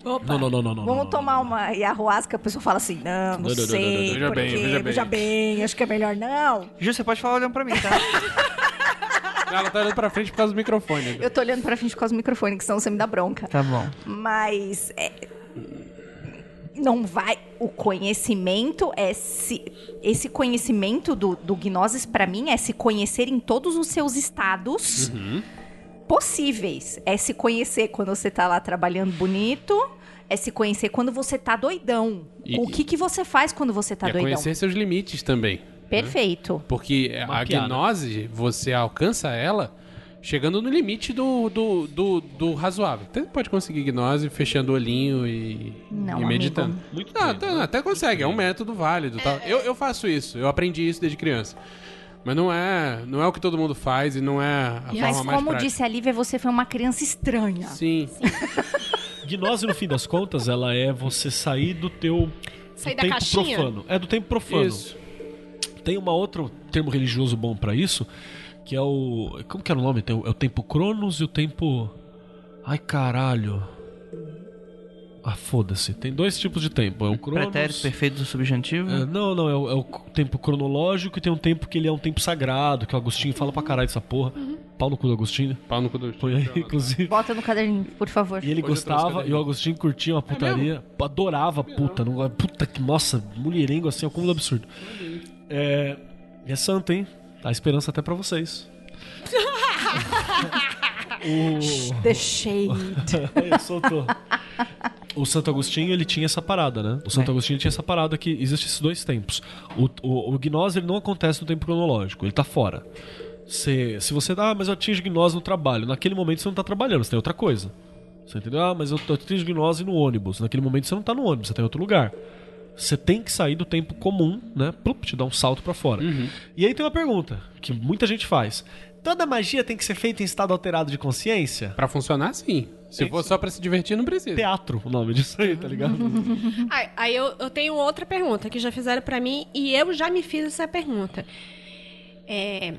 Speaker 7: Opa.
Speaker 4: Não, não, não, não. não,
Speaker 2: vamos
Speaker 4: não, não,
Speaker 2: tomar um-
Speaker 4: não.
Speaker 2: uma ayahuasca, a pessoa fala assim, não, não,
Speaker 4: Não, não, não,
Speaker 2: sei,
Speaker 5: não, não, veja
Speaker 2: porque,
Speaker 5: bem, veja bem.
Speaker 2: veja bem, acho que é melhor não.
Speaker 3: Ju, você pode falar olhando pra mim, tá?
Speaker 5: Ela tá olhando pra frente por causa do microfone. né?
Speaker 2: Eu tô olhando pra frente com os microfones, que senão você me dá bronca.
Speaker 3: Tá bom.
Speaker 2: Mas é, não vai. O conhecimento é se, esse conhecimento do, do Gnosis para mim é se conhecer em todos os seus estados possíveis. É se conhecer quando você tá lá trabalhando bonito. É se conhecer quando você tá doidão.
Speaker 5: E-
Speaker 2: o que, que você faz quando você tá
Speaker 5: é
Speaker 2: doidão?
Speaker 5: conhecer né? seus limites também.
Speaker 2: Perfeito.
Speaker 5: Porque
Speaker 4: Uma
Speaker 5: a
Speaker 4: piada.
Speaker 5: gnose, você alcança ela chegando no limite do, do, do, do razoável. Até pode conseguir gnose fechando o olhinho e,
Speaker 2: Não,
Speaker 5: e meditando.
Speaker 4: Muito
Speaker 5: Ah,
Speaker 4: bem,
Speaker 5: tá-
Speaker 4: né?
Speaker 5: até consegue, é um método válido. tal.
Speaker 2: É,
Speaker 5: Eu, eu faço isso, eu aprendi isso desde criança. Mas não é, não é o que todo mundo faz e não é a
Speaker 2: Mas
Speaker 5: forma mais
Speaker 2: como
Speaker 5: prática.
Speaker 2: disse né? a Lívia, você foi uma criança estranha.
Speaker 5: Sim.
Speaker 4: Gnose, no fim das contas, ela é você sair do teu
Speaker 7: Sair
Speaker 4: do
Speaker 7: da
Speaker 4: tempo
Speaker 7: caixinha?
Speaker 4: profano. É do tempo profano.
Speaker 5: Isso.
Speaker 4: Tem uma outro termo religioso bom pra isso, que é o como que era o nome? Tem o, é o tempo Cronos e o tempo Ai, caralho. Ah, foda-se. Tem dois tipos de tempo, é o Cronos.
Speaker 3: Pretérito perfeito do subjuntivo.
Speaker 4: É, não, não, é o, é o tempo cronológico e tem um tempo que ele é um tempo sagrado, que o Agostinho fala pra caralho dessa porra.
Speaker 7: Uhum.
Speaker 4: Pau no cu do Agostinho,
Speaker 5: Pau no cu do...
Speaker 4: põe aí, inclusive.
Speaker 2: Bota no caderninho, por favor.
Speaker 4: E
Speaker 5: Hoje
Speaker 4: ele
Speaker 5: eu trouxe
Speaker 4: gostava,
Speaker 5: caderno.
Speaker 4: e o Agostinho curtia uma putaria. adorava puta. Não, puta que, nossa, mulherengo assim, é um cúmulo absurdo. É, e é santo, hein? Dá esperança até pra vocês. o...
Speaker 2: The shade.
Speaker 4: Aí, soltou. O Santo Agostinho, ele tinha essa parada, né? O
Speaker 2: É.
Speaker 4: Santo Agostinho tinha essa parada que existe esses dois tempos. O, o, o gnose, ele não acontece no tempo cronológico, ele tá fora. Se, se você, ah, mas eu atingo gnose no trabalho, naquele momento você não tá trabalhando, você tem outra coisa. Você entendeu? Ah, mas eu tô- eu atingo gnose no ônibus. Naquele momento você não tá no ônibus, você tá em outro lugar. Você tem que sair do tempo comum, né? Plup, te dá um salto pra fora. E aí tem uma pergunta que muita gente faz. Toda magia tem que ser feita em estado alterado de consciência?
Speaker 5: Pra funcionar, sim. Se for só pra se divertir, não precisa.
Speaker 4: teatro o nome disso aí, tá ligado?
Speaker 7: Aí, aí eu, eu tenho outra pergunta que já fizeram pra mim e eu já me fiz essa pergunta. É,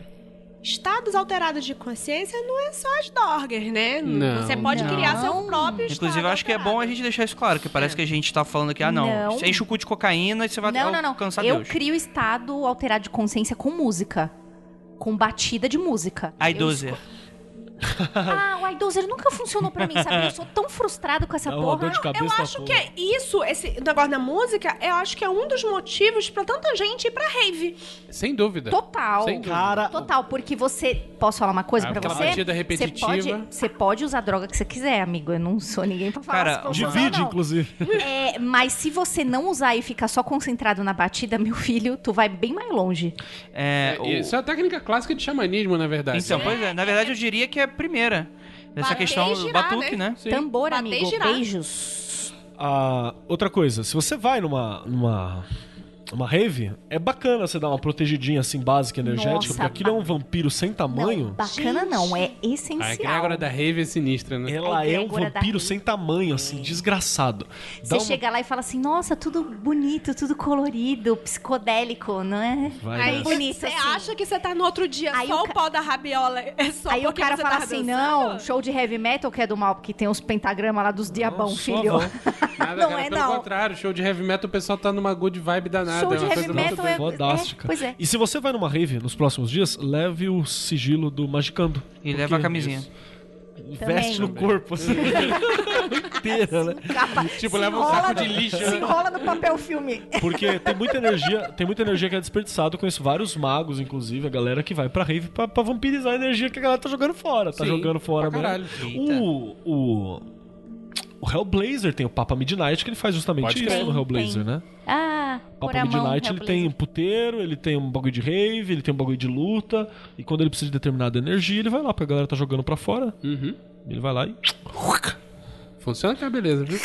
Speaker 7: estados alterados de consciência não é só as dorgas, né?
Speaker 5: Não.
Speaker 7: Você pode
Speaker 2: Não.
Speaker 7: criar seu próprio estado.
Speaker 3: Inclusive, eu acho que é bom a gente deixar isso claro, que parece que a gente tá falando aqui, ah, não,
Speaker 2: É. Não.
Speaker 3: você enche o cu de cocaína e você vai
Speaker 2: Não, não, não.
Speaker 3: alcançar
Speaker 2: Eu
Speaker 3: Deus.
Speaker 2: crio estado alterado de consciência com música. Com batida de música.
Speaker 3: Aí,
Speaker 2: Eu
Speaker 3: 12.
Speaker 2: esco- Ah, o iDozer nunca funcionou pra mim, sabe? Eu sou tão frustrada com essa
Speaker 4: Dá uma
Speaker 2: porra.
Speaker 4: dor de cabeça
Speaker 7: Eu
Speaker 4: na
Speaker 7: acho
Speaker 4: porra.
Speaker 7: que é isso, esse negócio da música, eu acho que é um dos motivos pra tanta gente ir pra rave.
Speaker 5: Sem dúvida.
Speaker 2: Total.
Speaker 5: Sem dúvida.
Speaker 4: Cara,
Speaker 2: Total, porque você. Posso falar uma coisa
Speaker 5: Ah,
Speaker 2: pra
Speaker 5: aquela
Speaker 2: você?
Speaker 5: batida
Speaker 2: Você
Speaker 5: repetitiva.
Speaker 2: pode, você pode usar a droga que você quiser, amigo. Eu não sou ninguém pra falar.
Speaker 3: Cara,
Speaker 2: se for usar ou
Speaker 4: divide,
Speaker 2: não.
Speaker 4: inclusive.
Speaker 2: É, mas se você não usar e ficar só concentrado na batida, meu filho, tu vai bem mais longe.
Speaker 3: É, o-
Speaker 5: Isso é a técnica clássica de xamanismo, na verdade.
Speaker 3: Então, pois é, na verdade eu diria que é a primeira. Essa
Speaker 7: Bater
Speaker 3: questão
Speaker 7: e
Speaker 3: do
Speaker 7: girar,
Speaker 3: batuque, né?
Speaker 5: Sim.
Speaker 2: Tambor,
Speaker 7: Bater e
Speaker 2: amigo.
Speaker 7: girar.
Speaker 2: Beijos.
Speaker 4: Ah, outra coisa, se você vai numa. numa. Uma rave, é bacana você dar uma protegidinha assim, básica, energética,
Speaker 2: Nossa,
Speaker 4: porque aquilo é um vampiro sem tamanho.
Speaker 2: Não, bacana não, é
Speaker 5: A
Speaker 2: essencial.
Speaker 5: egrégora da rave é sinistra, né?
Speaker 4: Ela
Speaker 2: A
Speaker 4: é um
Speaker 2: egrégora da
Speaker 4: vampiro
Speaker 2: rave.
Speaker 4: sem tamanho, assim, desgraçado.
Speaker 2: Você
Speaker 4: Dá uma-
Speaker 2: chega lá e fala assim, nossa, tudo bonito, tudo colorido, psicodélico, não é?
Speaker 4: Vai
Speaker 7: Aí
Speaker 4: nessa.
Speaker 2: bonito,
Speaker 7: você
Speaker 2: assim.
Speaker 7: acha que você tá no outro dia,
Speaker 2: Aí
Speaker 7: só
Speaker 2: o
Speaker 7: o,
Speaker 2: ca-
Speaker 7: pau da rabiola é só
Speaker 2: Aí o
Speaker 7: porque
Speaker 2: cara
Speaker 7: você
Speaker 2: fala
Speaker 7: tava
Speaker 2: assim,
Speaker 7: dançando?
Speaker 2: não, show de heavy metal que é do mal, porque tem os pentagramas lá dos diabão,
Speaker 4: Não, só
Speaker 2: filho.
Speaker 4: vão.
Speaker 5: Nada,
Speaker 2: não
Speaker 5: cara,
Speaker 2: é
Speaker 5: pelo
Speaker 2: não.
Speaker 5: contrário, show de heavy metal, o pessoal tá numa good vibe danada.
Speaker 2: Show
Speaker 5: é
Speaker 2: de
Speaker 5: uma
Speaker 2: heavy
Speaker 5: coisa muito
Speaker 2: metal é,
Speaker 4: Fodástica.
Speaker 2: é- Pois é.
Speaker 4: E se você vai numa rave nos próximos dias, leve o sigilo do Magicando.
Speaker 3: E
Speaker 4: Porque
Speaker 3: leva a camisinha.
Speaker 4: Veste no
Speaker 2: Também.
Speaker 4: corpo, assim. inteira, né?
Speaker 2: Capa-
Speaker 5: Tipo,
Speaker 2: se
Speaker 5: leva um
Speaker 2: enrola
Speaker 5: saco de
Speaker 2: no-
Speaker 5: lixo,
Speaker 2: Se
Speaker 5: né?
Speaker 2: enrola no papel filme.
Speaker 4: Porque tem muita energia, tem muita energia que é desperdiçada. Eu conheço vários magos, inclusive, a galera que vai pra rave pra, pra vampirizar a energia que a galera tá jogando fora. Tá
Speaker 5: Sim,
Speaker 4: jogando fora,
Speaker 5: pra
Speaker 4: mano.
Speaker 5: caralho.
Speaker 4: O, o. O Hellblazer tem o Papa Midnight, que ele faz justamente
Speaker 5: Pode
Speaker 4: isso
Speaker 5: crer.
Speaker 4: no
Speaker 2: Tem,
Speaker 4: Hellblazer,
Speaker 2: tem.
Speaker 4: né?
Speaker 2: Ah, por
Speaker 4: Papa
Speaker 2: amor,
Speaker 5: né,
Speaker 4: Midnight, ele tem um puteiro, ele tem um bagulho de rave, ele tem um bagulho de luta. E quando ele precisa de determinada energia, ele vai lá, porque a galera tá jogando pra fora.
Speaker 5: Uhum.
Speaker 4: Ele vai lá e.
Speaker 5: Funciona que é uma beleza, viu?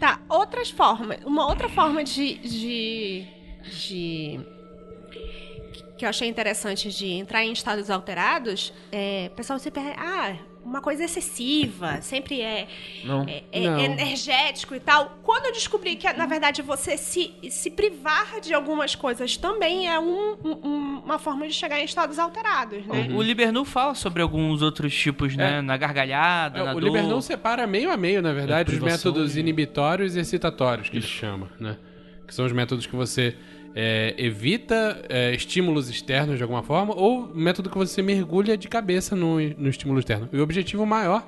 Speaker 7: Tá, outras formas. Uma outra forma de. de. de- que eu achei interessante de entrar em estados alterados é. O pessoal sempre. Ah, uma coisa excessiva, sempre é,
Speaker 4: Não.
Speaker 7: é- é
Speaker 5: Não.
Speaker 7: energético e tal. Quando eu descobri que, na verdade, você se, se privar de algumas coisas também é um- um- um- uma forma de chegar em estados alterados, né?
Speaker 4: Uhum.
Speaker 5: Uhum.
Speaker 3: O Libernu fala sobre alguns outros tipos, né? Na gargalhada, na
Speaker 5: É. o
Speaker 3: dor.
Speaker 5: Liber não separa meio a meio, na verdade,
Speaker 4: É,
Speaker 5: os
Speaker 4: privação
Speaker 5: métodos
Speaker 4: e-
Speaker 5: inibitórios e excitatórios, que ele chama, né? Que são os métodos que você é, evita é, estímulos externos de alguma forma, ou o método que você mergulha de cabeça no, no estímulo externo. E o objetivo maior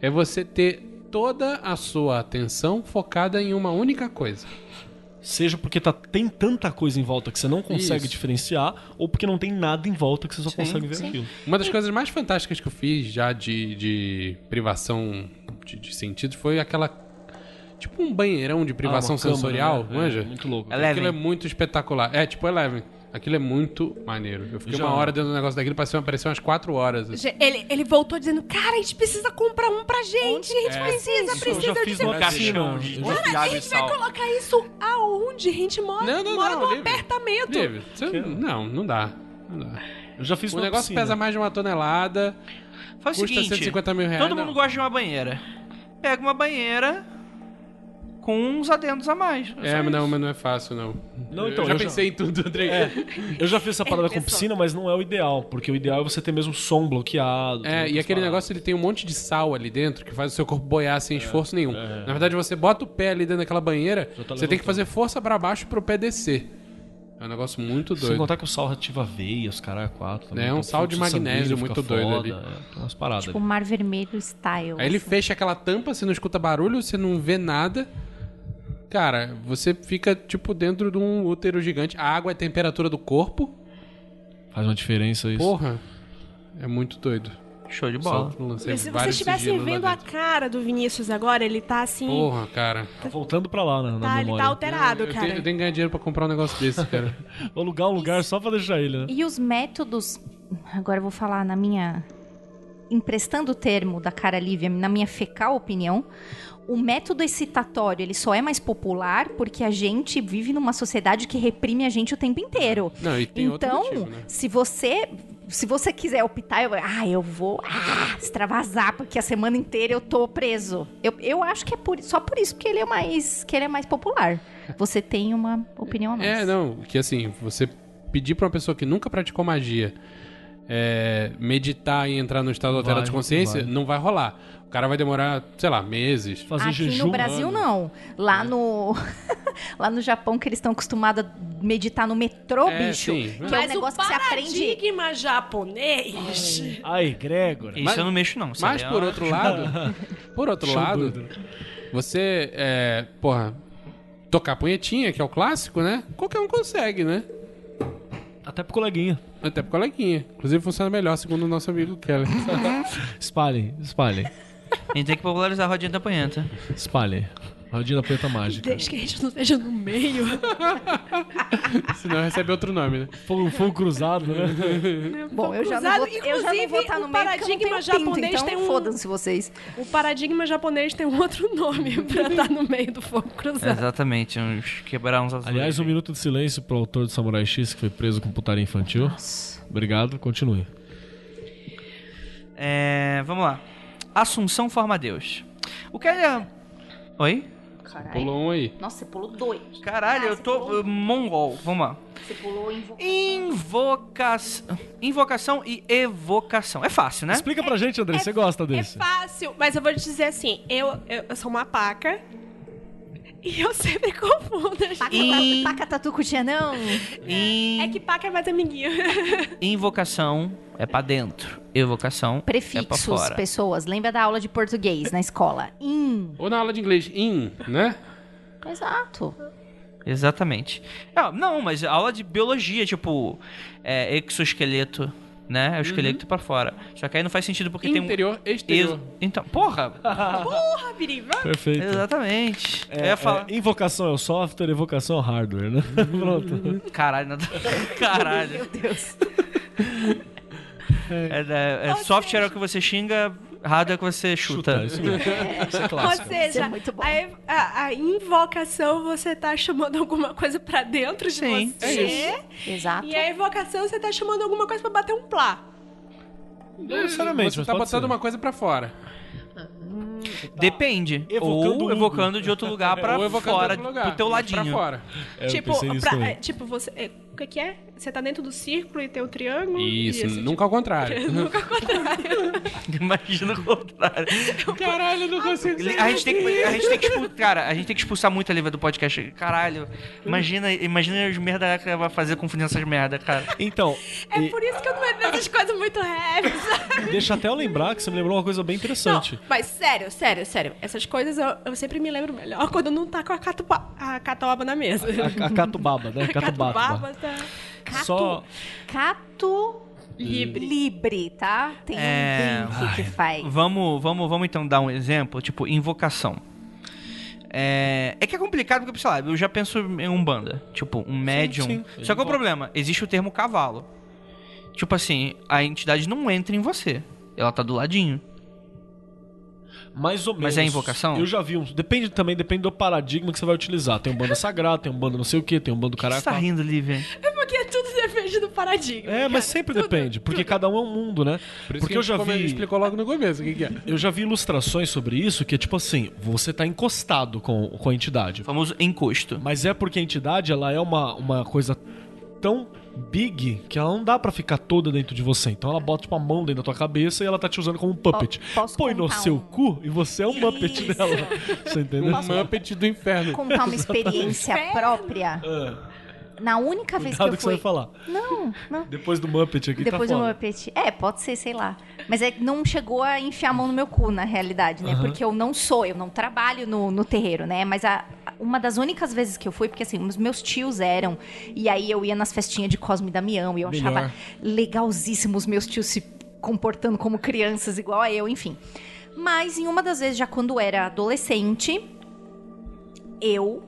Speaker 5: é você ter toda a sua atenção focada em uma única coisa.
Speaker 4: Seja porque tá, tem tanta coisa em volta que você não consegue
Speaker 5: Isso.
Speaker 4: diferenciar, ou porque não tem nada em volta que você só consegue ver aquilo.
Speaker 5: Uma das coisas mais fantásticas que eu fiz já de, de privação de, de sentido foi aquela. Tipo um banheirão de privação
Speaker 4: Ah, uma câmara,
Speaker 5: sensorial,
Speaker 4: né? É,
Speaker 5: manja?
Speaker 4: muito louco.
Speaker 3: Eleven.
Speaker 5: Aquilo é muito espetacular. É, tipo Eleven. Aquilo é muito maneiro. Eu fiquei
Speaker 4: Já.
Speaker 5: uma hora dentro do negócio daquilo, parecia, parecia umas quatro horas. assim.
Speaker 7: Ge- Ele, ele voltou dizendo, cara, a gente precisa comprar um pra gente, a gente precisa,
Speaker 4: eu já
Speaker 7: precisa de
Speaker 4: fiz
Speaker 7: ser
Speaker 4: numa
Speaker 5: assim,
Speaker 3: caixão
Speaker 4: piscina.
Speaker 3: de-
Speaker 4: Eu já
Speaker 3: Cara,
Speaker 7: Cara, a gente vai colocar isso aonde? A gente mora,
Speaker 5: Não, não,
Speaker 7: mora
Speaker 5: não,
Speaker 7: num
Speaker 5: livre.
Speaker 7: apartamento.
Speaker 5: Livre. Você- não, não dá. Não dá.
Speaker 4: Eu já fiz
Speaker 5: O
Speaker 4: numa
Speaker 5: negócio
Speaker 4: piscina.
Speaker 5: pesa mais de uma tonelada.
Speaker 3: Faz o
Speaker 5: Custa
Speaker 3: seguinte,
Speaker 5: 150 mil reais,
Speaker 3: todo mundo
Speaker 5: não.
Speaker 3: gosta de uma banheira. Pega uma banheira com uns adendos a mais. só
Speaker 5: É,
Speaker 3: isso.
Speaker 5: não, mas não é fácil, não.
Speaker 4: Não,
Speaker 5: Eu
Speaker 4: então,
Speaker 5: já
Speaker 4: eu já- É.
Speaker 5: pensei em tudo, Andrei.
Speaker 4: Eu já fiz essa parada com
Speaker 7: pessoal.
Speaker 4: piscina, mas não é o ideal, porque o ideal é você ter mesmo som bloqueado. tem
Speaker 5: É, e
Speaker 4: outras
Speaker 5: aquele
Speaker 4: paradas.
Speaker 5: negócio ele tem um monte de sal ali dentro que faz o seu corpo boiar
Speaker 4: É.
Speaker 5: sem esforço nenhum. Na verdade, você bota o pé ali dentro daquela banheira,
Speaker 4: Já tá
Speaker 5: você tem que
Speaker 4: levantando.
Speaker 5: fazer força pra baixo pro pé descer. É um negócio muito doido.
Speaker 4: Sem contar que o sal ativa veias, caralho, quatro. também,
Speaker 5: É, um
Speaker 4: então
Speaker 5: sal de
Speaker 4: fluxo sanguíneo
Speaker 5: magnésio
Speaker 4: fica
Speaker 5: muito doido ali.
Speaker 4: É, tem umas paradas.
Speaker 2: Tipo,
Speaker 4: ali.
Speaker 2: mar vermelho style.
Speaker 5: Aí ele
Speaker 2: assim.
Speaker 5: fecha aquela tampa, você não escuta barulho, você não vê nada. Cara, você fica tipo dentro de um útero gigante. A água é a temperatura do corpo.
Speaker 4: Faz uma diferença isso.
Speaker 5: Porra, é muito doido.
Speaker 3: Show de bola.
Speaker 5: Só lancei
Speaker 7: E se vocês
Speaker 5: vários
Speaker 7: estivessem
Speaker 5: sigilos lá
Speaker 7: vendo a
Speaker 5: dentro.
Speaker 7: cara do Vinícius agora, ele tá assim,
Speaker 5: Porra, cara.
Speaker 4: Tá voltando pra lá na, na
Speaker 7: tá, ele
Speaker 4: memória.
Speaker 7: tá alterado,
Speaker 5: eu,
Speaker 7: cara.
Speaker 5: Tenho, eu tenho que ganhar dinheiro pra comprar um negócio desse, cara.
Speaker 4: Vou alugar um lugar só pra deixar ele,
Speaker 5: Uhum.
Speaker 4: né?
Speaker 2: E os métodos. Agora eu vou falar na minha. Emprestando o termo da cara Lívia, na minha fecal opinião, o método excitatório ele só é mais popular porque a gente vive numa sociedade que reprime a gente o tempo inteiro.
Speaker 5: É. Não, e tem
Speaker 2: então,
Speaker 5: outro motivo, né?
Speaker 2: se você se você quiser optar, eu, ah, eu vou ah, extravasar porque a semana inteira eu tô preso. Eu, eu acho que é por- só por isso que ele é mais que ele é mais popular. Você tem uma opinião a mais.
Speaker 5: É, não, que assim, você pedir pra uma pessoa que nunca praticou magia é, meditar e entrar no estado alterado de
Speaker 4: vai.
Speaker 5: consciência, não vai rolar. O cara vai demorar, sei lá, meses.
Speaker 4: Fazer
Speaker 2: Aqui
Speaker 4: jejum. né?
Speaker 2: no Brasil não. Lá no lá no Japão que eles estão acostumados a meditar no metrô,
Speaker 5: É,
Speaker 2: bicho.
Speaker 5: sim.
Speaker 2: Que é um
Speaker 7: Mas
Speaker 2: negócio
Speaker 7: o
Speaker 2: que você aprende.
Speaker 7: paradigma japonês...
Speaker 4: Ai, Grégora.
Speaker 3: Isso
Speaker 5: Mas-
Speaker 3: eu não mexo, não. isso
Speaker 5: Mas
Speaker 3: aí é
Speaker 5: por
Speaker 3: uma-
Speaker 5: outro lado, por outro
Speaker 4: Show
Speaker 5: lado,
Speaker 4: doido.
Speaker 5: você, é, porra, tocar punhetinha, que é o clássico, né? Qualquer um consegue, né?
Speaker 4: Até pro coleguinha.
Speaker 5: Até pro coleguinha. Inclusive funciona melhor, segundo o nosso amigo Keller.
Speaker 4: Espalhem, espalhem,
Speaker 3: A gente tem que popularizar a rodinha da punheta.
Speaker 4: espalhem. Rodina Preta Mágica.
Speaker 7: Desde que a gente não esteja no meio.
Speaker 5: Senão recebe outro nome, né?
Speaker 4: Foi um fogo cruzado, né?
Speaker 2: Bom, eu já, não
Speaker 7: cruzado,
Speaker 2: vou, eu já não vou
Speaker 7: inclusive,
Speaker 2: estar no meio
Speaker 7: o
Speaker 2: porque eu não
Speaker 7: paradigma
Speaker 2: tenho pinto,
Speaker 7: japonês
Speaker 2: então
Speaker 7: tem um-
Speaker 2: foda-se vocês.
Speaker 7: O paradigma japonês tem um outro nome pra estar no meio do fogo cruzado.
Speaker 3: Exatamente, uns quebrar uns azuis.
Speaker 4: Aliás, um minuto de silêncio pro autor do Samurai X que foi preso com putaria infantil. Obrigado, continue.
Speaker 3: É, vamos lá. Assunção forma Deus. O que é. Oi?
Speaker 2: Caralho.
Speaker 5: Pulou um aí.
Speaker 2: Nossa, você pulou dois.
Speaker 3: Caralho,
Speaker 2: Ah,
Speaker 3: eu
Speaker 2: você
Speaker 3: tô.
Speaker 2: pulou-
Speaker 3: eh, mongol. Vamos lá.
Speaker 2: Você pulou invocação.
Speaker 3: Invocação. Invocação e evocação. É fácil, né?
Speaker 4: Explica pra gente, André, você gosta desse?
Speaker 7: É fácil, mas eu vou te dizer assim, eu, eu, eu sou uma paca e eu sempre confundo. as
Speaker 2: Paca,
Speaker 3: E-
Speaker 2: paca, tatu com tia, não.
Speaker 3: In-
Speaker 7: É que paca é mais amiguinho.
Speaker 3: Invocação é pra dentro. Evocação é pra
Speaker 2: Prefixos,
Speaker 3: fora.
Speaker 2: pessoas. Lembra da aula de português na escola? In.
Speaker 5: Ou na aula de inglês, in, né?
Speaker 2: Exato.
Speaker 3: Exatamente. Ah, não, mas aula de biologia, tipo, é, exoesqueleto, né? É o esqueleto pra fora. Só que aí não faz sentido porque
Speaker 5: Uhum. Interior,
Speaker 3: tem um.
Speaker 5: exterior.
Speaker 3: Ex- Então, porra!
Speaker 7: Porra, Viri, vai.
Speaker 4: Perfeito.
Speaker 3: Exatamente. eu ia falar.
Speaker 4: É, invocação é o software, evocação é o hardware, né?
Speaker 5: é.
Speaker 4: Pronto.
Speaker 3: Caralho, nada. Caralho.
Speaker 2: Meu Deus.
Speaker 3: É, é, é, software é o que você xinga, hardware é o que você chuta.
Speaker 4: Chuta, Tá, isso mesmo. Isso é
Speaker 7: Ou
Speaker 4: clássico.
Speaker 2: Isso
Speaker 7: seja,
Speaker 2: é muito bom.
Speaker 7: a, ev- a- a invocação você tá chamando alguma coisa pra dentro de
Speaker 3: Sim,
Speaker 7: você.
Speaker 2: Exato.
Speaker 7: E a evocação você tá chamando alguma coisa pra bater um plá.
Speaker 4: Não necessariamente,
Speaker 5: Você
Speaker 4: mas
Speaker 5: tá
Speaker 4: pode
Speaker 5: botando
Speaker 4: ser.
Speaker 5: uma coisa pra fora.
Speaker 3: Depende.
Speaker 4: Evocando
Speaker 3: Ou
Speaker 4: um.
Speaker 3: evocando de outro lugar pra
Speaker 5: É, Ou evocando
Speaker 3: fora,
Speaker 5: outro lugar.
Speaker 3: pro teu
Speaker 5: mas
Speaker 3: ladinho.
Speaker 5: Pra fora.
Speaker 4: É, eu
Speaker 7: tipo,
Speaker 4: pensei nisso
Speaker 7: pra-
Speaker 4: também.
Speaker 7: é, tipo, você. é, o que, que é? Você tá dentro do círculo e tem o triângulo?
Speaker 5: Isso, nunca ao contrário.
Speaker 3: Imagina o contrário.
Speaker 5: Caralho, não consigo.
Speaker 3: A gente tem que, a gente tem que expulsar, cara, a gente tem que expulsar muito a Lívia do podcast. Caralho, imagina, imagina os merda que ela vai fazer confundindo essas merda, cara.
Speaker 4: Então,
Speaker 7: É
Speaker 4: e
Speaker 7: por isso que eu não vejo essas coisas muito leves.
Speaker 4: deixa até eu lembrar que você me lembrou uma coisa bem interessante.
Speaker 7: Não, mas sério, sério, sério. Essas coisas eu, eu sempre me lembro melhor quando não tá com a, catuba, a catuaba na mesa.
Speaker 4: A, a catubaba, né? Catubaba.
Speaker 7: Catubaba tá
Speaker 2: Cato.
Speaker 4: Só-
Speaker 7: é
Speaker 2: Cato. Libre. Libre, tá? Tem
Speaker 3: É.
Speaker 2: um drink que faz.
Speaker 3: Vamos, vamos, vamos então dar um exemplo, tipo invocação. É, é que é complicado porque, sei lá, eu já penso em um banda, tipo um médium.
Speaker 4: sim.
Speaker 3: Só que é o problema, existe o termo cavalo. Tipo assim, a entidade não entra em você. Ela tá do ladinho.
Speaker 4: Mais ou menos.
Speaker 3: Mas é invocação?
Speaker 4: Eu já vi um. Depende também, depende do paradigma que você vai utilizar. Tem um bando sagrado, tem um bando não sei o que, tem um bando
Speaker 3: Por que você tá
Speaker 4: caraca.
Speaker 3: rindo, Lívia?
Speaker 7: É Porque tudo depende do paradigma.
Speaker 4: É, mas
Speaker 7: cara.
Speaker 4: sempre depende, porque cada um é um mundo, né?
Speaker 5: Por isso
Speaker 4: porque
Speaker 5: que
Speaker 4: eu já
Speaker 5: como
Speaker 4: vi.
Speaker 5: explicou logo no começo o que, que é.
Speaker 4: Eu já vi ilustrações sobre isso que é tipo assim, você tá encostado com, com a entidade.
Speaker 3: O famoso encosto.
Speaker 4: Mas é porque a entidade, ela é uma, uma coisa tão big que ela não dá pra ficar toda dentro de você. Então ela bota tipo, a mão dentro da tua cabeça e ela tá te usando como um puppet.
Speaker 2: posso
Speaker 4: Põe no
Speaker 2: contar
Speaker 4: seu
Speaker 2: um?
Speaker 4: cu e você é um muppet
Speaker 2: Isso.
Speaker 4: dela. Você entendeu?
Speaker 5: Um Muppet do inferno.
Speaker 2: Contar uma experiência própria. Na única vez que
Speaker 4: Cuidado
Speaker 2: eu
Speaker 4: que você
Speaker 2: fui.
Speaker 4: vai falar.
Speaker 2: Não, não.
Speaker 4: Depois do Muppet aqui
Speaker 2: Depois
Speaker 4: tá
Speaker 2: do
Speaker 4: foda.
Speaker 2: Muppet. É, pode ser, sei lá. Mas é que não chegou a enfiar a mão no meu cu, na realidade, né? Porque eu não sou, eu não trabalho no, no terreiro, né? Mas a- a- uma das únicas vezes que eu fui, porque assim, os meus tios eram. E aí eu ia nas festinhas de Cosme e Damião e eu
Speaker 4: Melhor.
Speaker 2: achava legalzíssimo os meus tios se comportando como crianças igual a eu, enfim. Mas em uma das vezes, já quando era adolescente, eu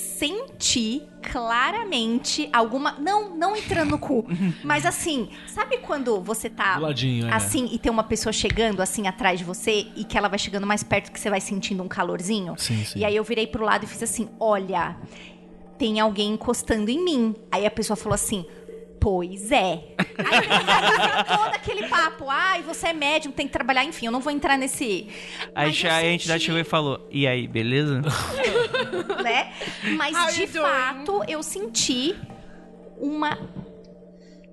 Speaker 2: senti claramente alguma. Não, não entrando no cu. mas assim, sabe quando você tá
Speaker 4: Do ladinho, é.
Speaker 2: assim e tem uma pessoa chegando assim atrás de você e que ela vai chegando mais perto que você vai sentindo um calorzinho?
Speaker 4: Sim, sim.
Speaker 2: E aí eu virei pro lado e fiz assim: olha, tem alguém encostando em mim. Aí a pessoa falou assim. Pois é. Aí começaram a ter todo aquele papo. Ai, você é médium, tem que trabalhar. Enfim, eu não vou entrar nesse.
Speaker 3: Aí
Speaker 2: Mas
Speaker 3: che-
Speaker 2: eu
Speaker 3: aí a entidade
Speaker 2: senti-
Speaker 3: chegou e falou: E aí, beleza?
Speaker 2: né? Mas
Speaker 7: How
Speaker 2: de
Speaker 7: you doing?
Speaker 2: fato eu senti uma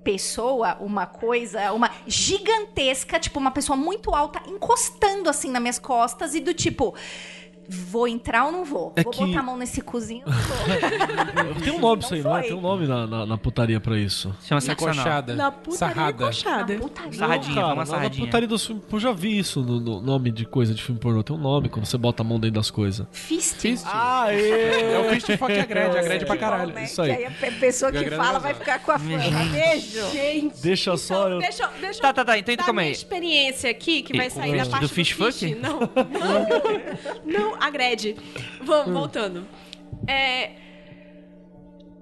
Speaker 2: pessoa, uma coisa, uma gigantesca, tipo uma pessoa muito alta encostando assim nas minhas costas e do tipo Vou entrar ou não vou?
Speaker 4: É
Speaker 2: vou
Speaker 4: que-
Speaker 2: botar a mão nesse cozinho ou não vou?
Speaker 4: Tem um nome isso aí, não é?
Speaker 2: foi.
Speaker 4: Tem um nome na, na, na putaria pra isso.
Speaker 3: Chama-se Axanal.
Speaker 5: Encoxada.
Speaker 7: Na puta
Speaker 5: Sarrada.
Speaker 7: encoxada.
Speaker 2: Na putaria.
Speaker 3: Sarradinha,
Speaker 4: Não,
Speaker 3: foi uma
Speaker 4: na- na
Speaker 3: sarradinha.
Speaker 4: putaria dos filmes. Eu já vi isso no, no nome de coisa de filme pornô. Tem um nome quando você bota a mão dentro das coisas.
Speaker 2: Fist.
Speaker 5: Fist.
Speaker 8: Ah,
Speaker 4: Aê!
Speaker 5: É o Fist Fock agrede, agrede pra caralho.
Speaker 4: Isso aí.
Speaker 2: né? a pessoa
Speaker 5: que fala vai
Speaker 2: ficar com a fama. Beijo.
Speaker 7: Gente.
Speaker 4: Deixa só eu.
Speaker 7: Deixa, eu- deixa
Speaker 3: Tá,
Speaker 7: eu
Speaker 3: tá, tá, então
Speaker 7: dar
Speaker 3: calma
Speaker 7: minha
Speaker 3: aí.
Speaker 7: experiência aqui, que
Speaker 3: E
Speaker 7: vai
Speaker 3: com
Speaker 7: sair da
Speaker 3: fist-
Speaker 7: parte
Speaker 3: do
Speaker 7: do
Speaker 3: fist
Speaker 7: fist.
Speaker 3: fuck?
Speaker 7: Não, não, não. agrede.
Speaker 3: Hum.
Speaker 7: Vamos, voltando. É,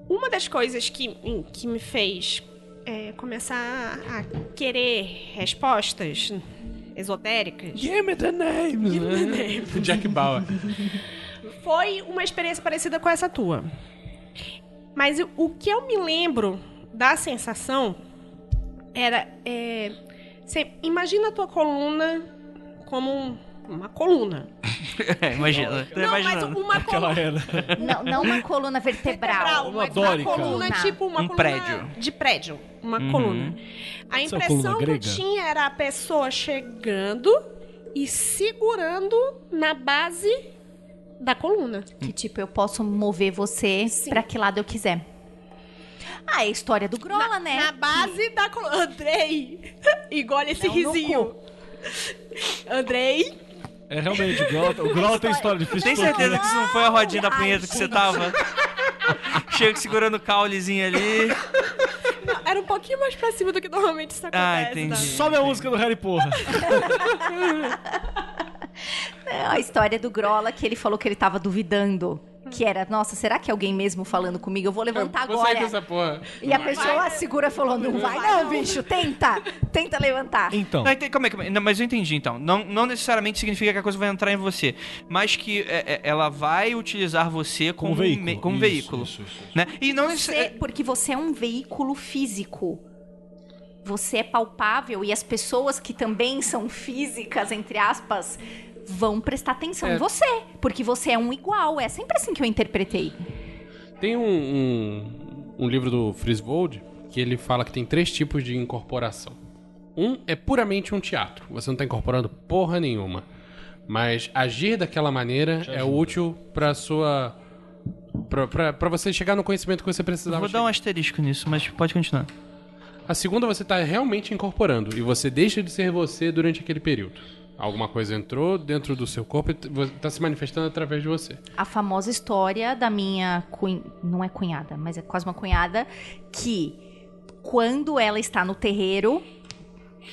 Speaker 7: uma das coisas que, em- que me fez é, começar a querer respostas esotéricas
Speaker 5: Give me the names, né? Jack Bauer.
Speaker 7: foi uma experiência parecida com essa tua. Mas o- o que eu me lembro da sensação era. É, cê imagina a tua coluna como um- uma coluna.
Speaker 8: É, imagina. né? Tô
Speaker 7: Não, mas
Speaker 8: imaginando.
Speaker 7: uma
Speaker 4: Aquela
Speaker 7: coluna.
Speaker 4: era.
Speaker 2: Não, não uma coluna vertebral.
Speaker 7: Uma, uma
Speaker 4: dórica.
Speaker 7: coluna tipo uma
Speaker 8: Um
Speaker 7: coluna
Speaker 8: prédio.
Speaker 7: de prédio, uma
Speaker 8: Uhum.
Speaker 7: coluna. A
Speaker 4: Isso é uma
Speaker 7: impressão
Speaker 4: coluna
Speaker 7: que eu
Speaker 4: grega?
Speaker 7: tinha era a pessoa chegando e segurando na base da coluna.
Speaker 2: Que tipo, eu posso mover você pra que lado eu quiser. Ah, é a história do Grola,
Speaker 7: na,
Speaker 2: né?
Speaker 7: na base da coluna. Andrei! Igual esse
Speaker 2: Não, no
Speaker 7: risinho. Andrei.
Speaker 4: É realmente, o Grola, o Grola
Speaker 2: é-
Speaker 4: tem história
Speaker 7: é
Speaker 4: difícil.
Speaker 8: Tem
Speaker 4: de
Speaker 8: certeza
Speaker 4: contar. né?
Speaker 8: que isso não foi a rodinha da
Speaker 2: Ai,
Speaker 8: punheta que você
Speaker 2: gente.
Speaker 8: tava? Chega segurando o caulezinho ali.
Speaker 4: Então.
Speaker 7: Não, era um pouquinho mais pra cima do que normalmente isso
Speaker 8: Ah,
Speaker 7: acontece.
Speaker 8: entendi.
Speaker 7: tá?
Speaker 4: Sobe a música do Harry Porra.
Speaker 2: É a história do Grola que ele falou que ele tava duvidando. Que era, nossa, será que é alguém mesmo falando comigo? Eu vou levantar
Speaker 5: Vou sair
Speaker 2: agora.
Speaker 5: dessa porra.
Speaker 2: E a pessoa segura e falou: não vai, não, bicho, tenta. Tenta levantar.
Speaker 4: Então,
Speaker 8: Não, ente- calma aí, calma aí. Não, mas eu entendi então. Não, não necessariamente significa que a coisa vai entrar em você, mas que é, é, ela vai utilizar você como,
Speaker 4: como
Speaker 8: um
Speaker 4: veículo.
Speaker 8: me- como
Speaker 4: Isso,
Speaker 8: veículo.
Speaker 4: isso, isso, isso.
Speaker 8: Né? E não
Speaker 2: Você-
Speaker 8: necessariamente.
Speaker 2: porque você é um veículo físico. Você é palpável e as pessoas que também são físicas, entre aspas, vão prestar atenção em você. Porque você é um igual. É sempre assim que eu interpretei.
Speaker 5: Tem um, um, um livro do Friswold que ele fala que tem três tipos de incorporação. Um é puramente um teatro. Você não tá incorporando porra nenhuma. Mas agir daquela maneira é útil pra sua. pra- pra pra você chegar no conhecimento que você precisava.
Speaker 8: Vou dar um
Speaker 5: chegar.
Speaker 8: asterisco nisso, mas pode continuar.
Speaker 5: A segunda você tá realmente incorporando e você deixa de ser você durante aquele período. Alguma coisa entrou dentro do seu corpo e t- vo- tá se manifestando através de você.
Speaker 2: a famosa história da minha cunhada, não é cunhada, mas é quase uma cunhada, que quando ela está no terreiro,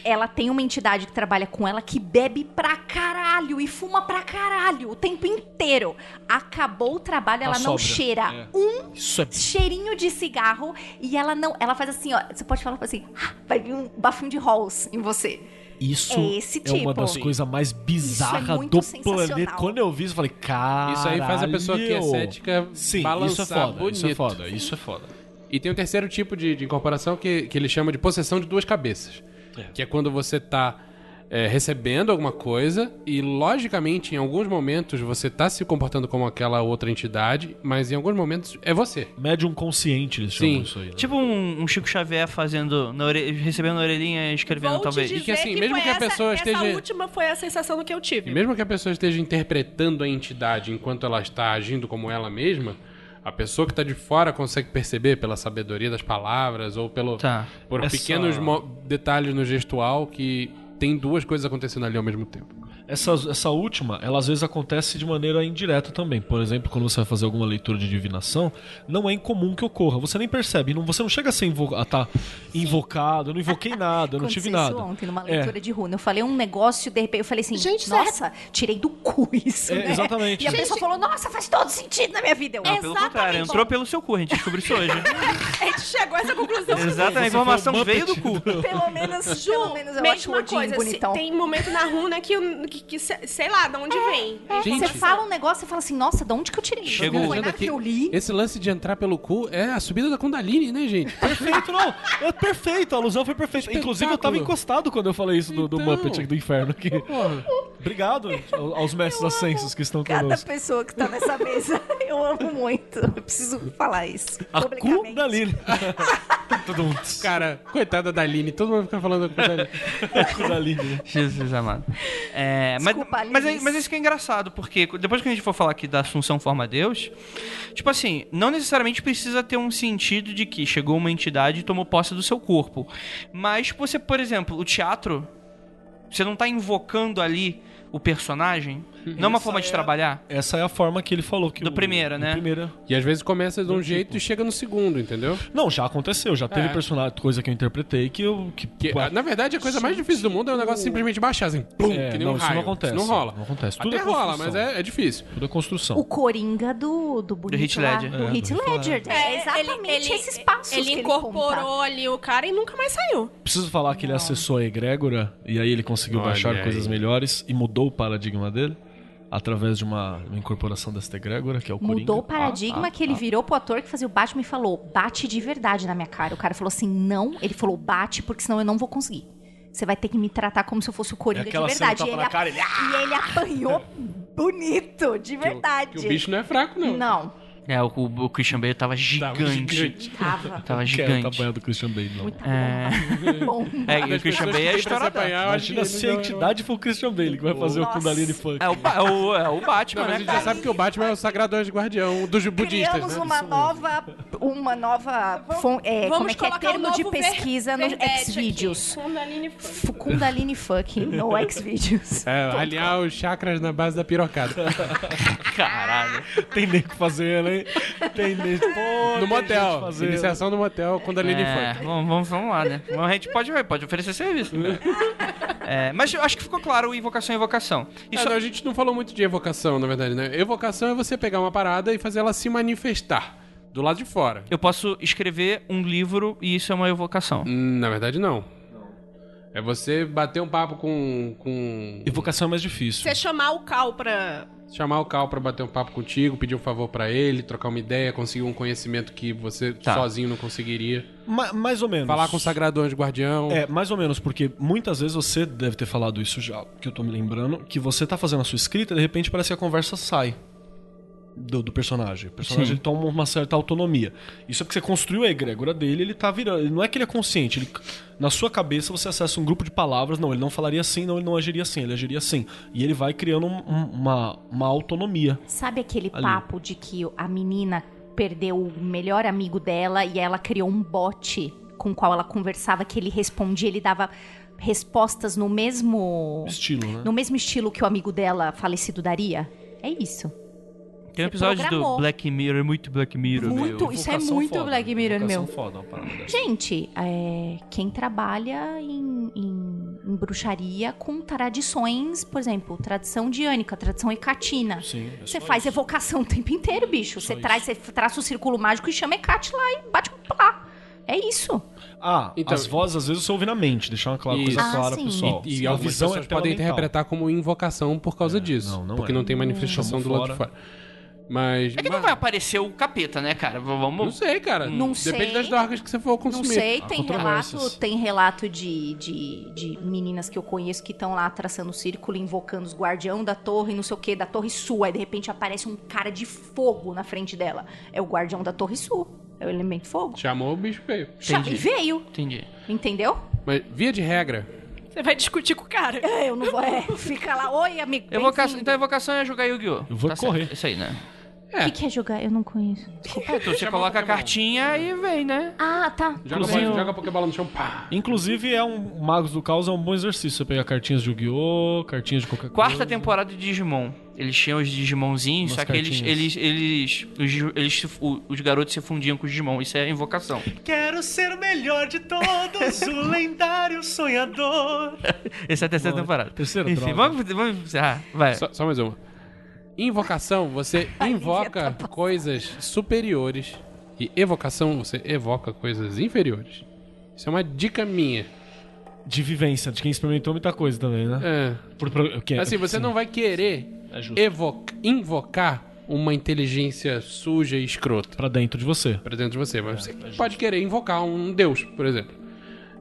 Speaker 2: ela tem uma entidade que trabalha com ela que bebe pra caralho e fuma pra caralho o tempo inteiro. Acabou o trabalho, ela,
Speaker 4: Ela
Speaker 2: não
Speaker 4: sobra.
Speaker 2: cheira
Speaker 4: É.
Speaker 2: um
Speaker 4: Isso é
Speaker 2: cheirinho de cigarro e ela não, ela faz assim, ó, você pode falar assim, "Ah, vai vir um bafinho de Halls em você.
Speaker 4: Isso
Speaker 2: É esse
Speaker 4: é uma
Speaker 2: tipo.
Speaker 4: das coisas mais bizarras
Speaker 2: muito
Speaker 4: do
Speaker 2: sensacional.
Speaker 4: planeta. Quando eu vi isso, eu falei, cara.
Speaker 5: Isso aí faz a pessoa que é cética
Speaker 4: Sim, isso é
Speaker 5: balançar
Speaker 4: foda, isso é
Speaker 5: bonito.
Speaker 4: foda, isso é foda.
Speaker 5: E tem o terceiro tipo de, de incorporação que, que ele chama de possessão de duas cabeças. Que é quando você tá é, recebendo alguma coisa e, logicamente, em alguns momentos você tá se comportando como aquela outra entidade, mas em alguns momentos é você.
Speaker 4: Médium consciente, eles chamam
Speaker 5: Sim.
Speaker 4: isso aí. né?
Speaker 8: Tipo um, um Chico Xavier fazendo. Na ore... recebendo na orelhinha e escrevendo,
Speaker 7: Vou
Speaker 8: talvez.
Speaker 7: te dizer
Speaker 5: E que, assim, mesmo
Speaker 7: foi
Speaker 5: que a
Speaker 7: essa-
Speaker 5: pessoa esteja-
Speaker 7: Essa última foi a sensação que eu tive.
Speaker 5: E mesmo que a pessoa esteja interpretando a entidade enquanto ela está agindo como ela mesma, a pessoa que tá de fora consegue perceber pela sabedoria das palavras ou pelo
Speaker 8: Tá.
Speaker 5: por
Speaker 8: É
Speaker 5: pequenos
Speaker 8: só-
Speaker 5: mo- detalhes no gestual que tem duas coisas acontecendo ali ao mesmo tempo.
Speaker 4: Essa, essa última, ela às vezes acontece de maneira indireta também. Por exemplo, quando você vai fazer alguma leitura de divinação, não é incomum que ocorra. Você nem percebe, não, você não chega a ser invo- a tá invocado, eu não invoquei nada, eu não tive
Speaker 2: Aconteceu
Speaker 4: nada.
Speaker 2: isso ontem numa
Speaker 4: É.
Speaker 2: leitura de runa. Eu falei um negócio, de repente eu falei assim,
Speaker 6: Gente, isso é-
Speaker 2: nossa, tirei do cu isso,
Speaker 4: É,
Speaker 2: né?
Speaker 4: exatamente.
Speaker 2: E a pessoa falou, nossa, faz todo sentido na minha vida. Eu,
Speaker 8: Não, pelo contrário, entrou pelo seu cu, a gente descobriu isso hoje.
Speaker 7: A gente É, chegou a essa conclusão.
Speaker 8: Exatamente, a
Speaker 4: foi o
Speaker 8: informação
Speaker 4: Muppet
Speaker 8: veio do cu.
Speaker 2: pelo menos,
Speaker 7: Ju,
Speaker 2: pelo menos é eu acho o
Speaker 7: mesma
Speaker 2: Odin
Speaker 7: coisa. se-
Speaker 2: bonitão. É,
Speaker 7: tem momento na runa que, eu- que, que se- sei lá, de onde vem.
Speaker 2: Você fala um negócio e fala assim, nossa, de onde que eu tirei isso?
Speaker 8: Chegou
Speaker 2: Não foi
Speaker 5: Viajando
Speaker 2: nada
Speaker 5: aqui,
Speaker 2: que eu li.
Speaker 5: Esse lance de entrar pelo cu é a subida da Kundalini, né, gente?
Speaker 4: Perfeito, não. É perfeito, a alusão foi perfeita. Inclusive, eu tava
Speaker 5: Espetáculo.
Speaker 4: encostado quando eu falei isso do, do
Speaker 5: Então.
Speaker 4: Muppet aqui do Inferno. Aqui. Obrigado ao- aos mestres ascensos que estão
Speaker 2: Cada
Speaker 4: conosco.
Speaker 2: pessoa que tá nessa mesa, eu amo muito. Eu preciso falar isso
Speaker 4: A
Speaker 2: publicamente.
Speaker 4: Kundalini. Todo mundo.
Speaker 5: Cara, coitada da Aline, todo mundo fica falando da Kundalini.
Speaker 4: Kundalini, né?
Speaker 8: Jesus amado. É, mas,
Speaker 2: Desculpa, Alice.
Speaker 8: mas, é- mas isso que é engraçado, porque depois que a gente for falar aqui da Assunção Forma Deus, tipo assim, não necessariamente precisa ter um sentido de que chegou uma entidade e tomou posse do seu corpo. Mas você, por exemplo, o teatro, você não tá invocando ali o personagem, Não é uma forma de trabalhar?
Speaker 4: Essa é a forma que ele falou que
Speaker 8: Do
Speaker 4: o-
Speaker 8: primeiro,
Speaker 4: o
Speaker 8: né?
Speaker 4: primeiro-
Speaker 5: E às vezes começa de um
Speaker 4: Do
Speaker 5: jeito
Speaker 4: tipo.
Speaker 5: e chega no segundo, entendeu?
Speaker 4: Não, já aconteceu, já
Speaker 5: É.
Speaker 4: teve personagem, coisa que eu interpretei que eu que,
Speaker 5: Que, ah,
Speaker 4: pô,
Speaker 5: na verdade, a coisa mais difícil do mundo é o negócio simplesmente baixar, assim, pum,
Speaker 4: É,
Speaker 5: que nem
Speaker 4: não,
Speaker 5: um
Speaker 4: isso não
Speaker 5: raio.
Speaker 4: acontece,
Speaker 5: não rola.
Speaker 4: não acontece. Tudo
Speaker 5: Até
Speaker 4: é
Speaker 5: rola, mas
Speaker 4: construção.
Speaker 5: é, Uh! é difícil.
Speaker 4: tudo é construção.
Speaker 2: O Coringa do, do bonito
Speaker 8: Heath
Speaker 2: lá,
Speaker 8: Ledger.
Speaker 2: do
Speaker 4: É,
Speaker 2: Heath
Speaker 4: do Heath
Speaker 2: Ledger. É exatamente esses passos
Speaker 7: Ele
Speaker 2: que
Speaker 7: incorporou ali o cara e nunca mais saiu.
Speaker 4: Preciso falar que ele acessou a egrégora e aí ele conseguiu
Speaker 5: Olha
Speaker 4: baixar
Speaker 5: aí.
Speaker 4: coisas melhores e mudou o paradigma dele através de uma, uma incorporação desta egrégora, que é o
Speaker 2: Mudou
Speaker 4: Coringa. ah,
Speaker 2: o
Speaker 5: Ah,
Speaker 2: paradigma que ele virou pro ator que fazia o Batman e falou: bate de verdade na minha cara. O cara falou assim: não. Ele falou: bate, porque senão eu não vou conseguir. Você vai ter que me tratar como se eu fosse o Coringa de
Speaker 4: aquela cena
Speaker 2: verdade.
Speaker 4: que
Speaker 2: E
Speaker 4: tá
Speaker 2: ele,
Speaker 4: pra cara, ele,
Speaker 2: e ele apanhou bonito, de verdade.
Speaker 5: "Ah!" Que o bicho não é fraco, não.
Speaker 2: Não,
Speaker 8: É, o, o Christian Bale tava gigante.
Speaker 4: é um
Speaker 2: tava. Tá
Speaker 8: Tava
Speaker 4: Não quero
Speaker 8: gigante.
Speaker 4: tamanho do Christian Bale, não.
Speaker 2: Muita é... bomba.
Speaker 8: É, e o Christian Bale é a história da...
Speaker 4: Imagina se a entidade for o Christian Bale que vai fazer o
Speaker 2: Nossa.
Speaker 4: Kundalini Funk.
Speaker 8: É o, ba- é o, é o Batman,
Speaker 5: Não, mas a
Speaker 8: né,
Speaker 5: gente
Speaker 8: cara?
Speaker 5: já sabe que o Batman é o sagrado anjo guardião dos budistas,
Speaker 2: Criamos
Speaker 5: né?
Speaker 2: uma nova, uma nova fon- é, como é que é
Speaker 7: colocar o
Speaker 2: termo de
Speaker 7: novo
Speaker 2: pesquisa
Speaker 7: ver-
Speaker 2: no
Speaker 7: verbete aqui.
Speaker 2: Xvideos.
Speaker 7: Kundalini Funk.
Speaker 2: F- Kundalini fucking no Xvideos.
Speaker 5: É, alinhar os chakras na base da pirocada.
Speaker 8: Caralho.
Speaker 4: Tem nem o que fazer, ela, hein? Tem nem... Pô,
Speaker 5: no
Speaker 4: tem gente
Speaker 5: motel.
Speaker 4: fazendo.
Speaker 5: Iniciação no motel, quando a Lili
Speaker 8: É,
Speaker 5: foi.
Speaker 8: vamos, vamos- vamos lá, né? Mas A gente pode, pode oferecer serviço. né? É, mas eu acho que ficou claro o invocação e invocação. Isso
Speaker 5: Ah, não, a gente não falou muito de evocação, na verdade, né? Evocação é você pegar uma parada e fazer ela se manifestar. Do lado de fora.
Speaker 8: Eu posso escrever um livro e isso é uma evocação.
Speaker 5: Hum, Na verdade, não. É você bater um papo com. com...
Speaker 4: Evocação é mais difícil.
Speaker 7: Você chamar o Cal pra.
Speaker 5: Chamar o Cal pra bater um papo contigo, pedir um favor pra ele, trocar uma ideia, conseguir um conhecimento que você
Speaker 8: Tá.
Speaker 5: sozinho não conseguiria.
Speaker 4: Ma- mais ou menos.
Speaker 5: Falar com o Sagrado Anjo Guardião.
Speaker 4: É, mais ou menos, porque muitas vezes você deve ter falado isso já, que eu tô me lembrando, que você tá fazendo a sua escrita e de repente parece que a conversa sai do, do personagem. O personagem ele toma uma certa autonomia. Isso é porque você construiu a egrégora dele, ele tá virando. ele- Não é que ele é consciente, ele- na sua cabeça você acessa um grupo de palavras, não, ele não falaria assim, não, ele não agiria assim, ele agiria assim. E ele vai criando um- um- uma, uma autonomia.
Speaker 2: Sabe aquele
Speaker 4: Ali.
Speaker 2: papo de que a menina perdeu o melhor amigo dela e ela criou um bot com o qual ela conversava, que ele respondia, ele dava respostas no mesmo
Speaker 4: Estilo, né?
Speaker 2: no mesmo estilo que o amigo dela falecido daria? É isso.
Speaker 8: Tem um episódio do
Speaker 2: programou.
Speaker 8: Black Mirror, é muito Black Mirror. né?
Speaker 2: Muito, isso é muito Black Mirror,
Speaker 4: Evocação
Speaker 2: meu.
Speaker 4: Foda, uma parada dessa.
Speaker 2: Gente, é, quem trabalha em, em- em bruxaria com tradições, por exemplo, tradição diânica, tradição hecatina.
Speaker 4: Sim, é
Speaker 2: Você
Speaker 4: só
Speaker 2: faz
Speaker 4: isso. É
Speaker 2: evocação o tempo inteiro, bicho.
Speaker 4: Só
Speaker 2: Você traz, você traça o círculo mágico e chama Hecate lá e bate um lá. É isso.
Speaker 4: Ah,
Speaker 5: Então-
Speaker 4: as vozes às vezes você ouve na mente, deixar uma clara,
Speaker 5: Isso.
Speaker 4: coisa
Speaker 2: Ah,
Speaker 4: clara,
Speaker 2: sim.
Speaker 4: pessoal.
Speaker 5: E,
Speaker 4: Sim,
Speaker 5: e algumas
Speaker 4: visão é
Speaker 5: pessoas podem
Speaker 4: mental.
Speaker 5: interpretar como invocação por causa disso.
Speaker 4: não, não
Speaker 5: porque
Speaker 4: é.
Speaker 5: não tem manifestação
Speaker 4: Hum.
Speaker 5: do lado de
Speaker 4: Fora.
Speaker 5: fora. Mas.
Speaker 8: É que
Speaker 5: mas-
Speaker 8: não vai aparecer o capeta, né, cara? V-
Speaker 5: Não
Speaker 8: Vamos.
Speaker 5: sei, cara.
Speaker 2: Não
Speaker 5: Depende
Speaker 2: sei.
Speaker 5: das drogas que você for consumir.
Speaker 2: Não sei,
Speaker 4: Há
Speaker 2: tem
Speaker 4: controvérsias.
Speaker 2: relato, tem relato de, de, de meninas que eu conheço que estão lá traçando o círculo, invocando os guardião da torre, não sei o que, da torre sul. Aí de repente aparece um cara de fogo na frente dela. É o guardião da torre sul. É o elemento fogo.
Speaker 5: Chamou o bicho feio.
Speaker 8: Entendi.
Speaker 2: E veio,
Speaker 8: Entendi.
Speaker 2: entendeu?
Speaker 5: Mas via de regra,
Speaker 7: Você vai discutir com o cara.
Speaker 9: Tá,
Speaker 2: É, eu não vou. É, fica lá, oi, amigo.
Speaker 8: Evoca...
Speaker 2: bem-vindo."
Speaker 8: Então, evocação é jogar Yu-Gi-Oh!
Speaker 4: Eu vou
Speaker 8: certo.
Speaker 4: correr.
Speaker 8: Isso aí, né?
Speaker 2: O que, que é jogar? Eu não conheço. Desculpa.
Speaker 8: É, então você coloca a cartinha e vem, né?
Speaker 2: Ah, tá.
Speaker 5: joga,
Speaker 8: Inclusive,
Speaker 5: bo-
Speaker 8: eu-
Speaker 5: joga a Pokébola no chão, pá.
Speaker 4: Inclusive, é um Magos do Caos é um bom exercício. Você pegar cartinhas de Yu-Gi-Oh!, cartinhas de qualquer
Speaker 8: Quarta
Speaker 4: coisa.
Speaker 8: temporada de Digimon. Eles tinham os Digimonzinhos,
Speaker 4: Umas
Speaker 8: só que eles,
Speaker 4: cartinhas.
Speaker 8: eles, eles, os, Digi- eles se- o- os garotos se fundiam com os Digimon. Isso é invocação.
Speaker 10: Quero ser o melhor de todos, o lendário sonhador.
Speaker 8: Essa é a terceira temporada.
Speaker 4: terceira,
Speaker 8: Enfim,
Speaker 4: droga.
Speaker 8: vamos, vamos encerrar. Vai.
Speaker 5: É. Só, só mais uma. Invocação, você invoca coisas superiores. E evocação, você evoca coisas inferiores. Isso é uma dica minha.
Speaker 4: De vivência, de quem experimentou muita coisa também, né?
Speaker 5: É.
Speaker 4: Por pro- que-
Speaker 5: Assim, você não vai querer
Speaker 4: É justo.
Speaker 5: evo- invocar uma inteligência suja e escrota
Speaker 4: Pra dentro de você.
Speaker 5: pra dentro de você. Mas você pode querer invocar um deus, por exemplo.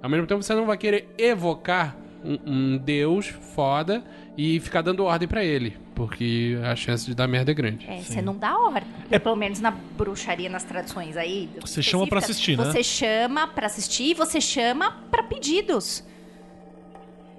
Speaker 5: Ao mesmo tempo, você não vai querer evocar um, um deus foda e ficar dando ordem pra ele. Porque a chance de dar merda é grande.
Speaker 2: É, você não dá ordem. Pelo menos na bruxaria, nas tradições aí.
Speaker 4: É- Você chama pra assistir, né?
Speaker 2: específicas, Você chama pra assistir e você chama pra pedidos.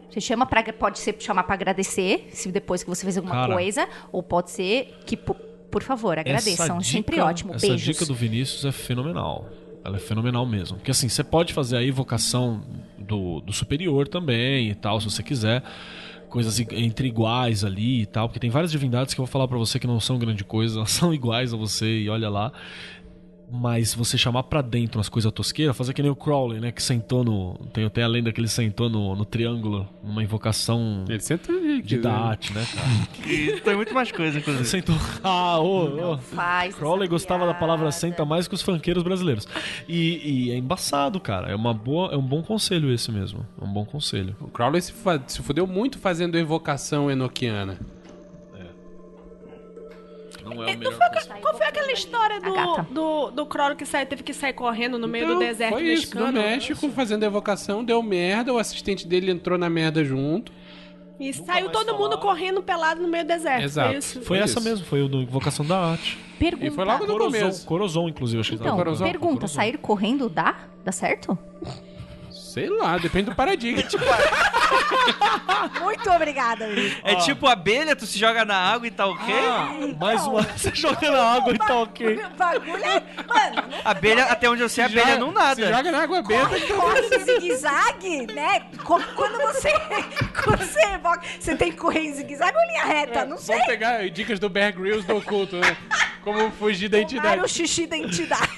Speaker 2: Você chama para pode ser chamar pra agradecer, se depois que você fez alguma
Speaker 4: Cara.
Speaker 2: coisa, ou pode ser que por, por favor, agradeçam,
Speaker 4: Essa
Speaker 2: é sempre
Speaker 4: dica-
Speaker 2: ótimo.
Speaker 4: Essa
Speaker 2: Beijos.
Speaker 4: dica do Vinícius é fenomenal. Ela é fenomenal mesmo. Porque assim, você pode fazer a evocação do, do superior também e tal, se você quiser. coisas i- entre iguais ali e tal, porque tem várias divindades que eu vou falar pra você que não são grande coisa, elas são iguais a você e olha lá. Mas se você chamar pra dentro umas coisas tosqueiras, fazer que nem o Crowley, né? Que sentou no. Tem até a lenda que ele sentou no, no triângulo, numa invocação
Speaker 5: Ele senta ali.
Speaker 4: de da arte, né, cara?
Speaker 3: E tem muito mais coisa, inclusive.
Speaker 4: sentou. Ah, ô, ô.
Speaker 2: Faz.
Speaker 4: Crowley
Speaker 2: essa
Speaker 4: gostava da palavra
Speaker 2: piada.
Speaker 4: senta mais que os funkeiros brasileiros. E, e é embaçado, cara. É, uma boa, é um bom conselho esse mesmo. É um bom conselho.
Speaker 5: O Crowley se, fa- se fudeu muito fazendo evocação enoquiana.
Speaker 4: Não é o melhor
Speaker 7: Qual foi aquela história
Speaker 2: A gata.
Speaker 7: do, do, do Crowley que sai- teve que sair correndo no meio do
Speaker 5: Então,
Speaker 7: deserto
Speaker 5: foi isso, do
Speaker 7: mexicano? né?
Speaker 5: México, fazendo evocação, deu merda, o assistente dele entrou na merda junto.
Speaker 7: E saiu todo mundo correndo pelado no meio do deserto.
Speaker 5: Exato.
Speaker 7: É, foi Isso.
Speaker 4: Foi
Speaker 5: Foi É
Speaker 4: essa
Speaker 5: isso.
Speaker 4: mesmo, foi o do Invocação da Arte.
Speaker 2: Pergunta.
Speaker 5: E foi logo no
Speaker 4: Corozon,
Speaker 5: começo.
Speaker 4: Corozon inclusive, acho que
Speaker 2: Então,
Speaker 4: tava-
Speaker 5: Corozão,
Speaker 2: pergunta,
Speaker 5: Corozão.
Speaker 2: sair correndo dá? Dá certo?
Speaker 5: Sei lá, depende do paradigma.
Speaker 9: Muito obrigada, amigo.
Speaker 3: É tipo abelha, tu se joga na água e tá ok?
Speaker 8: Ah.
Speaker 4: Mais uma, você joga na água e tá
Speaker 5: Então,
Speaker 4: ok.
Speaker 9: Então, O bagulho é. Mano, não
Speaker 3: Abelha, até onde eu sei, abelha não nada.
Speaker 5: Se joga na água benta. então
Speaker 9: corre em zigue-zague, né? Co- Quando você, quando você evoca, você tem que correr em zigue-zague ou linha
Speaker 2: É.
Speaker 9: reta? Não sei.
Speaker 5: Vamos pegar dicas do Bear Grylls do oculto, né? Como fugir da
Speaker 9: Tomar o
Speaker 2: um
Speaker 5: entidade.
Speaker 9: xixi da entidade.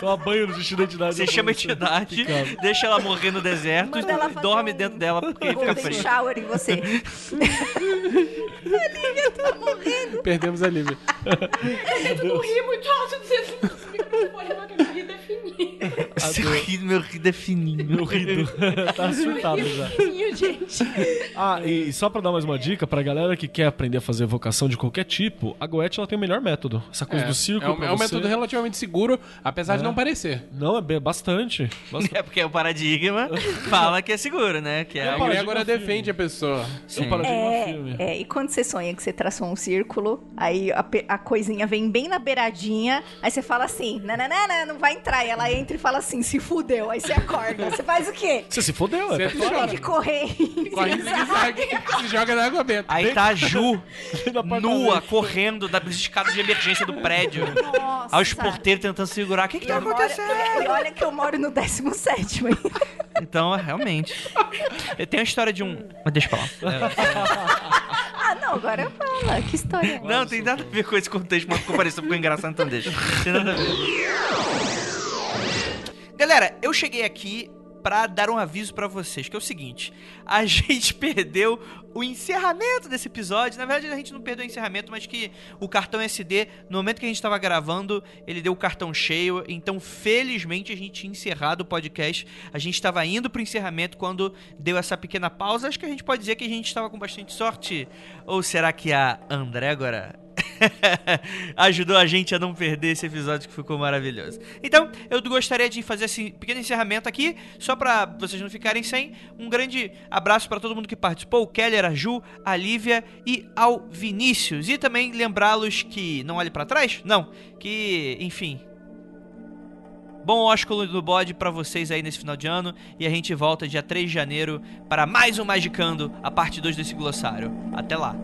Speaker 4: Toma banho no xixi da entidade.
Speaker 3: Você chama a entidade, deixa ela morrer no deserto
Speaker 9: Manda ela
Speaker 3: e
Speaker 9: fazer
Speaker 3: dorme
Speaker 9: um
Speaker 3: dentro dela porque aí fica
Speaker 9: Golden
Speaker 3: frio.
Speaker 9: shower em você. A Lívia tá morrendo.
Speaker 5: Perdemos a Lívia.
Speaker 7: Eu ri muito alto desse microfone, mas eu ri definido.
Speaker 3: Seu rido, meu rido é fininho.
Speaker 4: Ah, Meu rido. tá assustado já.
Speaker 7: gente.
Speaker 4: Ah, e só pra dar mais uma dica, pra galera que quer aprender a fazer evocação de qualquer tipo, a Goethe ela tem o melhor método. Essa coisa do círculo
Speaker 5: é um,
Speaker 4: pra
Speaker 5: é um
Speaker 4: você-
Speaker 5: método relativamente seguro, apesar de não parecer.
Speaker 4: Não, é bem- bastante. bastante.
Speaker 3: É porque o paradigma fala que é seguro, né? Que é
Speaker 5: A
Speaker 3: algo...
Speaker 5: mulher agora defende a pessoa.
Speaker 4: Eu paro de ver filme.
Speaker 2: É, e quando você sonha que você traçou um círculo, aí a, pe- a coisinha vem bem na beiradinha, aí você fala assim, nananana, não vai entrar. E ela entra e fala assim, se fudeu. Aí você acorda. Você faz o quê?
Speaker 4: Você se fodeu, é.
Speaker 5: Senta e
Speaker 2: Tem
Speaker 5: chora.
Speaker 2: que correr.
Speaker 5: Corre em zigue-zague. Se joga na água benta.
Speaker 3: Aí tá a Ju,
Speaker 4: No apartamento.
Speaker 3: nua, correndo da escada de emergência do prédio.
Speaker 2: Nossa.
Speaker 3: Aí os porteiros tentando segurar. O que que tá
Speaker 2: Eu moro-
Speaker 3: acontecendo?
Speaker 2: E olha que eu moro no 17 hein?
Speaker 3: Então, é, realmente. Eu tenho a história de um... Mas deixa pra lá.
Speaker 2: Ah, não, agora fala. Que história é?
Speaker 3: Não, tem nada a ver com esse contexto, mas ficou parecido, ficou engraçado, então deixa. Tem nada a ver. Galera, eu cheguei aqui pra dar um aviso pra vocês, que é o seguinte, a gente perdeu o encerramento desse episódio, na verdade a gente não perdeu o encerramento, mas que o cartão SD, no momento que a gente tava gravando, ele deu o cartão cheio, então felizmente a gente tinha encerrado o podcast, a gente tava indo pro encerramento quando deu essa pequena pausa, acho que a gente pode dizer que a gente tava com bastante sorte, ou será que a Andrégora ajudou a gente a não perder esse episódio que ficou maravilhoso? Então, eu gostaria de fazer esse pequeno encerramento aqui, só pra vocês não ficarem sem. Um grande abraço pra todo mundo que participou: o Keller, a Ju, a Lívia e ao Vinícius. E também lembrá-los que não olhe pra trás? Não, que, enfim. Bom ósculo do bode pra vocês aí nesse final de ano. E a gente volta dia 3 de janeiro para mais um Magicando, a parte 2 desse glossário. Até lá.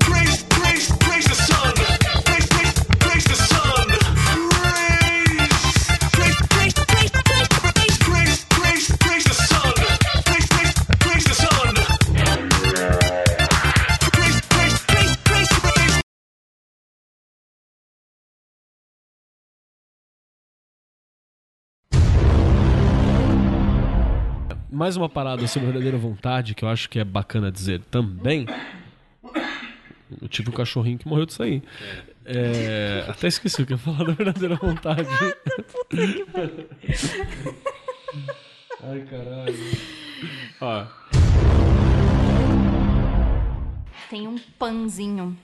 Speaker 11: Praise, praise, praise the sun. Praise, praise, praise the sun. Praise, praise, praise, praise, praise, praise, praise, praise the sun. Praise, praise, praise the sun. Praise, praise, praise, praise, praise.
Speaker 4: Mais uma parada sobre a verdadeira vontade que eu acho que é bacana dizer também. Eu tive um cachorrinho que morreu disso aí. É, até esqueci o que eu ia falar da verdadeira vontade. Ai, caralho.
Speaker 5: Ó,
Speaker 2: Tem um panzinho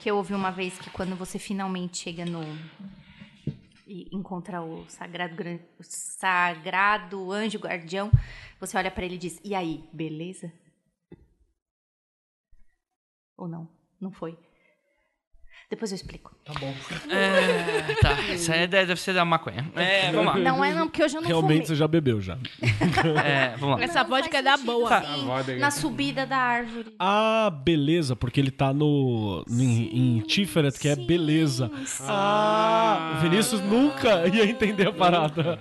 Speaker 2: que eu ouvi uma vez que quando você finalmente chega no e encontra o sagrado gran- o sagrado anjo guardião, você olha pra ele e diz: "E aí, beleza?" Ou não? Não foi. Depois eu explico.
Speaker 4: Tá bom.
Speaker 3: É, tá, isso aí deve deve ser da maconha. É, vamos lá.
Speaker 2: Não é não, porque hoje eu não
Speaker 4: Realmente você
Speaker 2: fumei.
Speaker 4: já bebeu já.
Speaker 3: É, vamos lá.
Speaker 7: Essa vodka é da boa.
Speaker 2: Sim,
Speaker 5: A vodka.
Speaker 2: assim, na subida da árvore.
Speaker 4: Ah, beleza, porque ele tá no. no- em, em Tiferet, que é
Speaker 2: Sim,
Speaker 4: beleza.
Speaker 2: sim.
Speaker 4: Ah, o Vinícius nunca ia entender a parada.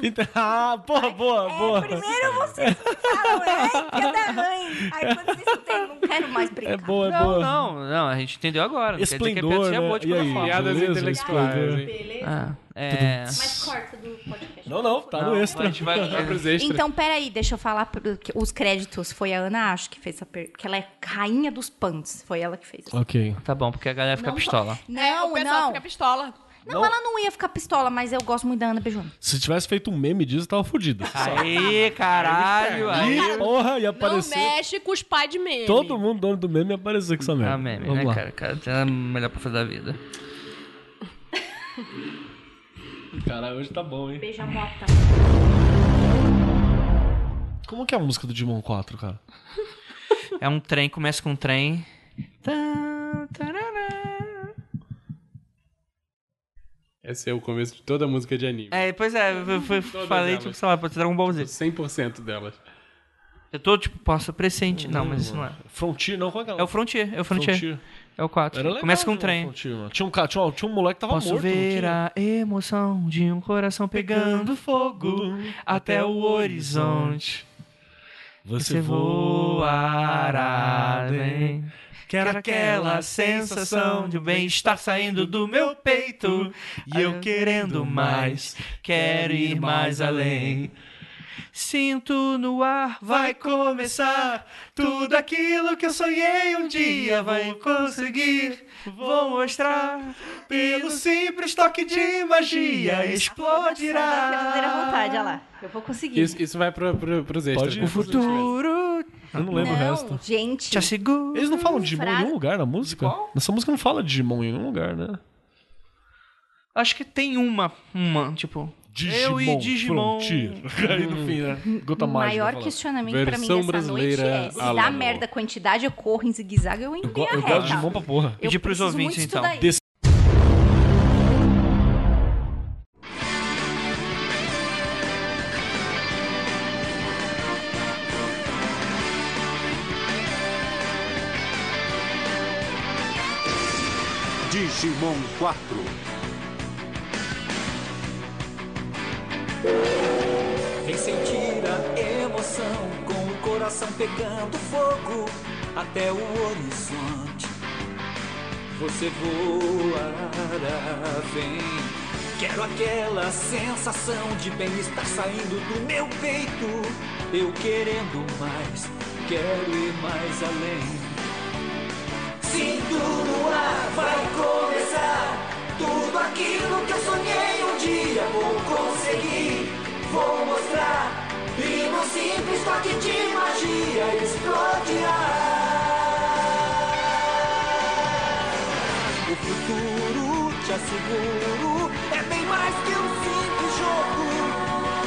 Speaker 4: Então, ah, boa, boa,
Speaker 12: É,
Speaker 4: boa.
Speaker 12: primeiro vocês falam, é, que é da mãe. Aí quando vocês entendem, não quero mais brincar.
Speaker 4: É boa, é
Speaker 3: Não,
Speaker 4: boa.
Speaker 3: não, não, a gente entendeu agora. Não quer
Speaker 4: Esplendor,
Speaker 3: dizer que a
Speaker 4: né?
Speaker 3: Pedro
Speaker 4: E
Speaker 3: tinha boa de
Speaker 4: aí,
Speaker 3: qualquer forma.
Speaker 5: Piadas
Speaker 4: beleza,
Speaker 5: intelectuais,
Speaker 4: esplendor.
Speaker 3: Ah, é.
Speaker 2: Mas corta do podcast.
Speaker 4: Não, não, tá
Speaker 3: Não,
Speaker 4: no extra.
Speaker 3: a gente vai-
Speaker 5: Dá pros extras.
Speaker 2: Então, peraí, deixa eu falar porque os créditos. Foi a Ana, acho que fez essa pergunta. Que ela é rainha dos pants. Foi ela que fez.
Speaker 4: Ok.
Speaker 3: Tá bom, porque a galera fica
Speaker 2: Não vou-
Speaker 3: pistola.
Speaker 7: É, o
Speaker 2: Não,
Speaker 7: pessoal
Speaker 2: não.
Speaker 7: fica pistola.
Speaker 2: Não, ela não ia ficar pistola, mas eu gosto muito da Ana Beijona.
Speaker 4: Se tivesse feito um meme disso, eu tava fudido.
Speaker 3: Ah, Aí, caralho, aí.
Speaker 4: Ih, porra, ia aparecer.
Speaker 7: Não mexe com os pais de meme.
Speaker 4: Todo mundo dono do meme ia aparecer com essa merda.
Speaker 3: Ah, meme,
Speaker 4: Vamos
Speaker 3: né,
Speaker 4: lá.
Speaker 3: cara? Cara, tem a melhor pra fazer da vida.
Speaker 4: Caralho, hoje tá bom, hein?
Speaker 2: Beija a mota.
Speaker 4: Como que é a música do Digimon 4, cara?
Speaker 3: É um trem, começa com um trem. Tá, tarará.
Speaker 5: Esse é o começo de toda a música de anime.
Speaker 3: É, pois é, eu, eu- eu falei,
Speaker 5: elas.
Speaker 3: tipo, sei lá, pode ser Dragon Ball Z.
Speaker 5: 100% delas.
Speaker 3: Eu tô, tipo, posso presente. Não, mas isso não é.
Speaker 4: Frontier, não, qual é aquela?
Speaker 3: É o Frontier, é o Frontier. É o 4.
Speaker 4: Era legal,
Speaker 3: começa com um
Speaker 4: Digimon
Speaker 3: trem.
Speaker 4: Frontier, mano. Tinha um, ca- tinha, um, tinha um moleque que tava
Speaker 3: Posso
Speaker 4: morto. não
Speaker 3: ver
Speaker 4: tinha?
Speaker 3: a emoção de um coração pegando fogo até o horizonte. Você voará bem. Quero aquela sensação de um bem-estar saindo do meu peito. E eu querendo mais, quero ir mais além. Sinto no ar, vai começar. Tudo aquilo que eu sonhei um dia vou conseguir. Vou mostrar. Pelo simples toque de magia
Speaker 2: Sai da verdadeira
Speaker 3: explodirá.
Speaker 2: vontade, olha lá. Eu vou conseguir.
Speaker 5: Isso, isso vai pro, pro, pros extras.
Speaker 4: Pode ir.
Speaker 5: né?
Speaker 3: O futuro
Speaker 4: Eu não lembro é o resto.
Speaker 2: Não, gente.
Speaker 3: te assegura.
Speaker 4: Eles não falam Digimon em
Speaker 2: frase-
Speaker 4: nenhum lugar na música?
Speaker 3: Qual?
Speaker 4: Nessa música não fala Digimon em nenhum lugar, né?
Speaker 3: Acho que tem uma, uma, tipo. eu e Digimon.
Speaker 4: Frontier. Aí no fim, né? Gota
Speaker 2: O
Speaker 4: mágica.
Speaker 2: maior
Speaker 4: fala.
Speaker 2: questionamento pra mim
Speaker 5: Versão
Speaker 2: dessa noite
Speaker 5: brasileira
Speaker 2: é: se
Speaker 5: Alamo.
Speaker 2: dá merda a quantidade, eu corro em zigue-zague, eu
Speaker 4: Eu,
Speaker 2: entro
Speaker 4: go-
Speaker 2: em
Speaker 4: eu gosto de Digimon pra porra.
Speaker 3: Pedir pros ouvintes, então.
Speaker 4: Desse-
Speaker 13: Digimon 4.
Speaker 14: Vem sentir a emoção com o coração pegando fogo até o horizonte. Você voará, vem. Quero aquela sensação de bem-estar saindo do meu peito. Eu querendo mais, quero ir mais além. Sinto no ar, vai começar Tudo aquilo que eu sonhei um dia Vou conseguir, vou mostrar E no simples toque de magia Explodirá O futuro, te asseguro É bem mais que um simples jogo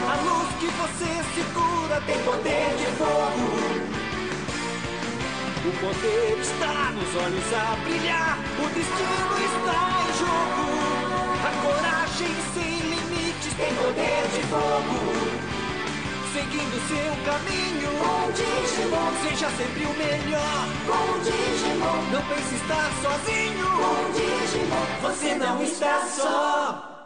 Speaker 14: A luz que você segura Tem poder de fogo o poder está nos olhos a brilhar, o destino está em jogo. A coragem sem limites tem poder de fogo. Seguindo seu caminho, com Digimon, seja sempre o melhor. Com Digimon, não pense estar sozinho. Com Digimon, você não está só.